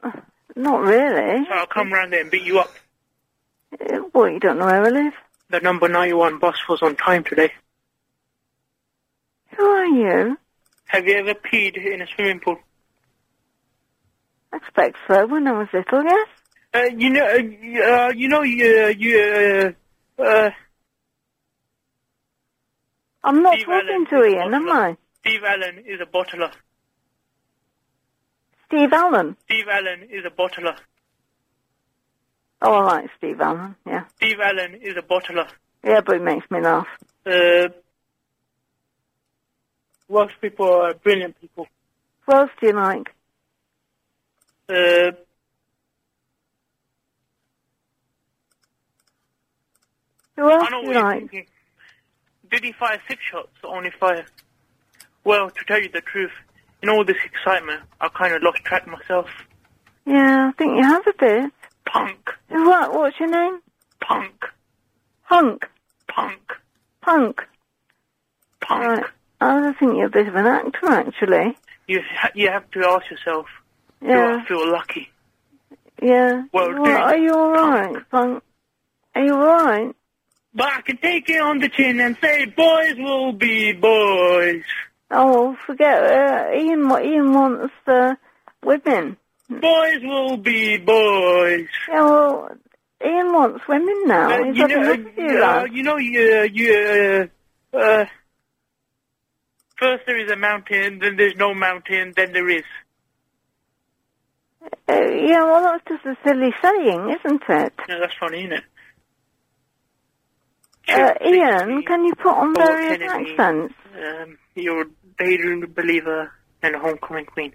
Speaker 11: uh, not really.
Speaker 28: So I'll come round there and beat you up.
Speaker 11: Uh, Well, you don't know where I live.
Speaker 28: The number 91 bus was on time today.
Speaker 11: Who are you?
Speaker 28: Have you ever peed in a swimming pool?
Speaker 11: I expect so. When I was little, yes.
Speaker 28: Uh, you know, uh, you- uh, you know, you, uh, you, uh, uh,
Speaker 11: I'm not
Speaker 28: Steve
Speaker 11: talking to Ian, am I?
Speaker 28: Steve Allen is a bottler.
Speaker 11: Steve Allen.
Speaker 28: Steve Allen is a bottler.
Speaker 11: Oh, I like Steve Allen. Yeah,
Speaker 28: Steve Allen is a bottler.
Speaker 11: yeah, but he makes me laugh.
Speaker 28: Uh, Welsh people are brilliant people.
Speaker 11: Who else do you like?
Speaker 28: Uh,
Speaker 11: Who else
Speaker 28: I know what
Speaker 11: do you
Speaker 28: you're
Speaker 11: like?
Speaker 28: thinking. Did he fire six shots or only five? Well, to tell you the truth, in all this excitement, I kind of lost track myself.
Speaker 11: Yeah, I think you have a bit.
Speaker 28: Punk.
Speaker 11: What? What's your name?
Speaker 28: Punk.
Speaker 11: Hunk.
Speaker 28: Punk.
Speaker 11: Punk.
Speaker 28: Punk.
Speaker 11: Right. I think you're a bit of an actor, actually.
Speaker 28: You ha- you have to ask yourself, do
Speaker 11: Yeah.
Speaker 28: I feel lucky?
Speaker 11: Yeah.
Speaker 28: Well,
Speaker 11: You
Speaker 28: do
Speaker 11: are, are you all right, Punk? Are you all right?
Speaker 28: But I can take it on the chin and say, boys will be boys.
Speaker 11: Oh, forget uh, Ian. What Ian wants uh, women.
Speaker 28: Boys will be boys.
Speaker 11: Yeah, well, Ian wants women now.
Speaker 28: Uh,
Speaker 11: He's
Speaker 28: you,
Speaker 11: had
Speaker 28: know,
Speaker 11: enough of you,
Speaker 28: uh,
Speaker 11: lad.
Speaker 28: you know, you, uh, you, uh, uh, first there is a mountain, then there's no mountain, then there is.
Speaker 11: Uh, yeah, well, that's just a silly saying, isn't it?
Speaker 28: Yeah, that's funny, isn't it?
Speaker 11: Uh, Ian, can you put on
Speaker 28: Oh,
Speaker 11: various
Speaker 28: can it be?
Speaker 11: accents?
Speaker 28: Um, you're a daydream believer and a homecoming queen.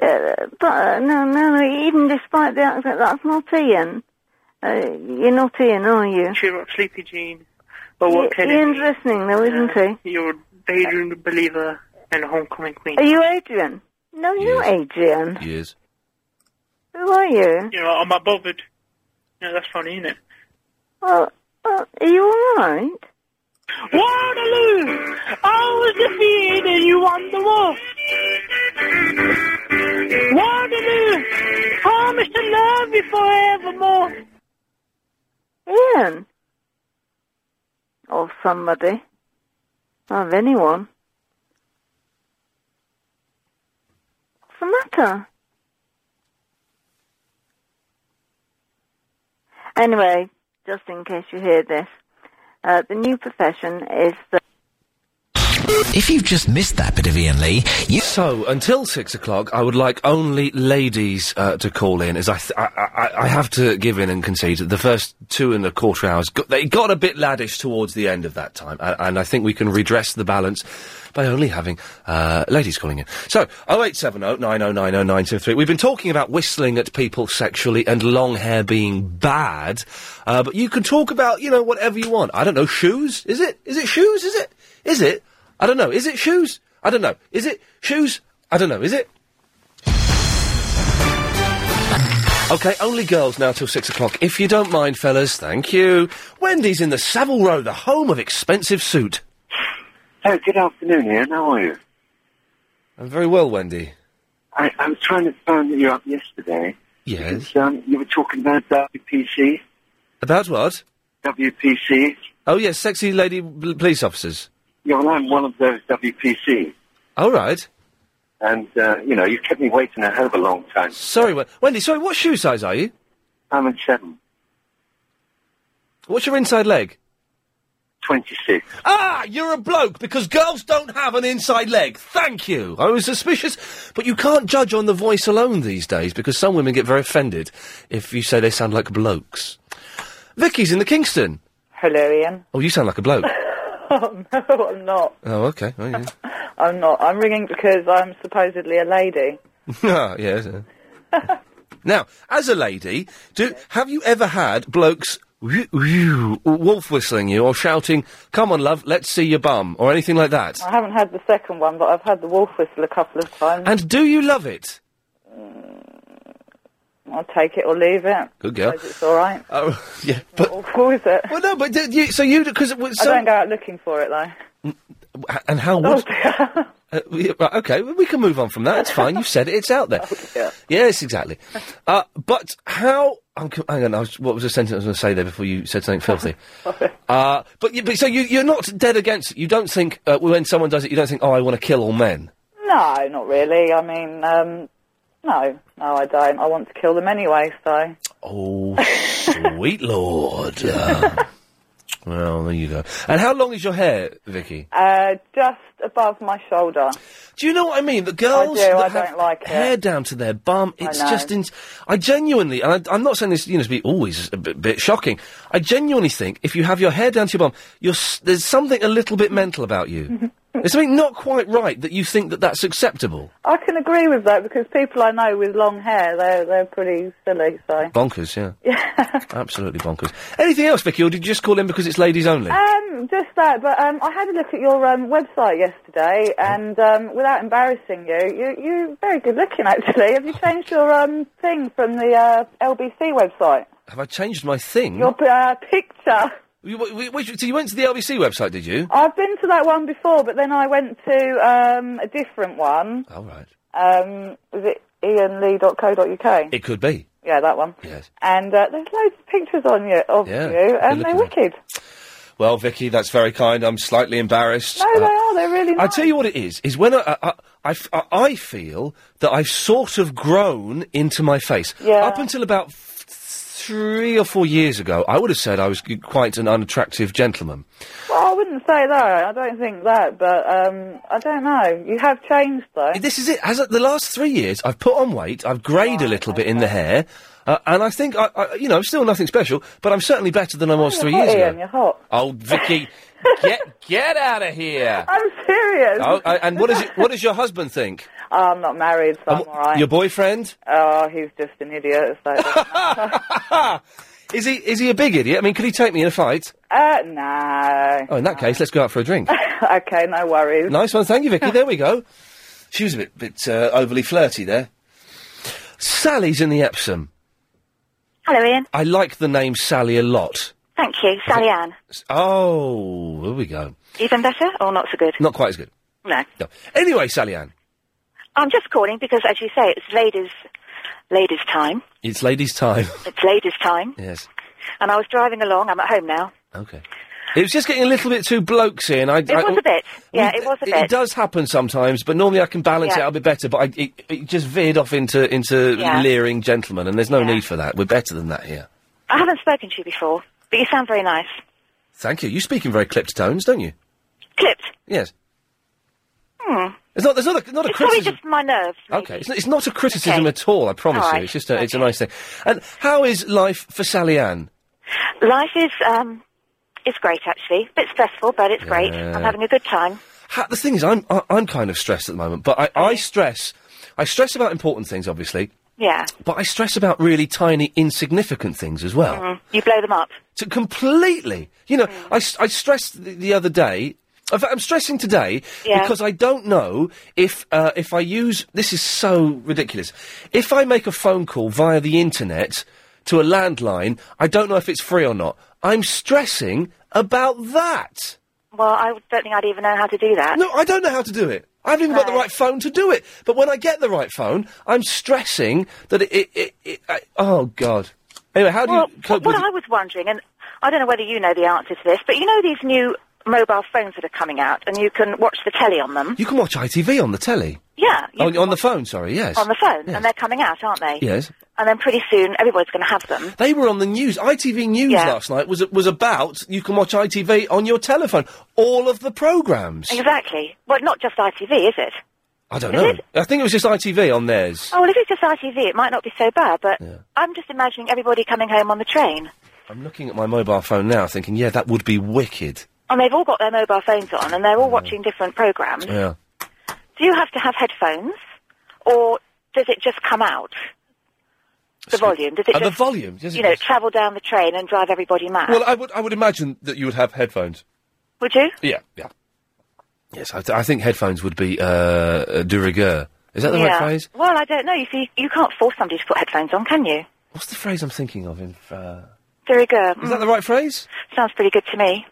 Speaker 11: Uh, but uh, no, no, no. Even despite the accent, that's not Ian. Uh, you're not Ian, are you?
Speaker 27: Cheer up, Sleepy Jean. Oh, what
Speaker 11: I-
Speaker 27: can it
Speaker 11: Ian's
Speaker 27: be?
Speaker 11: listening though, isn't
Speaker 28: Um,
Speaker 11: he?
Speaker 27: You're a daydream believer and a homecoming queen.
Speaker 11: Are you Adrian? No, you're not Adrian.
Speaker 1: He is.
Speaker 11: Who are you?
Speaker 27: You know, I'm a bothered. Yeah, that's funny, isn't it?
Speaker 11: Well, well, are you all right?
Speaker 27: Waterloo! I was defeated and you won the war. Waterloo! Promise to love you forevermore.
Speaker 11: Ian? Or somebody? Or anyone? What's the matter? Anyway, just in case you hear this, uh, the new profession is the.
Speaker 1: If you've just missed that bit of Ian Lee, you. So, until six o'clock, I would like only ladies uh, to call in, as I, th- I, I, I have to give in and concede that the first two and a quarter hours, got, they got a bit laddish towards the end of that time, and, and I think we can redress the balance by only having uh, ladies calling in. So, 0870 9090923. We've been talking about whistling at people sexually and long hair being bad, uh, but you can talk about, you know, whatever you want. I don't know, shoes? Is it? Is it shoes? Is it? Is it? I don't know. Is it shoes? I don't know. Is it shoes? I don't know. Is it? Okay, only girls now till six o'clock. If you don't mind, fellas, thank you. Wendy's in the Savile Row, the home of expensive suit.
Speaker 8: Oh, good afternoon, Ian. How are you?
Speaker 1: I'm very well, Wendy.
Speaker 8: I, I was trying to phone you up yesterday.
Speaker 1: Yes.
Speaker 8: Um, you were talking about WPC.
Speaker 1: About what?
Speaker 8: WPC.
Speaker 1: Oh yes, sexy lady bl- police officers.
Speaker 8: Yeah, well, I'm one of those WPC.
Speaker 1: All right.
Speaker 8: And, uh, you know, you kept me waiting a hell of a long time.
Speaker 1: Sorry, Wen- Wendy. Sorry, what shoe size are you?
Speaker 8: I'm a seven.
Speaker 1: What's your inside leg?
Speaker 8: 26.
Speaker 1: Ah, you're a bloke because girls don't have an inside leg. Thank you. I was suspicious, but you can't judge on the voice alone these days because some women get very offended if you say they sound like blokes. Vicky's in the Kingston.
Speaker 29: Hello, Ian.
Speaker 1: Oh, you sound like a bloke.
Speaker 29: Oh, no, I'm not.
Speaker 1: oh, okay. Oh, yeah.
Speaker 29: I'm not. I'm ringing because I'm supposedly a lady.
Speaker 1: Ah, yes. uh. now, as a lady, do have you ever had blokes whew- whew, wolf whistling you or shouting, "Come on, love, let's see your bum" or anything like that?
Speaker 29: I haven't had the second one, but I've had the wolf whistle a couple of times. Mm,
Speaker 1: And do you love it?
Speaker 29: I'll take it or leave it.
Speaker 1: Good girl.
Speaker 29: It's all right.
Speaker 1: Oh, yeah, but
Speaker 29: awful, is it?
Speaker 1: Well, no, but did you, so you because it was.
Speaker 29: I
Speaker 1: so-
Speaker 29: don't go out looking for it though.
Speaker 1: and how would? Uh, we- right, okay, well, we can move on from that. It's fine. You've said it. It's out there. Yes, exactly. Uh, but how? I'm, co- hang on. I was, what was the sentence I was going to say there before you said something filthy? uh, but, you, but so you, you're not dead against it. You don't think uh, when someone does it, you don't think, oh, I want to kill all men.
Speaker 29: No, not really. I mean, um, no, no, I don't. I want to kill them anyway. So
Speaker 1: Oh, sweet lord. Uh, well, there you go. And how long is your hair, Vicky?
Speaker 29: uh, just above my shoulder.
Speaker 1: Do you know what I mean? The girls
Speaker 29: I
Speaker 1: that
Speaker 29: do. I
Speaker 1: have
Speaker 29: don't like it.
Speaker 1: hair down to their bum,
Speaker 29: I
Speaker 1: it's
Speaker 29: know.
Speaker 1: just. In- I genuinely, and I, I'm not saying this, you know, to be always a bit, bit shocking. I genuinely think if you have your hair down to your bum, you're, s- there's something a little bit mental about you. there's something not quite right that you think that that's acceptable.
Speaker 29: I can agree with that because people I know with long hair, they're they're pretty silly. So
Speaker 1: Bonkers, yeah. Absolutely bonkers. Anything else, Vicky, or did you just call in because it's ladies only?
Speaker 29: Um, just that, but um, I had a look at your um, website yesterday, and um, without embarrassing you, you, you're very good looking actually. Have you changed your um, thing from the uh, LBC website?
Speaker 1: have I changed my thing?
Speaker 29: Your uh, picture.
Speaker 1: You- wh- wh- which- so you went to the LBC website, did you?
Speaker 29: I've been to that one before, but then I went to um, a different one.
Speaker 1: All right.
Speaker 29: Um, was it ianlee.co.uk?
Speaker 1: It could be.
Speaker 29: Yeah, that one.
Speaker 1: Yes.
Speaker 29: And uh, there's loads of pictures on you of
Speaker 1: Yeah,
Speaker 29: you, and
Speaker 1: good
Speaker 29: they're
Speaker 1: looking.
Speaker 29: wicked.
Speaker 1: Well, Vicky, that's very kind. I'm slightly embarrassed.
Speaker 29: No,
Speaker 1: Uh,
Speaker 29: they are. They're really
Speaker 1: I
Speaker 29: nice.
Speaker 1: tell you what it is, is when I, I- I, I f- I- I feel that I've sort of grown into my face.
Speaker 29: Yeah.
Speaker 1: Up until about f- three or four years ago, I would have said I was g- quite an unattractive gentleman.
Speaker 29: Well, I wouldn't say that. I don't think that, but um, I don't know. You have changed, though.
Speaker 1: This is it. As of the last three years, I've put on weight, I've greyed a little bit in the hair, uh, and I think, I, I, you know, I'm still nothing special, but I'm certainly better than I was
Speaker 29: You're
Speaker 1: three
Speaker 29: hot,
Speaker 1: years
Speaker 29: Ian,
Speaker 1: ago.
Speaker 29: You're hot.
Speaker 1: Oh, Vicky, get get out of here!
Speaker 29: I'm serious.
Speaker 1: Oh, I- and what, is it, what does your husband think?
Speaker 29: Oh, I'm not married, so I'm all right.
Speaker 1: Your boyfriend?
Speaker 29: Oh, he's just an idiot. So it doesn't matter.
Speaker 1: Is he is he a big idiot? I mean, could he take me in a fight?
Speaker 29: uh, no.
Speaker 1: Oh, in that case, let's go out for a drink.
Speaker 29: okay, no worries.
Speaker 1: nice one, thank you, Vicky. There we go. She was a bit bit uh, overly flirty there. Sally's in the Epsom.
Speaker 20: Hello, Ian.
Speaker 1: I like the name Sally a lot.
Speaker 20: Thank you. Sally Ann.
Speaker 1: S- Oh, here we go.
Speaker 20: Even better or not so good?
Speaker 1: Not quite as good.
Speaker 20: No.
Speaker 1: No. Anyway, Sally Ann,
Speaker 20: I'm just calling because, as you say, it's ladies' ladies' time.
Speaker 1: it's ladies' time.
Speaker 20: It's ladies' time,
Speaker 1: yes.
Speaker 20: and I was driving along. I'm at home now.
Speaker 1: Okay. It was just getting a little bit too blokesy, and I.
Speaker 20: It was a bit. Yeah, it was a bit.
Speaker 1: It does happen sometimes, but normally I can balance it
Speaker 20: Yeah.
Speaker 1: out a bit better. But I, it, it just veered off into into
Speaker 20: Yeah.
Speaker 1: leering gentlemen, and there's no need for that. We're better than that here.
Speaker 20: I haven't spoken to you before, but you sound very nice.
Speaker 1: Thank you. You speak in very clipped tones, don't you?
Speaker 20: Clipped.
Speaker 1: Yes.
Speaker 20: Hmm.
Speaker 1: It's not. There's not a, not a
Speaker 20: it's probably
Speaker 1: criticism.
Speaker 20: just my nerves.
Speaker 1: Okay, it's, it's not a criticism at all. I promise
Speaker 20: All
Speaker 1: you.
Speaker 20: right.
Speaker 1: It's just a, it's a nice thing. And how is life for Sally Ann?
Speaker 20: Life is um, it's great actually. bit stressful, but it's great.
Speaker 1: Yeah.
Speaker 20: I'm having a good time.
Speaker 1: Ha- the thing is, I'm I, I'm kind of stressed at the moment, but I, I stress, I stress about important things, obviously,
Speaker 20: Yeah.
Speaker 1: but I stress about really tiny, insignificant things as well.
Speaker 20: Mm. You blow them up.
Speaker 1: To completely, you know,
Speaker 20: Hmm.
Speaker 1: I s I I, stressed the, the other day. In fact, I'm stressing today
Speaker 20: Yeah.
Speaker 1: because I don't know if uh, if I use this is so ridiculous. If I make a phone call via the internet to a landline, I don't know if it's free or not. I'm stressing about that.
Speaker 20: Well, I don't think I'd even know how to do that.
Speaker 1: No, I don't know how to do it. I haven't even got the right phone to do it. But when I get the right phone, I'm stressing that it. it, it, it I, oh God. Anyway, how do
Speaker 20: well,
Speaker 1: you cope
Speaker 20: what
Speaker 1: with?
Speaker 20: I was wondering, and I don't know whether you know the answer to this, but you know these new mobile phones that are coming out, and you can watch the telly on them.
Speaker 1: You can watch ITV on the telly.
Speaker 20: Yeah, you
Speaker 1: on, on the phone. Sorry. Yes.
Speaker 20: on the phone,
Speaker 1: Yes.
Speaker 20: and they're coming out, aren't they?
Speaker 1: Yes.
Speaker 20: And then pretty soon everybody's going to have them.
Speaker 1: They were on the news. ITV News
Speaker 20: Yeah.
Speaker 1: last night was was about you can watch ITV on your telephone. All of the programs.
Speaker 20: Exactly. Well, not just ITV, is it?
Speaker 1: I don't
Speaker 20: Is
Speaker 1: know.
Speaker 20: it?
Speaker 1: I think it was just ITV on theirs.
Speaker 20: Oh, well, if it's just ITV, it might not be so bad, but I'm just imagining everybody coming home on the train.
Speaker 1: I'm looking at my mobile phone now, thinking, yeah, that would be wicked.
Speaker 20: And they've all got their mobile phones on, and they're all watching different programs.
Speaker 1: Yeah.
Speaker 20: Do you have to have headphones, or does it just come out? The volume. Does it
Speaker 1: Uh, the
Speaker 20: just,
Speaker 1: volume, does it
Speaker 20: you know,
Speaker 1: just-
Speaker 20: travel down the train and drive everybody mad?
Speaker 1: Well, I would I would imagine that you would have headphones.
Speaker 20: Would you?
Speaker 1: Yeah, yeah. Yes, I, th- I think headphones would be uh, uh, de rigueur. Is that the
Speaker 20: yeah.
Speaker 1: right phrase?
Speaker 20: Well, I don't know. You see, you can't force somebody to put headphones on, can you?
Speaker 1: What's the phrase I'm thinking of? In, uh...
Speaker 20: Very good.
Speaker 1: Is that the right phrase?
Speaker 20: Sounds pretty good to me.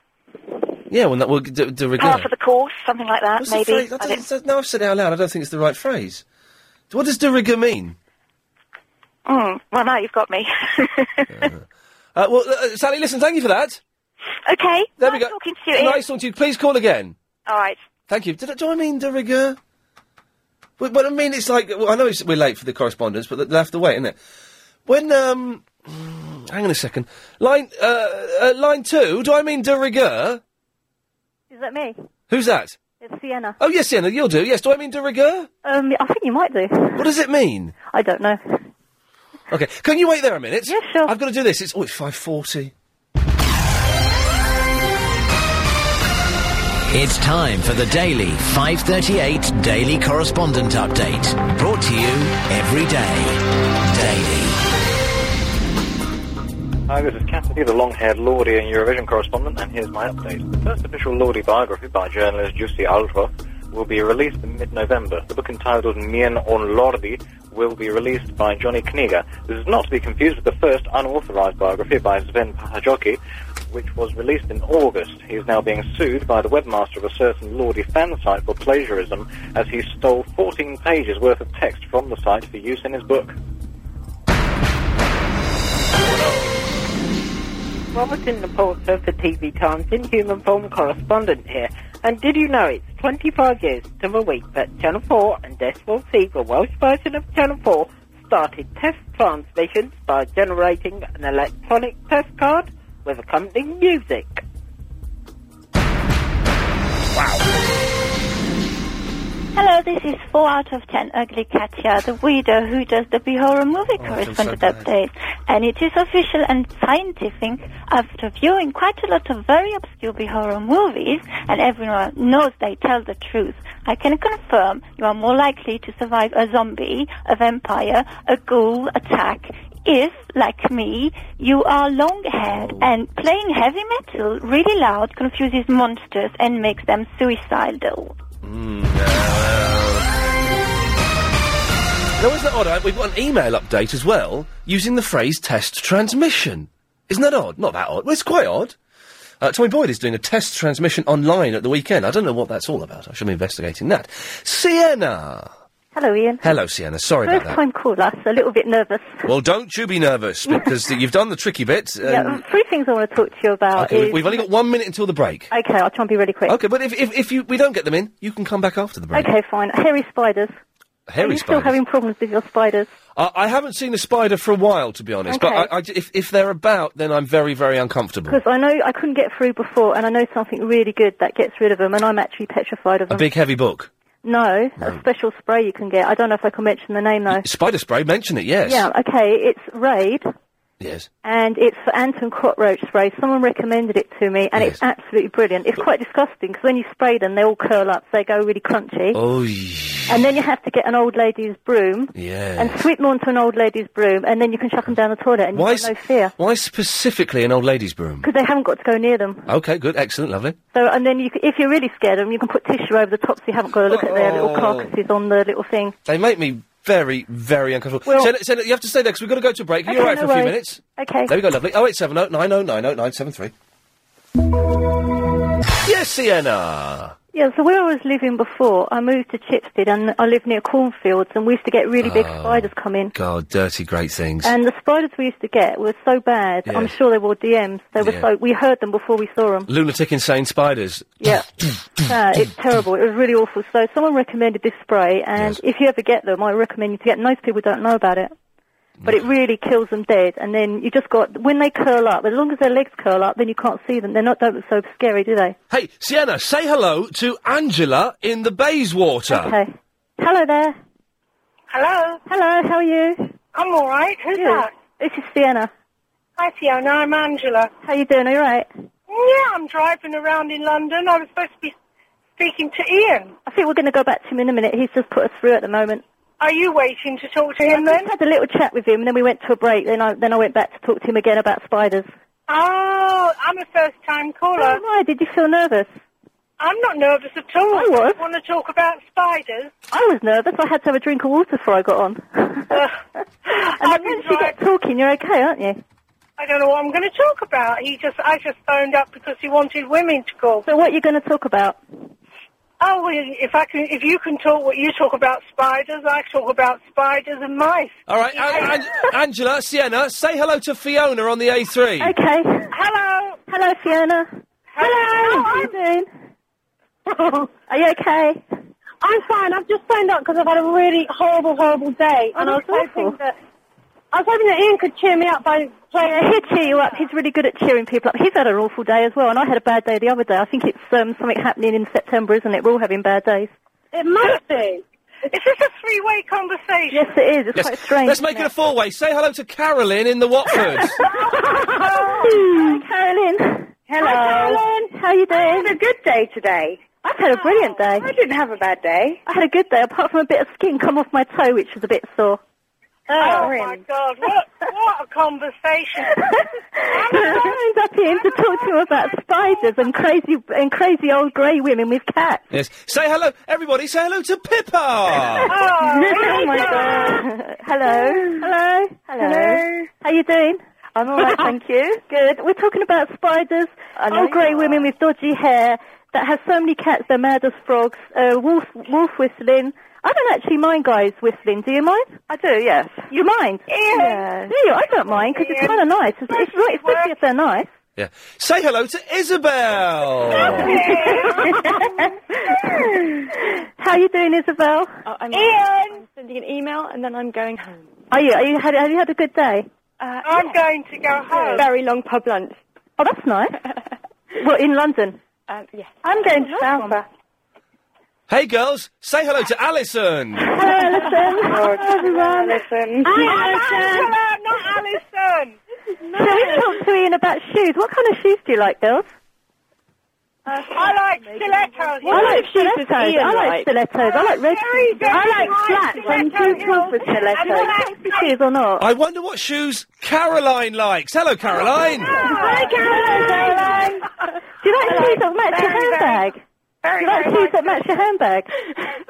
Speaker 1: Yeah, well, that well, de, de
Speaker 20: Par
Speaker 1: rigueur.
Speaker 20: for the course, something like that,
Speaker 1: What's the
Speaker 20: Oh, maybe.
Speaker 1: phrase? I
Speaker 20: I
Speaker 1: don't,
Speaker 20: don't-
Speaker 1: so- now I've said it out loud, I don't think it's the right phrase. What does de rigueur mean?
Speaker 20: Mm, well, now you've got me.
Speaker 1: Uh, well, uh, Sally, listen, thank you for that.
Speaker 20: Okay.
Speaker 1: There we go.
Speaker 20: talking to you, Ian.
Speaker 1: Nice talking to you. Please call again.
Speaker 3: Oh.
Speaker 20: All right.
Speaker 1: Thank you. Did, I- do I mean de rigueur? But, but I mean, it's like, well, I know it's, we're late for the correspondence, but they'll have to wait, isn't it? When, um, mm, hang on a second. Line, uh, uh, line two, do I mean de rigueur?
Speaker 21: Is that me?
Speaker 1: Who's that?
Speaker 21: It's Sienna.
Speaker 1: Oh, yes, Sienna, you'll do. Yes, do I mean de rigueur?
Speaker 21: Um, I think you might do.
Speaker 1: What does it mean?
Speaker 21: I don't know.
Speaker 1: Okay, can you wait there a minute? Yes, sure. I've got to do this. It's, oh, it's 5.40.
Speaker 23: It's time for the daily 538 Daily Correspondent Update. Brought to you every day.
Speaker 30: Hi, this is Cassidy, the long-haired Lordy and Eurovision correspondent, and here's my update. The first official Lordy biography by journalist Jussi Alva will be released in mid-November. The book entitled Mien on Lordi will be released by Johnny Kniga. This is not to be confused with the first unauthorized biography by Sven Pahajoki, which was released in August. He is now being sued by the webmaster of a certain Lordy fan site for plagiarism as he stole 14 pages worth of text from the site for use in his book.
Speaker 31: Robertson Laporta for TV Times in form correspondent here. And did you know it's 25 years to the week that Channel 4 and Decibel Sieg, the Welsh version of Channel 4, started test transmissions by generating an electronic test card with accompanying music.
Speaker 28: Hello, this is 4 out of 10 Ugly Katya, the widow who does the B-horror movie correspondent update.
Speaker 13: and it is official and scientific after viewing quite a lot of very obscure horror movies, and everyone knows they tell the truth. I can confirm you are more likely to survive a zombie, a vampire, a ghoul attack if, like me, you are long haired and playing heavy metal really loud confuses monsters and makes them suicidal.
Speaker 1: Mm, Now, isn't that odd? I- We've got an email update as well using the phrase test transmission. Isn't that odd? Not that odd. Well, it's quite odd. Uh, Tommy Boyd is doing a test transmission online at the weekend. I don't know what that's all about. I should be investigating that. Sienna!
Speaker 21: Hello, Ian.
Speaker 1: Hello, Sienna. Sorry
Speaker 21: First
Speaker 1: about that.
Speaker 21: time caller, so a little bit nervous.
Speaker 1: Well, don't you be nervous because you've done the tricky bit.
Speaker 21: yeah,
Speaker 1: Um,
Speaker 21: three things I want to talk to you about
Speaker 1: okay, we-
Speaker 21: is...
Speaker 1: we've only got one minute until the break.
Speaker 21: Okay, I'll try and be really quick.
Speaker 1: Okay, but if, if, if you, we don't get them in, you can come back after the break.
Speaker 21: Okay, fine. Hairy spiders. Are
Speaker 1: Hairy
Speaker 21: you still
Speaker 1: spiders.
Speaker 21: having problems with your spiders?
Speaker 1: I, I haven't seen a spider for a while, to be honest.
Speaker 21: Okay.
Speaker 1: But I, I j- if, if they're about, then I'm very, very uncomfortable.
Speaker 21: Because I know I couldn't get through before, and I know something really good that gets rid of them, and I'm actually petrified of
Speaker 1: A
Speaker 21: them.
Speaker 1: big, heavy book.
Speaker 21: No,
Speaker 1: No.
Speaker 21: a special spray you can get. I don't know if I can mention the name though.
Speaker 1: Spider spray, mention it, yes.
Speaker 21: Uh, Yeah, okay. It's Raid,
Speaker 1: Yes.
Speaker 21: and it's for ant and cockroach spray. Someone recommended it to me, and it's absolutely brilliant. It's quite disgusting because when you spray them, they all curl up, so they go really crunchy.
Speaker 1: Oh, y-
Speaker 21: And then you have to get an old lady's broom
Speaker 1: yeah.
Speaker 21: and sweep them onto an old lady's broom, and then you can chuck them down the toilet, and
Speaker 1: Why
Speaker 21: you've
Speaker 1: s-
Speaker 21: got no fear
Speaker 1: Why specifically an old lady's broom?
Speaker 21: because they haven't got to go near them.
Speaker 1: Okay, good, excellent, lovely.
Speaker 21: So, and then you, c- if you're really scared of them, you can put tissue over the top so you haven't got to look at their little
Speaker 1: Oh.
Speaker 21: carcasses on the little thing.
Speaker 1: They make me very, very uncomfortable.
Speaker 21: Well-
Speaker 1: Sen- Sen- you have to stay there because we've got to go to a break. Are you
Speaker 21: Okay,
Speaker 1: all right
Speaker 21: no
Speaker 1: for a few
Speaker 21: worries.
Speaker 1: minutes?
Speaker 21: Okay.
Speaker 1: There we go, lovely. Oh, 0870 oh, 9090973. Yes, Sienna.
Speaker 21: Yeah, so where I was living before, I moved to Chipstead and I lived near cornfields and we used to get really big
Speaker 1: Oh.
Speaker 21: spiders come in.
Speaker 1: God, dirty great things.
Speaker 21: And the spiders we used to get were so bad, I'm
Speaker 1: Yes.
Speaker 21: sure they wore DMs. They were
Speaker 1: Yeah.
Speaker 21: so, we heard them before we saw them.
Speaker 1: Lunatic insane spiders.
Speaker 21: Yeah. uh, it's terrible. It was really awful. So someone recommended this spray and if you ever get them, I recommend you to get them. Most people don't know about it. But it really kills them dead, and then you just got when they curl up. As long as their legs curl up, then you can't see them. They're not don't look so scary, do they?
Speaker 1: Hey, Sienna, say hello to Angela in the Bayswater.
Speaker 21: Okay. Hello there.
Speaker 7: Hello.
Speaker 21: Hello, how are you?
Speaker 7: I'm all right. Who's
Speaker 21: Good.
Speaker 7: that?
Speaker 21: This is Fiona.
Speaker 7: Hi, Fiona. I'm Angela.
Speaker 21: How you doing? Are you right?
Speaker 7: Yeah, I'm driving around in London. I was supposed to be speaking to Ian.
Speaker 21: I think we're going to go back to him in a minute. He's just put us through at the moment.
Speaker 7: Are you waiting to talk to him
Speaker 21: I
Speaker 7: then?
Speaker 21: just had a little chat with him, and then we went to a break. Then I then I went back to talk to him again about spiders.
Speaker 7: Oh, I'm a first-time caller.
Speaker 21: Why did you feel nervous?
Speaker 7: I'm not nervous at all.
Speaker 21: I was.
Speaker 7: want to talk about spiders.
Speaker 21: I was nervous. I had to have a drink of water before I got on. and
Speaker 7: Um,
Speaker 21: then once you get talking, you're okay, aren't you?
Speaker 7: I don't know what I'm going to talk about. He just, I just phoned up because he wanted women to call.
Speaker 21: So what are you going to talk about?
Speaker 7: Oh, well, if I can, if you can talk what you talk about spiders, I talk about spiders and mice.
Speaker 1: All right, An- An- Angela, Sienna, say hello to Fiona on the A3.
Speaker 21: Okay.
Speaker 7: Hello.
Speaker 21: Hello, Fiona.
Speaker 7: Hello.
Speaker 21: How are you doing? are you okay?
Speaker 31: I'm fine. I've just phoned up because I've had a really horrible, horrible day, and I was
Speaker 21: that's
Speaker 31: hoping
Speaker 21: Oh, awful.
Speaker 31: that I was hoping that Ian could cheer me up by playing.
Speaker 21: Yeah, he'll cheer you up. He's really good at cheering people up. He's had an awful day as well, and I had a bad day the other day. I think it's um, something happening in September, isn't it? We're all having bad days.
Speaker 31: It must be.
Speaker 7: Is this a three-way conversation?
Speaker 21: Yes, it is. It's
Speaker 1: Yes.
Speaker 21: quite strange.
Speaker 1: Let's make it a four way. Say hello to Carolyn in the Watford.
Speaker 31: Hi,
Speaker 21: Carolyn.
Speaker 31: Hello.
Speaker 21: Carolyn. How you doing? I had
Speaker 31: a good day today. Oh,
Speaker 21: I've had a brilliant day.
Speaker 31: I didn't have a bad day.
Speaker 21: I had a good day, apart from a bit of skin come off my toe, which was a bit sore.
Speaker 7: Oh, my God! What what a conversation!
Speaker 21: I phoned up in to talk to him about spiders and crazy and crazy old grey women with cats.
Speaker 1: yes. Say hello, everybody, say hello to Pippa.
Speaker 31: Oh,
Speaker 21: my God. Hello. Hello.
Speaker 31: Hello.
Speaker 21: How you doing?
Speaker 31: I'm all right, thank you.
Speaker 21: Good. We're talking about spiders,
Speaker 31: know
Speaker 21: old
Speaker 31: you
Speaker 21: grey
Speaker 31: are.
Speaker 21: women with dodgy hair that have so many cats they're mad as frogs, uh, wolf, wolf whistling. I don't actually mind guys whistling. Do you mind? I do, yes. You mind? Yeah. Do you? I don't mind because it's kind of nice. It's, it's right, especially if they're nice.
Speaker 1: yeah. Say hello to Isabel.
Speaker 21: How you doing, Isabel?
Speaker 32: I'm, I'm sending an email and then I'm going home.
Speaker 21: Are you? Are you had, have you had a good day?
Speaker 32: Uh,
Speaker 7: I'm going to go home.
Speaker 31: Very long pub lunch.
Speaker 21: Oh, that's nice. well, in London.
Speaker 32: Um, yes.
Speaker 31: I'm going to Southwark.
Speaker 1: hey, girls, say hello to Alison.
Speaker 31: Hello, Alison. Hi, everyone.
Speaker 7: Hi, Angela, not Alison.
Speaker 21: So we talked to Ian about shoes. What kind of shoes do you like, girls?
Speaker 23: I like stilettos.
Speaker 21: I like stilettos. I like stilettos. I like red shoes.
Speaker 23: very nice
Speaker 21: and
Speaker 23: stiletto
Speaker 21: shoes with stilettos. Shoes or not?
Speaker 1: I wonder what shoes Caroline likes. Hello, Caroline.
Speaker 21: Hi, Caroline. Do you like shoes that match your handbag? do you like shoes that match your handbag?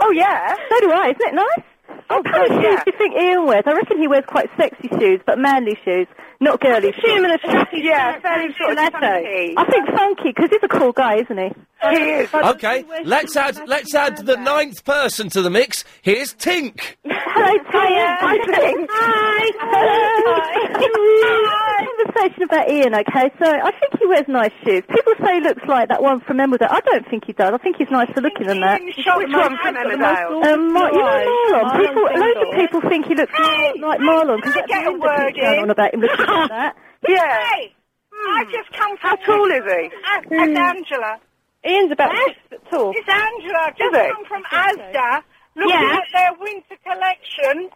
Speaker 21: Oh yeah. So do I. Isn't it nice? Oh, what kind of shoes do you think Ian wears? I reckon he wears quite sexy shoes, but manly shoes, not girly shoes.
Speaker 31: assume a strappy Yeah, shirt, fairly sort of stiletto. funky.
Speaker 21: I think funky because he's a cool guy, isn't he? He is.
Speaker 1: Okay, let's add let's add the ninth person to the mix. Here's Tink.
Speaker 21: Hello, Tink. Hi, Tink. Hi. Hello. Conversation about Ian, okay? So I think he wears nice shoes. People say he looks like that one from Emmerdale. I don't think he does. I think he's nicer looking than that.
Speaker 31: shot Which my one from husband the most Emmerdale? gorgeous
Speaker 21: Um, Mar- you
Speaker 31: guy.
Speaker 21: know Marlon.
Speaker 31: Marlon
Speaker 21: People, loads of
Speaker 31: Singleton.
Speaker 21: people think he looks like Marlon because that's the word going on about him looking like that.
Speaker 23: Yeah. Hey, I just come from. How tall is he? As, as Angela.
Speaker 33: Ian's about
Speaker 23: six foot tall. It's Angela. I've just
Speaker 33: he?
Speaker 23: come from Asda, looking
Speaker 33: Yeah.
Speaker 23: at their winter collection,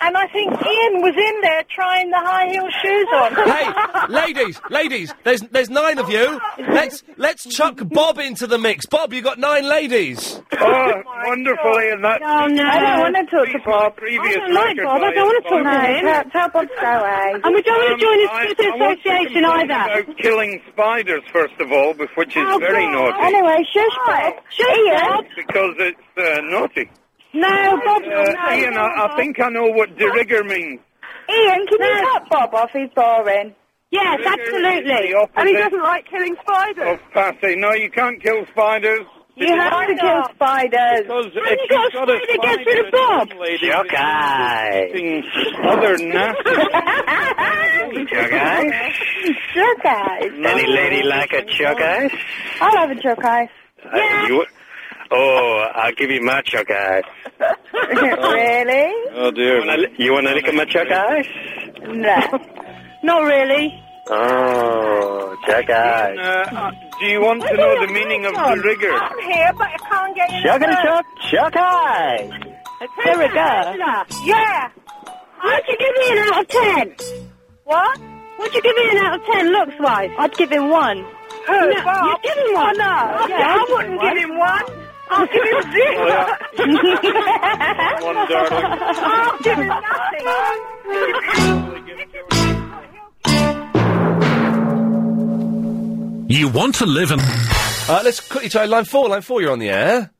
Speaker 23: and I think Ian was in there trying the high heel shoes on.
Speaker 1: Hey, ladies, ladies, there's there's nine of you. Let's let's chuck Bob into the mix. Bob, you got nine ladies.
Speaker 22: Oh, wonderful, Ian. That
Speaker 31: Oh, no. I don't want to talk to Bob.
Speaker 22: previous
Speaker 31: I don't like
Speaker 22: record
Speaker 31: Bob. I
Speaker 22: by
Speaker 31: don't want to talk
Speaker 22: Bob.
Speaker 31: to him.
Speaker 22: No,
Speaker 31: tell Bob to go away.
Speaker 22: Um,
Speaker 31: And we don't want to join his
Speaker 22: I-
Speaker 31: Twitter
Speaker 22: I want to
Speaker 31: association
Speaker 22: complain
Speaker 31: either. Oh,
Speaker 22: About killing spiders, first of all, but- which is very naughty.
Speaker 31: Anyway, shush, Bob. Shush, Bob.
Speaker 22: Because it's uh, naughty.
Speaker 31: Oh, No, Bob.
Speaker 22: Uh, Ian, I, I think I know what de rigueur means.
Speaker 31: Ian, can you cut Bob off? He's boring. Yes,
Speaker 22: Rigueur is the opposite
Speaker 31: like killing spiders.
Speaker 22: Of passing. No, you can't kill spiders.
Speaker 31: You have to kill spiders.
Speaker 22: Because if
Speaker 31: When you got a
Speaker 22: you've got a
Speaker 31: spider, get rid of
Speaker 22: spider
Speaker 31: Bob.
Speaker 22: in your lady, it's infecting Other nasty.
Speaker 27: Chug eyes?
Speaker 31: Jerk eyes.
Speaker 27: Any lady like a chug eyes?
Speaker 31: I'll have a jerk eyes.
Speaker 27: Uh, you, oh, I'll give you my chug eyes.
Speaker 31: really?
Speaker 27: Oh, dear. You want to lick at my chug eyes?
Speaker 31: No. Not really.
Speaker 27: Oh, chug eyes.
Speaker 22: Do you want to know the meaning of de rigueur?
Speaker 23: I'm here, but I can't get in.
Speaker 27: Chug
Speaker 23: the
Speaker 27: and
Speaker 23: first.
Speaker 27: chug, chug eyes.
Speaker 23: There we go. Yeah.
Speaker 31: What'd you give me an out of ten?
Speaker 23: What?
Speaker 31: What'd you give me an out of ten looks wise?
Speaker 21: I'd give him one.
Speaker 23: Who? Bob?
Speaker 31: You'd give him one.
Speaker 23: Oh, no.
Speaker 31: Yeah,
Speaker 23: I
Speaker 31: I'd give him
Speaker 23: wouldn't give him one. I'll give him zero.
Speaker 22: One, darling.
Speaker 23: I'll give him nothing.
Speaker 1: You want to live in? Uh, let's quickly try line four. Line four, you're on the air.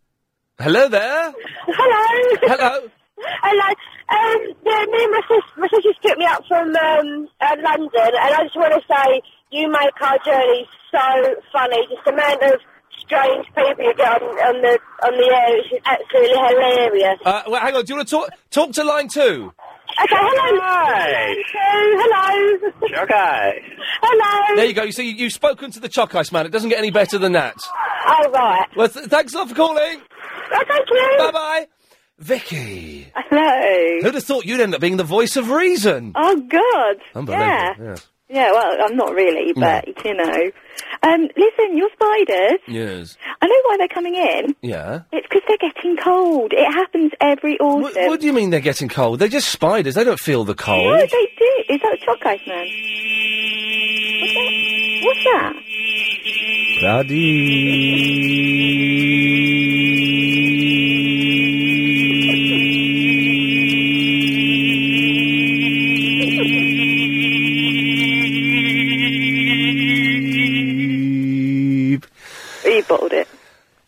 Speaker 1: Hello there.
Speaker 31: Hello.
Speaker 1: Hello.
Speaker 31: Hello. Um, yeah, me and my sister, my sister just took me up from um, uh, London, and I just want to say you make our journey so funny. Just the amount of strange people you get on, on the on the air is just absolutely hilarious.
Speaker 1: Uh, well, hang on. Do you want to talk talk to line two?
Speaker 31: Okay, hello.
Speaker 1: Hi.
Speaker 31: Hello.
Speaker 27: Chug eyes.
Speaker 31: Hello.
Speaker 1: There you go. You see, you've spoken to the Chuck Ice Man. It doesn't get any better than that.
Speaker 31: All right.
Speaker 1: Well, th- thanks a lot for calling.
Speaker 31: thank you.
Speaker 1: Bye bye. Vicky.
Speaker 7: Hello.
Speaker 1: Who'd have thought you'd end up being the voice of reason?
Speaker 7: Oh God.
Speaker 1: Unbelievable.
Speaker 7: Yeah.
Speaker 1: Yes.
Speaker 7: Yeah. Well, I'm not really, but you know. Um, listen, your spiders.
Speaker 1: Yes.
Speaker 7: I know why they're coming in.
Speaker 1: Yeah.
Speaker 7: It's because they're getting cold. It happens every autumn.
Speaker 1: What, what do you mean they're getting cold? They're just spiders. They don't feel the
Speaker 7: No,
Speaker 1: cold.
Speaker 7: they do. Is that a chalk ice man? What's that? He bottled it.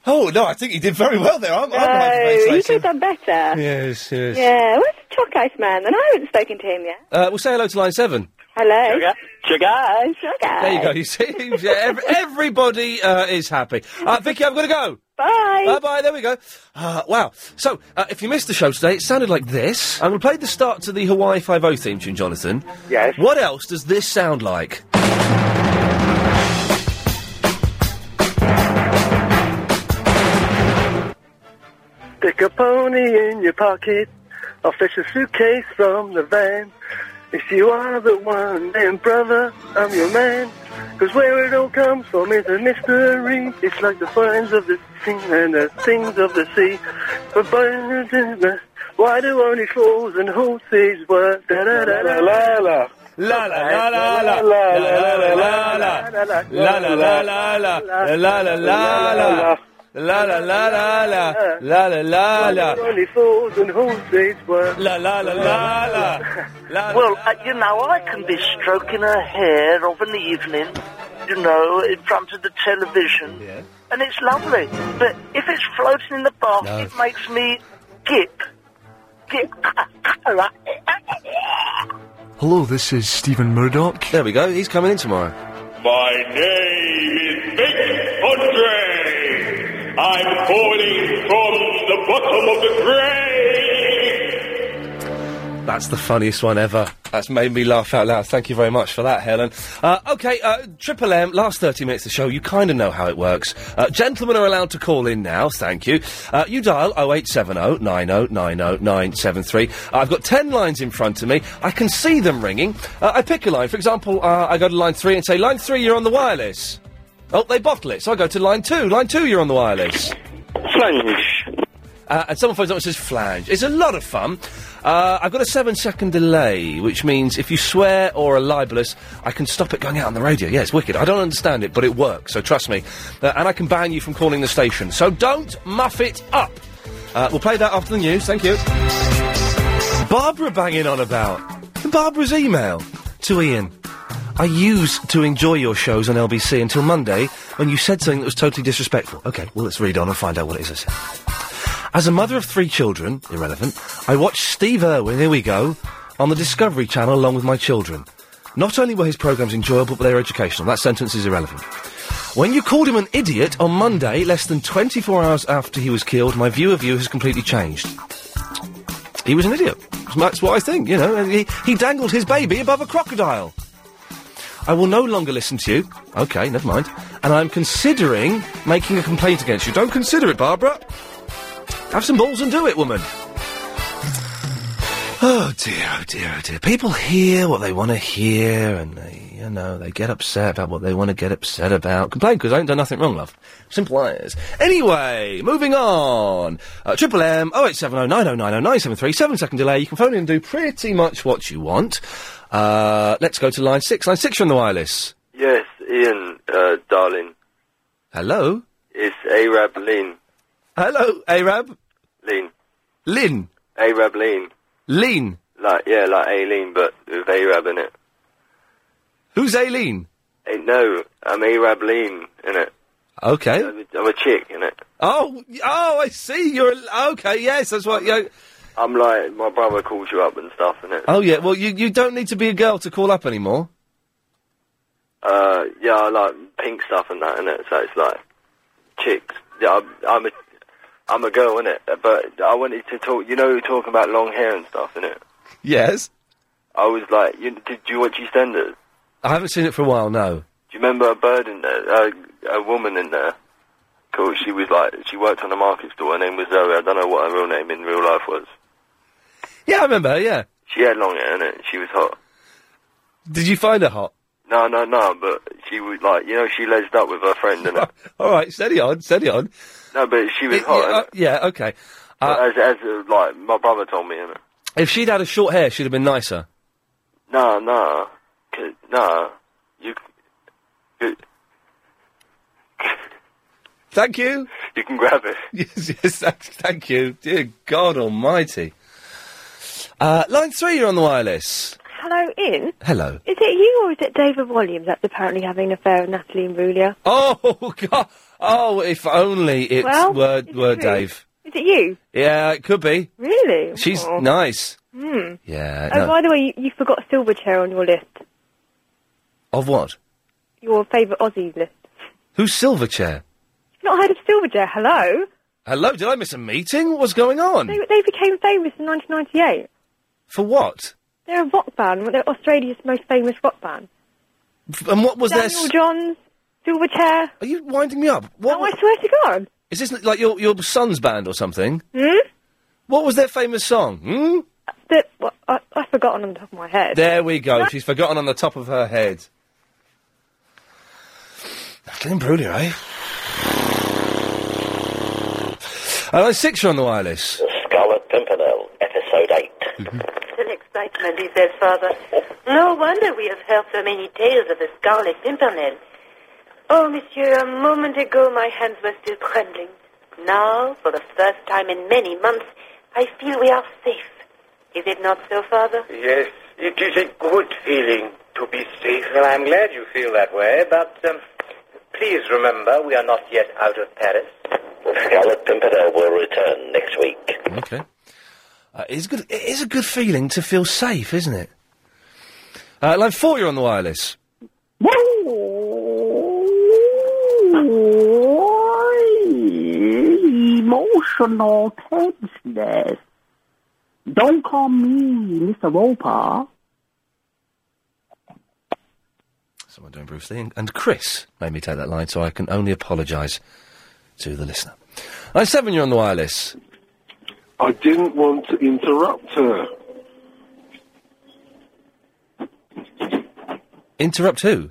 Speaker 1: Oh no, I think he did very well there. I'm, I'm glad
Speaker 7: no,
Speaker 1: you
Speaker 7: you
Speaker 1: made
Speaker 7: Oh, could have done better.
Speaker 1: that. Yes, yes.
Speaker 7: Yeah, where's the chalk ice man? And I haven't spoken to him yet.
Speaker 1: Uh, we'll say hello to line seven.
Speaker 7: Hello.
Speaker 27: Chug eyes.
Speaker 7: Chug
Speaker 1: There you go. You see, yeah, ev- everybody uh, is happy. Uh, Vicky, I've got to go.
Speaker 7: Bye.
Speaker 1: Bye bye. There we go. Uh, wow. So, uh, if you missed the show today, it sounded like this. I'm going to play the start to the Hawaii Five O theme tune, Jonathan. Yes. What else does this sound like?
Speaker 18: Stick a pony in your pocket, I'll fetch a suitcase from the van. If you are the one, then brother, I'm your man. 'Cause where it all comes from is a mystery. It's like the finds of the sea and the things of the sea. But by- why do only fools and horses work? Da da da da la la.
Speaker 1: La la la la la la la la la la. La la la la la la la la la la. La la la la la la la la la.
Speaker 18: Only fools and horses were.
Speaker 1: La la la la la.
Speaker 6: Well, uh, you know, I can be stroking her hair of an evening, you know, in front of the television, and it's lovely. But if it's floating in the bath,
Speaker 1: No.
Speaker 6: it makes me gip. Gip.
Speaker 34: Hello, this is Stephen Murdoch.
Speaker 1: There we go. He's coming in tomorrow.
Speaker 9: My name is Big Andre. I'm falling from the bottom of the grave.
Speaker 1: That's the funniest one ever. That's made me laugh out loud. Thank you very much for that, Helen. Uh, okay, uh, Triple M, last 30 minutes of the show, you kind of know how it works. Uh, gentlemen are allowed to call in now, thank you. Uh, you dial 0870 90 90 973. Uh, I've got 10 lines in front of me. I can see them ringing. Uh, I pick a line. For example, uh, I go to line 3 and say, Line 3, you're on the wireless. Oh, they bottle it. So I go to line 2. Line 2, you're on the wireless. Flange. Uh, and someone phones up and says flange. It's a lot of fun. Uh, I've got a seven second delay, which means if you swear or are libelous, I can stop it going out on the radio. Yeah, it's wicked. I don't understand it, but it works, so trust me. Uh, and I can ban you from calling the station. So don't muff it up. Uh, we'll play that after the news. Thank you. Barbara banging on about. Barbara's email to Ian. I used to enjoy your shows on LBC until Monday when you said something that was totally disrespectful. Okay, well, let's read on and find out what it is I said. As a mother of three children, irrelevant, I watched Steve Irwin, here we go, on the Discovery Channel along with my children. Not only were his programmes enjoyable, but they were educational. That sentence is irrelevant. When you called him an idiot on Monday, less than 24 hours after he was killed, my view of you has completely changed. He was an idiot. That's what I think, you know. He, he dangled his baby above a crocodile. I will no longer listen to you. Okay, never mind. And I'm considering making a complaint against you. Don't consider it, Barbara. Have some balls and do it, woman. Oh dear, oh dear, oh dear. People hear what they want to hear and they, you know, they get upset about what they want to get upset about. Complain because I ain't done nothing wrong, love. Simple as. Anyway, moving on. Uh, Triple M, 0870 9090 973, oh seven second delay. You can phone in and do pretty much what you want. Uh, let's go to line six. Line six, you're on the wireless.
Speaker 35: Yes, Ian, uh, darling.
Speaker 1: Hello?
Speaker 35: It's Arab Lean.
Speaker 1: Hello, Arab?
Speaker 35: Lean.
Speaker 1: Lynn?
Speaker 35: Arab Lean.
Speaker 1: Lean?
Speaker 35: Like, yeah, like Aileen, but with Arab in it.
Speaker 1: Who's Aileen?
Speaker 35: Hey, no, I'm Arab Lean in it.
Speaker 1: Okay.
Speaker 35: I'm a, I'm a chick in it.
Speaker 1: Oh, oh, I see. You're a- okay. Yes, that's what. You
Speaker 35: I'm like, my brother calls you up and stuff in it.
Speaker 1: oh, yeah. Well, you, you don't need to be a girl to call up anymore.
Speaker 35: Uh, yeah, I like pink stuff and that in it, so it's like chicks. Yeah, I'm, I'm a, I'm a girl in it, but I wanted to talk. You know, we were talking about long hair and stuff in it.
Speaker 1: Yes.
Speaker 35: I was like, you, did you watch EastEnders?
Speaker 1: I haven't seen it for a while. No.
Speaker 35: Do you remember a bird in there? A, a woman in there. Cool. She was like she worked on a market store. Her name was Zoe. I don't know what her real name in real life was.
Speaker 1: Yeah, I remember. her, Yeah.
Speaker 35: She had long hair, innit? She was hot.
Speaker 1: Did you find her hot?
Speaker 35: No, no, no. But she was like, you know, she lesed up with her friend, innit?
Speaker 1: All right. Steady on. Steady on.
Speaker 35: no, but she was hot.
Speaker 1: Yeah, uh,
Speaker 35: innit?
Speaker 1: yeah, Okay.
Speaker 35: But as, as uh, like my brother told me, innit?
Speaker 1: If she'd had a short hair, she'd have been nicer.
Speaker 35: No, no, 'cause- no. You, you,
Speaker 1: Thank you.
Speaker 35: you can grab it.
Speaker 1: yes. Yes. Thank, thank you. Dear God Almighty. Uh, line three. You're on the wireless.
Speaker 7: Hello, Ian.
Speaker 1: Hello.
Speaker 7: Is it you or is it David Williams that's apparently having an affair with Natalie and Brulia?
Speaker 1: Oh God! Oh, if only it
Speaker 7: Well,
Speaker 1: were
Speaker 7: is it
Speaker 1: were
Speaker 7: true?
Speaker 1: Dave.
Speaker 7: Is it you?
Speaker 1: Yeah, it could be.
Speaker 7: Really?
Speaker 1: She's
Speaker 7: Oh.
Speaker 1: nice.
Speaker 7: Hmm.
Speaker 1: Yeah.
Speaker 7: Oh,
Speaker 1: Uh, no.
Speaker 7: by the way, you, you forgot Silverchair on your list.
Speaker 1: Of what?
Speaker 7: Your favourite Aussies list.
Speaker 1: Who's Silverchair?
Speaker 7: You've not heard of Silverchair? Hello?
Speaker 1: Hello, did I miss a meeting? What's going on?
Speaker 7: They, they became famous in 1998.
Speaker 1: For what?
Speaker 7: They're a rock band. They're Australia's most famous rock band.
Speaker 1: F- And what was
Speaker 7: Daniel
Speaker 1: their... s-
Speaker 7: Johns, Silverchair.
Speaker 1: Are you winding me up? What
Speaker 7: oh, I swear to God.
Speaker 1: Is this like your, your son's band or something?
Speaker 7: Hmm?
Speaker 1: What was their famous song? Hmm?
Speaker 7: That, well, I, I've forgotten on the top of my head.
Speaker 1: There we go. She's forgotten on the top of her head. Natalie Imbruglia, eh? Hello, six, you're on the wireless. Mm-hmm.
Speaker 23: Scarlet Pimpernel, episode 8.
Speaker 7: excitement, he says further. No wonder we have heard so many tales of the Scarlet Pimpernel. Oh, monsieur, a moment ago my hands were still trembling. Now, for the first time in many months, I feel we are safe. Is it not so, father?
Speaker 30: Yes, it is a good feeling to be safe. Well, I'm glad you feel that way, but um, please remember we are not yet out of Paris.
Speaker 15: Scarlet Pimpernel will Uh, return next week.
Speaker 1: Okay. Uh, it's good. It is a good feeling to feel safe, isn't it? Uh, line four, you're on the wireless.
Speaker 31: Emotional tenseness. Don't call me Mr. Roper.
Speaker 1: Someone doing Bruce Lee and, and Chris made me take that line, so I can only apologise to the listener. Line seven, you're on the wireless.
Speaker 19: I didn't want to interrupt her.
Speaker 1: Interrupt who?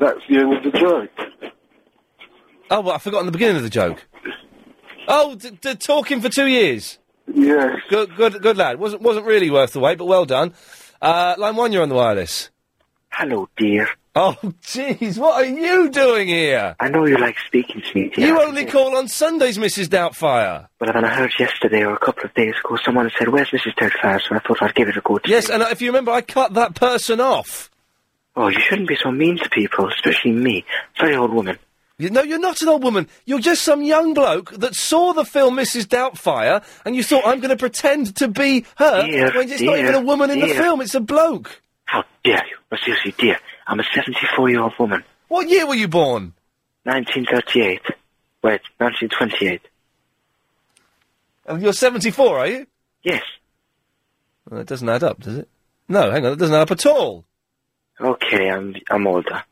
Speaker 19: That's the end of the joke.
Speaker 1: Oh, well, I forgot in the beginning of the joke. Oh, d- d- talking for two years.
Speaker 19: Yes.
Speaker 1: Good, good, good lad. wasn't wasn't really worth the wait, but well done. Uh, line one, you're on the wireless.
Speaker 2: Hello, dear.
Speaker 1: Oh, jeez, what are you doing here?
Speaker 2: I know you like speaking to me, dear.
Speaker 1: You only call on Sundays, Mrs. Doubtfire.
Speaker 2: Well, then I heard yesterday or a couple of days ago someone said, "Where's Mrs. Doubtfire?" So I thought I'd give it a go.
Speaker 1: Yes, and if you remember, I cut that person off.
Speaker 2: Oh, you shouldn't be so mean to people, Oh, especially me. Sorry, old woman.
Speaker 1: You, no, you're not an old woman. You're just some young bloke that saw the film Mrs. Doubtfire, and you thought I'm going to pretend to be her
Speaker 2: Dear,
Speaker 1: when it's not
Speaker 2: dear,
Speaker 1: even a woman in the
Speaker 2: dear.
Speaker 1: film. It's a bloke.
Speaker 2: How dare you? But seriously, dear, I'm a 74-year-old woman.
Speaker 1: What year were you born?
Speaker 2: 1938. Wait, 1928.
Speaker 1: And Oh, you're 74, are you?
Speaker 2: Yes.
Speaker 1: Well, that doesn't add up, does it? No, hang on, that doesn't add up at all.
Speaker 2: Okay, I'm I'm older.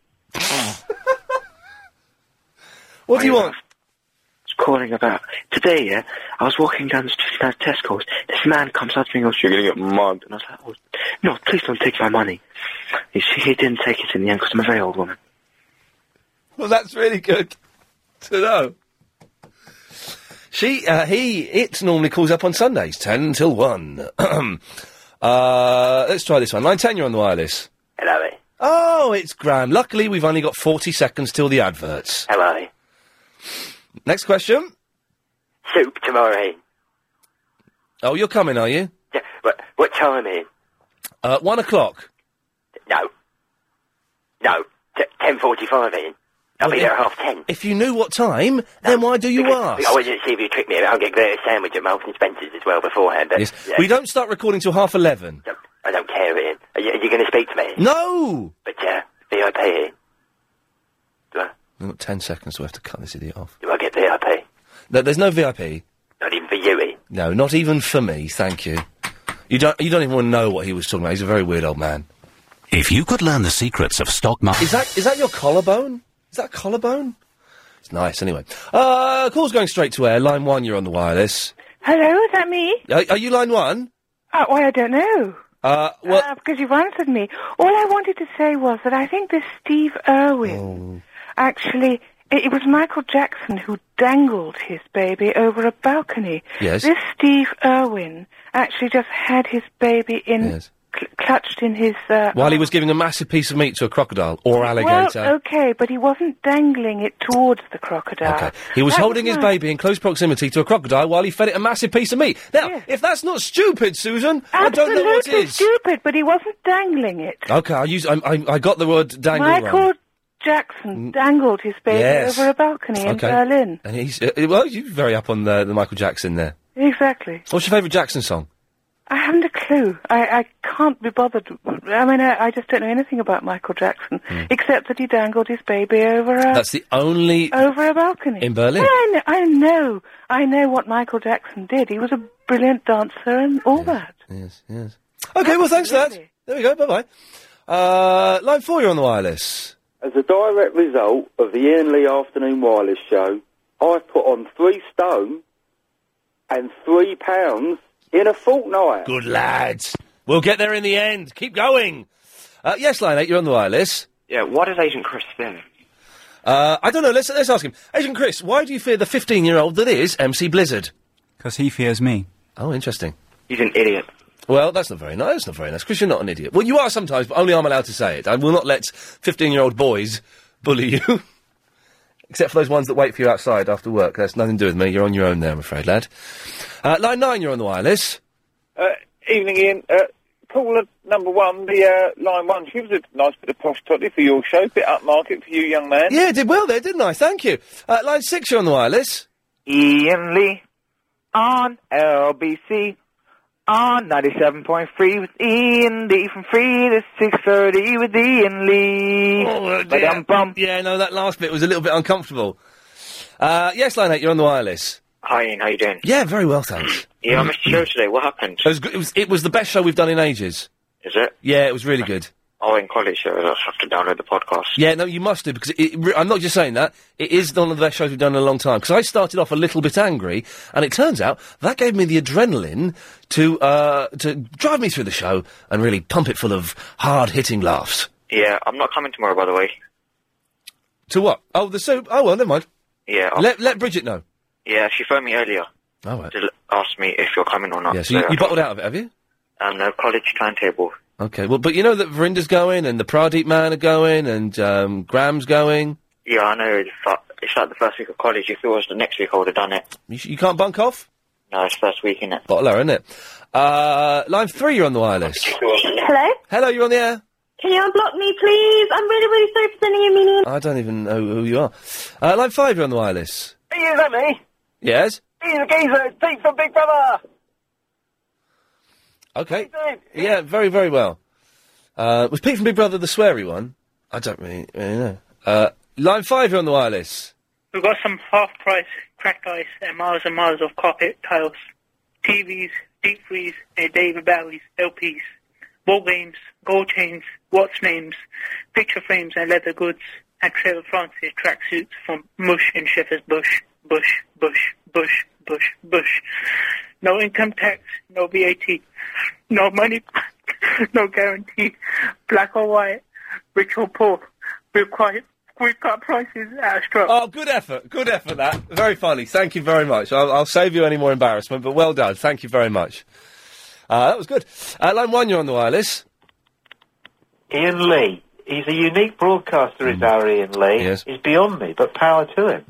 Speaker 1: What do you want?
Speaker 2: was calling about today. Yeah, I was walking down the street at Tesco's. This man comes up to me and goes, "You're going to get mugged," and I was like, oh, "No, please don't take my money." You see, he didn't take it in the end because I'm a very old woman.
Speaker 1: Well, that's really good to know. She, uh, he, it normally calls up on Sundays, 10 till 1. uh, let's try this one. Line 10, you're on the wireless.
Speaker 2: Hello, eh?
Speaker 1: Oh, it's grand. Luckily, we've only got 40 seconds till the adverts.
Speaker 2: Hello.
Speaker 1: Next question.
Speaker 2: Soup tomorrow.
Speaker 1: Oh, you're coming, are you?
Speaker 2: Yeah, what, what time is?
Speaker 1: Uh, one o'clock.
Speaker 2: No. No. T- ten forty-five. Ian. I'll be
Speaker 1: Well,
Speaker 2: there at
Speaker 1: if-
Speaker 2: half ten. Oh,
Speaker 1: If you knew what time, then why do you ask?
Speaker 2: I wanted to see if you tricked me. I'll get a sandwich at Marks and Spencer's as well beforehand. But,
Speaker 1: Yes.
Speaker 2: yeah,
Speaker 1: We don't start recording till half 11.
Speaker 2: I don't care, Ian. Are you, are you going to speak to me?
Speaker 1: No!
Speaker 2: But yeah, VIP. Ian.
Speaker 1: We've got 10 seconds, so we have to cut this idiot off.
Speaker 2: Do I get VIP?
Speaker 1: No, there's no VIP.
Speaker 2: Not even for you, eh? Ian.
Speaker 1: No, not even for me, thank you. You don't, you don't even want to know what he was talking about. He's a very weird old man.
Speaker 36: If you could learn the secrets of stock market.
Speaker 1: Is that, is that your collarbone? Is that a collarbone? It's nice, anyway. Uh, call's going straight to air. Line one, you're on the wireless.
Speaker 37: Hello, is that me?
Speaker 1: Are, are you line one?
Speaker 37: Oh, well, I don't know.
Speaker 1: Uh, well,
Speaker 37: Uh, because you've answered me. All I wanted to say was that I think this Steve Irwin,
Speaker 1: Oh.
Speaker 37: actually, it, it was Michael Jackson who dangled his baby over a balcony.
Speaker 38: Yes.
Speaker 37: This Steve Irwin actually just had his baby in, cl- clutched in his, uh,
Speaker 1: while he was giving a massive piece of meat to a crocodile or alligator.
Speaker 37: Well, okay, but he wasn't dangling it towards the crocodile.
Speaker 1: He was
Speaker 37: That
Speaker 1: holding his
Speaker 37: nice.
Speaker 1: baby in close proximity to a crocodile while he fed it a massive piece of meat. Now, if that's not stupid, Susan, I don't know what
Speaker 37: Absolutely
Speaker 1: is.
Speaker 37: stupid, but he wasn't dangling it.
Speaker 1: Okay, I use I, I, I got the word dangle
Speaker 37: Michael
Speaker 1: wrong.
Speaker 37: Jackson dangled his baby
Speaker 1: yes.
Speaker 37: over a balcony in
Speaker 1: Okay.
Speaker 37: Berlin.
Speaker 1: And he's uh, well, you're very up on the, the Michael Jackson there.
Speaker 37: Exactly.
Speaker 1: What's your favourite Jackson song?
Speaker 37: I haven't a clue. I, I can't be bothered. I mean, I, I just don't know anything about Michael Jackson,
Speaker 1: Hmm.
Speaker 37: except that he dangled his baby over a
Speaker 1: That's the only
Speaker 37: over a balcony
Speaker 1: in Berlin.
Speaker 37: Well, I know, I know, I know what Michael Jackson did. He was a brilliant dancer and all that.
Speaker 1: Yes, yes. Okay, well, thanks for that. There we go. Bye bye. Uh, line four, you're on the wireless.
Speaker 37: As a direct result of the Ian Lee Afternoon Wireless Show, I put on three stone and three pounds in a fortnight.
Speaker 1: Good lads. We'll get there in the end. Keep going. Uh, yes, line eight, you're on the wireless.
Speaker 2: Yeah, why does Agent Chris there?
Speaker 1: Uh, I don't know. Let's let's ask him. Agent Chris, why do you fear the 15 year old that is MC Blizzard?
Speaker 39: Because he fears me.
Speaker 1: Oh, interesting.
Speaker 2: He's an idiot.
Speaker 1: Well, that's not very nice. That's not very nice. Chris, you're not an idiot. Well, you are sometimes, but only I'm allowed to say it. I will not let 15 year old boys bully you. Except for those ones that wait for you outside after work. That's nothing to do with me. You're on your own there, I'm afraid, lad. Uh, line 9, you're on the wireless.
Speaker 2: Uh, evening, Ian. Uh, caller number one, the uh, line one. She was a nice bit of posh totty for your show, bit upmarket for you, young man.
Speaker 1: Yeah, I did well there, didn't I? Thank you. Uh, line 6, you're on the wireless.
Speaker 8: Ian Lee on LBC on 97.3 with Ian Lee from 3 to 6.30 with Ian Lee.
Speaker 1: yeah. Oh, yeah, no, that last bit was a little bit uncomfortable. Uh, yes, line 8, you're on the wireless.
Speaker 30: Hi Ian, how you doing?
Speaker 1: Yeah, very well, thanks.
Speaker 30: Yeah, I missed the show today. What happened?
Speaker 1: It was, good. It, was, it was the best show we've done in ages.
Speaker 30: Is it?
Speaker 1: Yeah, it was really good.
Speaker 30: Oh, in college
Speaker 40: uh,
Speaker 30: shows, I have to download the podcast.
Speaker 1: Yeah, no, you must do because it, it, re- I'm not just saying that. It is one of the best shows we've done in a long time. Because I started off a little bit angry, and it turns out that gave me the adrenaline to uh, to drive me through the show and really pump it full of hard hitting laughs.
Speaker 30: Yeah, I'm not coming tomorrow, by the way.
Speaker 1: To what? Oh, the soup. Oh well, never mind.
Speaker 30: Yeah, I'll,
Speaker 1: Let let Bridget know.
Speaker 30: yeah. She phoned me earlier
Speaker 1: All right.
Speaker 30: to l- ask me if you're coming or not.
Speaker 1: Yeah, so you, you bottled out of it, have you?
Speaker 30: Um, no, college timetable.
Speaker 1: Okay, well, but you know that Verinda's going, and the Pradeep man are going, and um, Graham's going.
Speaker 30: Yeah, I know. It's like, it's like the first week of college. If it was the next week, I would have done it.
Speaker 1: You, sh- you can't bunk off.
Speaker 30: No, it's first week, innit?
Speaker 1: Bottler, isn't it? Uh, line three, you're on the wireless.
Speaker 31: Hello?
Speaker 1: Hello, you're on the air.
Speaker 31: Can you unblock me, please? I'm really, really sorry for sending you a mean
Speaker 1: I don't even know who you are. Uh, line five, you're on the wireless.
Speaker 22: Ian, is that me?
Speaker 1: Yes.
Speaker 22: Ian the geezer, Deep from Big Brother.
Speaker 1: Okay. Yeah, very, very well. Uh, was Pete from Big Brother the sweary one? I don't really, really know. Uh, line five, you're on the wireless.
Speaker 28: We've got some half-price cracked ice and miles and miles of carpet tiles, TVs, deep freeze, and David Bowie's LPs, ball games, gold chains, watch names, picture frames and leather goods, and Trevor Francis tracksuits from Mush and Shepherd's Bush, Bush, Bush, Bush, Bush, Bush. No income tax, no VAT, no money, no guarantee, black or white, rich or poor, require quick cut prices at a stroke.
Speaker 1: Oh, good effort. Good effort, that. Very funny. Thank you very much. I'll, I'll save you any more embarrassment, but well done. Thank you very much. Uh, that was good. Uh, line one, you're on the wireless.
Speaker 40: Ian Lee. He's a unique broadcaster, is our Ian Lee.
Speaker 1: Yes.
Speaker 40: He's beyond me, but power to him.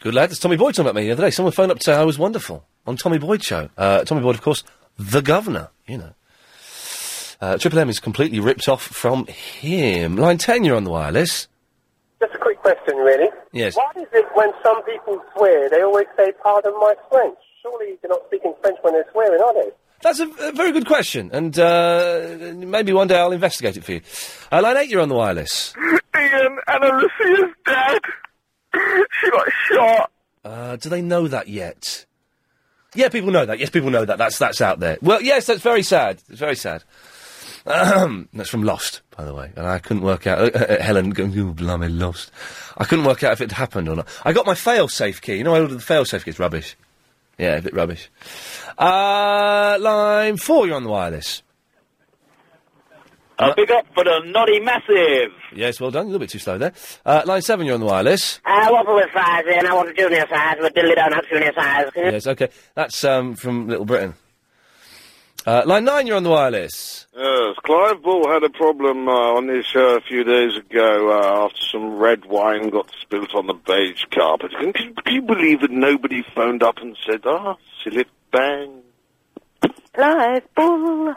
Speaker 1: Good lad. That's Tommy Boyd talking about me the other day. Someone phoned up to say I was wonderful on Tommy Boyd show. Uh, Tommy Boyd, of course, the governor, you know. Uh, Triple M is completely ripped off from him. Line 10, you're on the wireless.
Speaker 18: Just a quick question, really.
Speaker 1: Yes.
Speaker 18: Why is it when some people swear, they always say, pardon my French? Surely they're not speaking French when they're swearing, are they?
Speaker 1: That's a, a very good question, and uh, maybe one day I'll investigate it for you. Uh, line 8, you're on the wireless.
Speaker 22: Ian and Alicia's dead. she got shot.
Speaker 1: Uh, do they know that yet? Yeah, people know that. Yes, people know that. That's that's out there. Well, yes, that's very sad. It's very sad. Ahem. that's from Lost, by the way. And I couldn't work out. uh, Helen goes, "Oh, blimey, Lost." I couldn't work out if it happened or not. I got my fail-safe key. You know, I ordered the fail-safe key. It's rubbish. Yeah, a bit rubbish. Uh, line four, you're on the wireless.
Speaker 15: A big up for the Noddy Massive.
Speaker 1: Yes, well done. A little bit too slow there. Uh, line seven, you're on the wireless.
Speaker 31: Uh,
Speaker 41: I want with size in, I want a junior size, but diddly don't have junior size.
Speaker 1: Yes, okay. That's um, from Little Britain. Uh, line nine, you're on the wireless.
Speaker 19: Yes, Clive Ball had a problem uh, on his show a few days ago uh, after some red wine got spilt on the beige carpet. Can, can, can you believe that nobody phoned up and said, ah, silly bang?
Speaker 31: Live bull.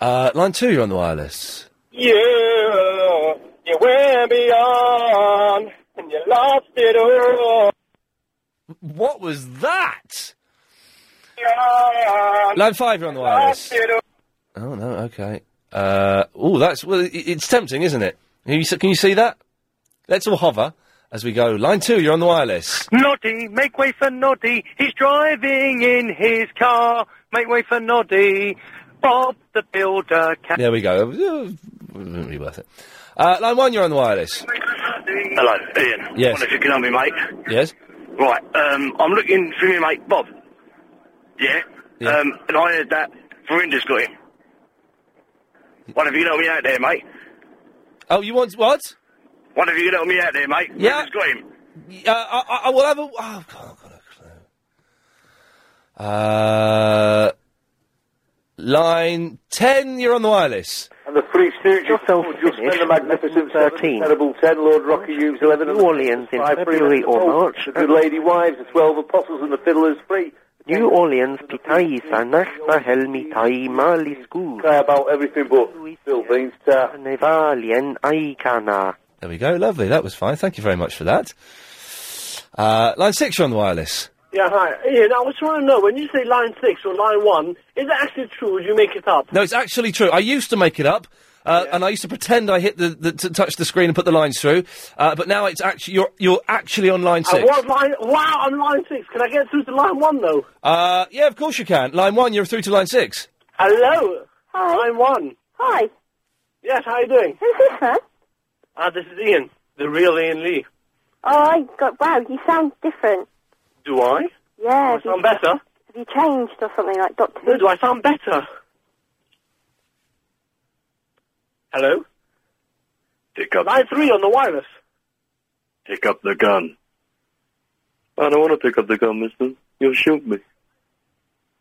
Speaker 1: Uh, line two, you're on the wireless.
Speaker 2: uh,
Speaker 22: You, you went beyond, and you lost it all.
Speaker 1: What was that? Line five, you're on the wireless. Oh no, okay. Uh, oh, that's well, it, it's tempting, isn't it? Can you, s- can you see that? Let's all hover as we go. Line two, you're on the wireless.
Speaker 22: Noddy, make way for Noddy. He's driving in his car. Make way for Noddy. Bob the Builder can.
Speaker 1: There we go. Uh, Wouldn't be worth it. Uh, line one, you're on the wireless.
Speaker 15: Hello, Ian.
Speaker 1: Yes.
Speaker 15: Wonder if you can help me, mate.
Speaker 1: Yes.
Speaker 15: Right, um, I'm looking for my mate Bob. Yeah? Um, and I heard that Verinda's got him. One of you help me out there, mate.
Speaker 1: Oh, you want what?
Speaker 15: One of you help me out there, mate.
Speaker 1: Yeah.
Speaker 15: Verinda's got him.
Speaker 1: Uh, I, I- I will have a. Oh, God, I've got a clue. Uh, Line 10, you're on the wireless.
Speaker 2: And the Three Stooges,
Speaker 1: You're so
Speaker 2: You'll Spend the Magnificent Seven, Terrible Ten, Lord Rocky Hughes, Eleven, New
Speaker 31: Orleans in February or March.
Speaker 2: The Good Lady Wives, The Twelve Apostles, and The Fiddler's Free.
Speaker 31: New Orleans pitai sanasta helmitai mali school.
Speaker 2: Cry about everything but Philippines.
Speaker 22: uh,
Speaker 31: Nevalien aikana.
Speaker 1: There we go. Lovely. That was fine. Thank you very much for that. Uh, line 6, you're on the wireless.
Speaker 18: Yeah, hi. Ian, I was trying to know, when you say line 6 or line 1, is that actually true or do you make it up?
Speaker 1: No, it's actually true. I used to make it up. Uh, And I used to pretend I hit the, the to touch the screen and put the lines through, uh, but now it's actually you're you're actually on line
Speaker 18: I
Speaker 1: six.
Speaker 18: was line... Wow, I'm line 6. Can I get through to line 1, though?
Speaker 1: Uh, yeah, of course you can. Line one, you're through to line six.
Speaker 18: Hello? Hi. Line 1.
Speaker 7: Hi.
Speaker 18: Yes, how you doing?
Speaker 7: Who's this, man?
Speaker 18: Ah, this is Ian. The real Ian Lee.
Speaker 7: Oh, I got. Wow, you sound different.
Speaker 18: Do I?
Speaker 7: Yeah.
Speaker 18: Do I sound better?
Speaker 7: Have you changed or something like Doctor
Speaker 18: No, do I sound better? Hello?
Speaker 35: Pick up,
Speaker 18: Line 3 on the wireless.
Speaker 35: pick up the gun. I don't want to pick up the gun, mister. You'll shoot me.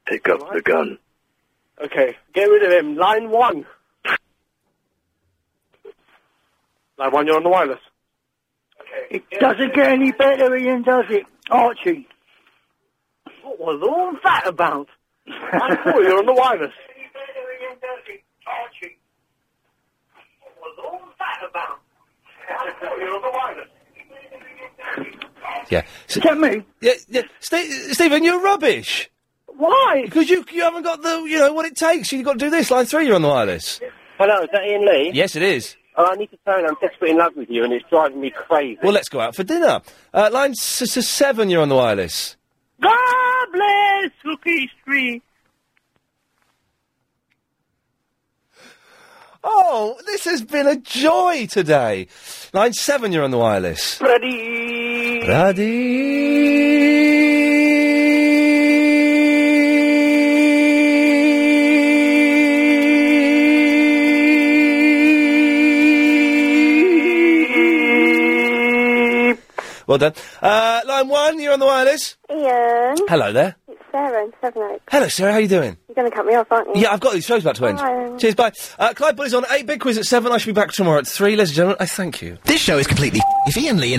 Speaker 35: Pick up the gun.
Speaker 18: Okay, get rid of him. Line 1. line 1, you're on the wireless.
Speaker 35: It doesn't get any better, Ian, does it? Archie.
Speaker 18: What was all that about? I thought you were on the wireless.
Speaker 1: Yeah. Is
Speaker 35: that me?
Speaker 1: Yeah, yeah. Ste Stephen, you're rubbish.
Speaker 18: Why?
Speaker 1: Because you you haven't got the you know what it takes. You've got to do this. Line three, you're on the wireless.
Speaker 35: Hello, is that Ian Lee?
Speaker 1: Yes, it is.
Speaker 35: Oh, I need to tell you, I'm desperately in love with you, and it's driving me crazy.
Speaker 1: Well, let's go out for dinner. Uh, line s- s- seven, you're on the wireless.
Speaker 35: God bless Rookie Street.
Speaker 1: Oh, this has been a joy today. Line seven, you're on the wireless.
Speaker 35: Ready?
Speaker 1: Well done. Uh, line one, you're on the wireless.
Speaker 7: Ian.
Speaker 1: Hello there.
Speaker 7: It's Sarah in Seven Oaks.
Speaker 1: Hello, Sarah. How you doing?
Speaker 7: You're going to cut me off, aren't you?
Speaker 1: Yeah, I've got these shows about to end.
Speaker 7: Bye.
Speaker 1: Cheers, bye. Uh, Clyde Bully's on eight big quiz at seven. I should be back tomorrow at three, ladies and gentlemen. I thank you.
Speaker 42: This show is completely. If Ian Lee and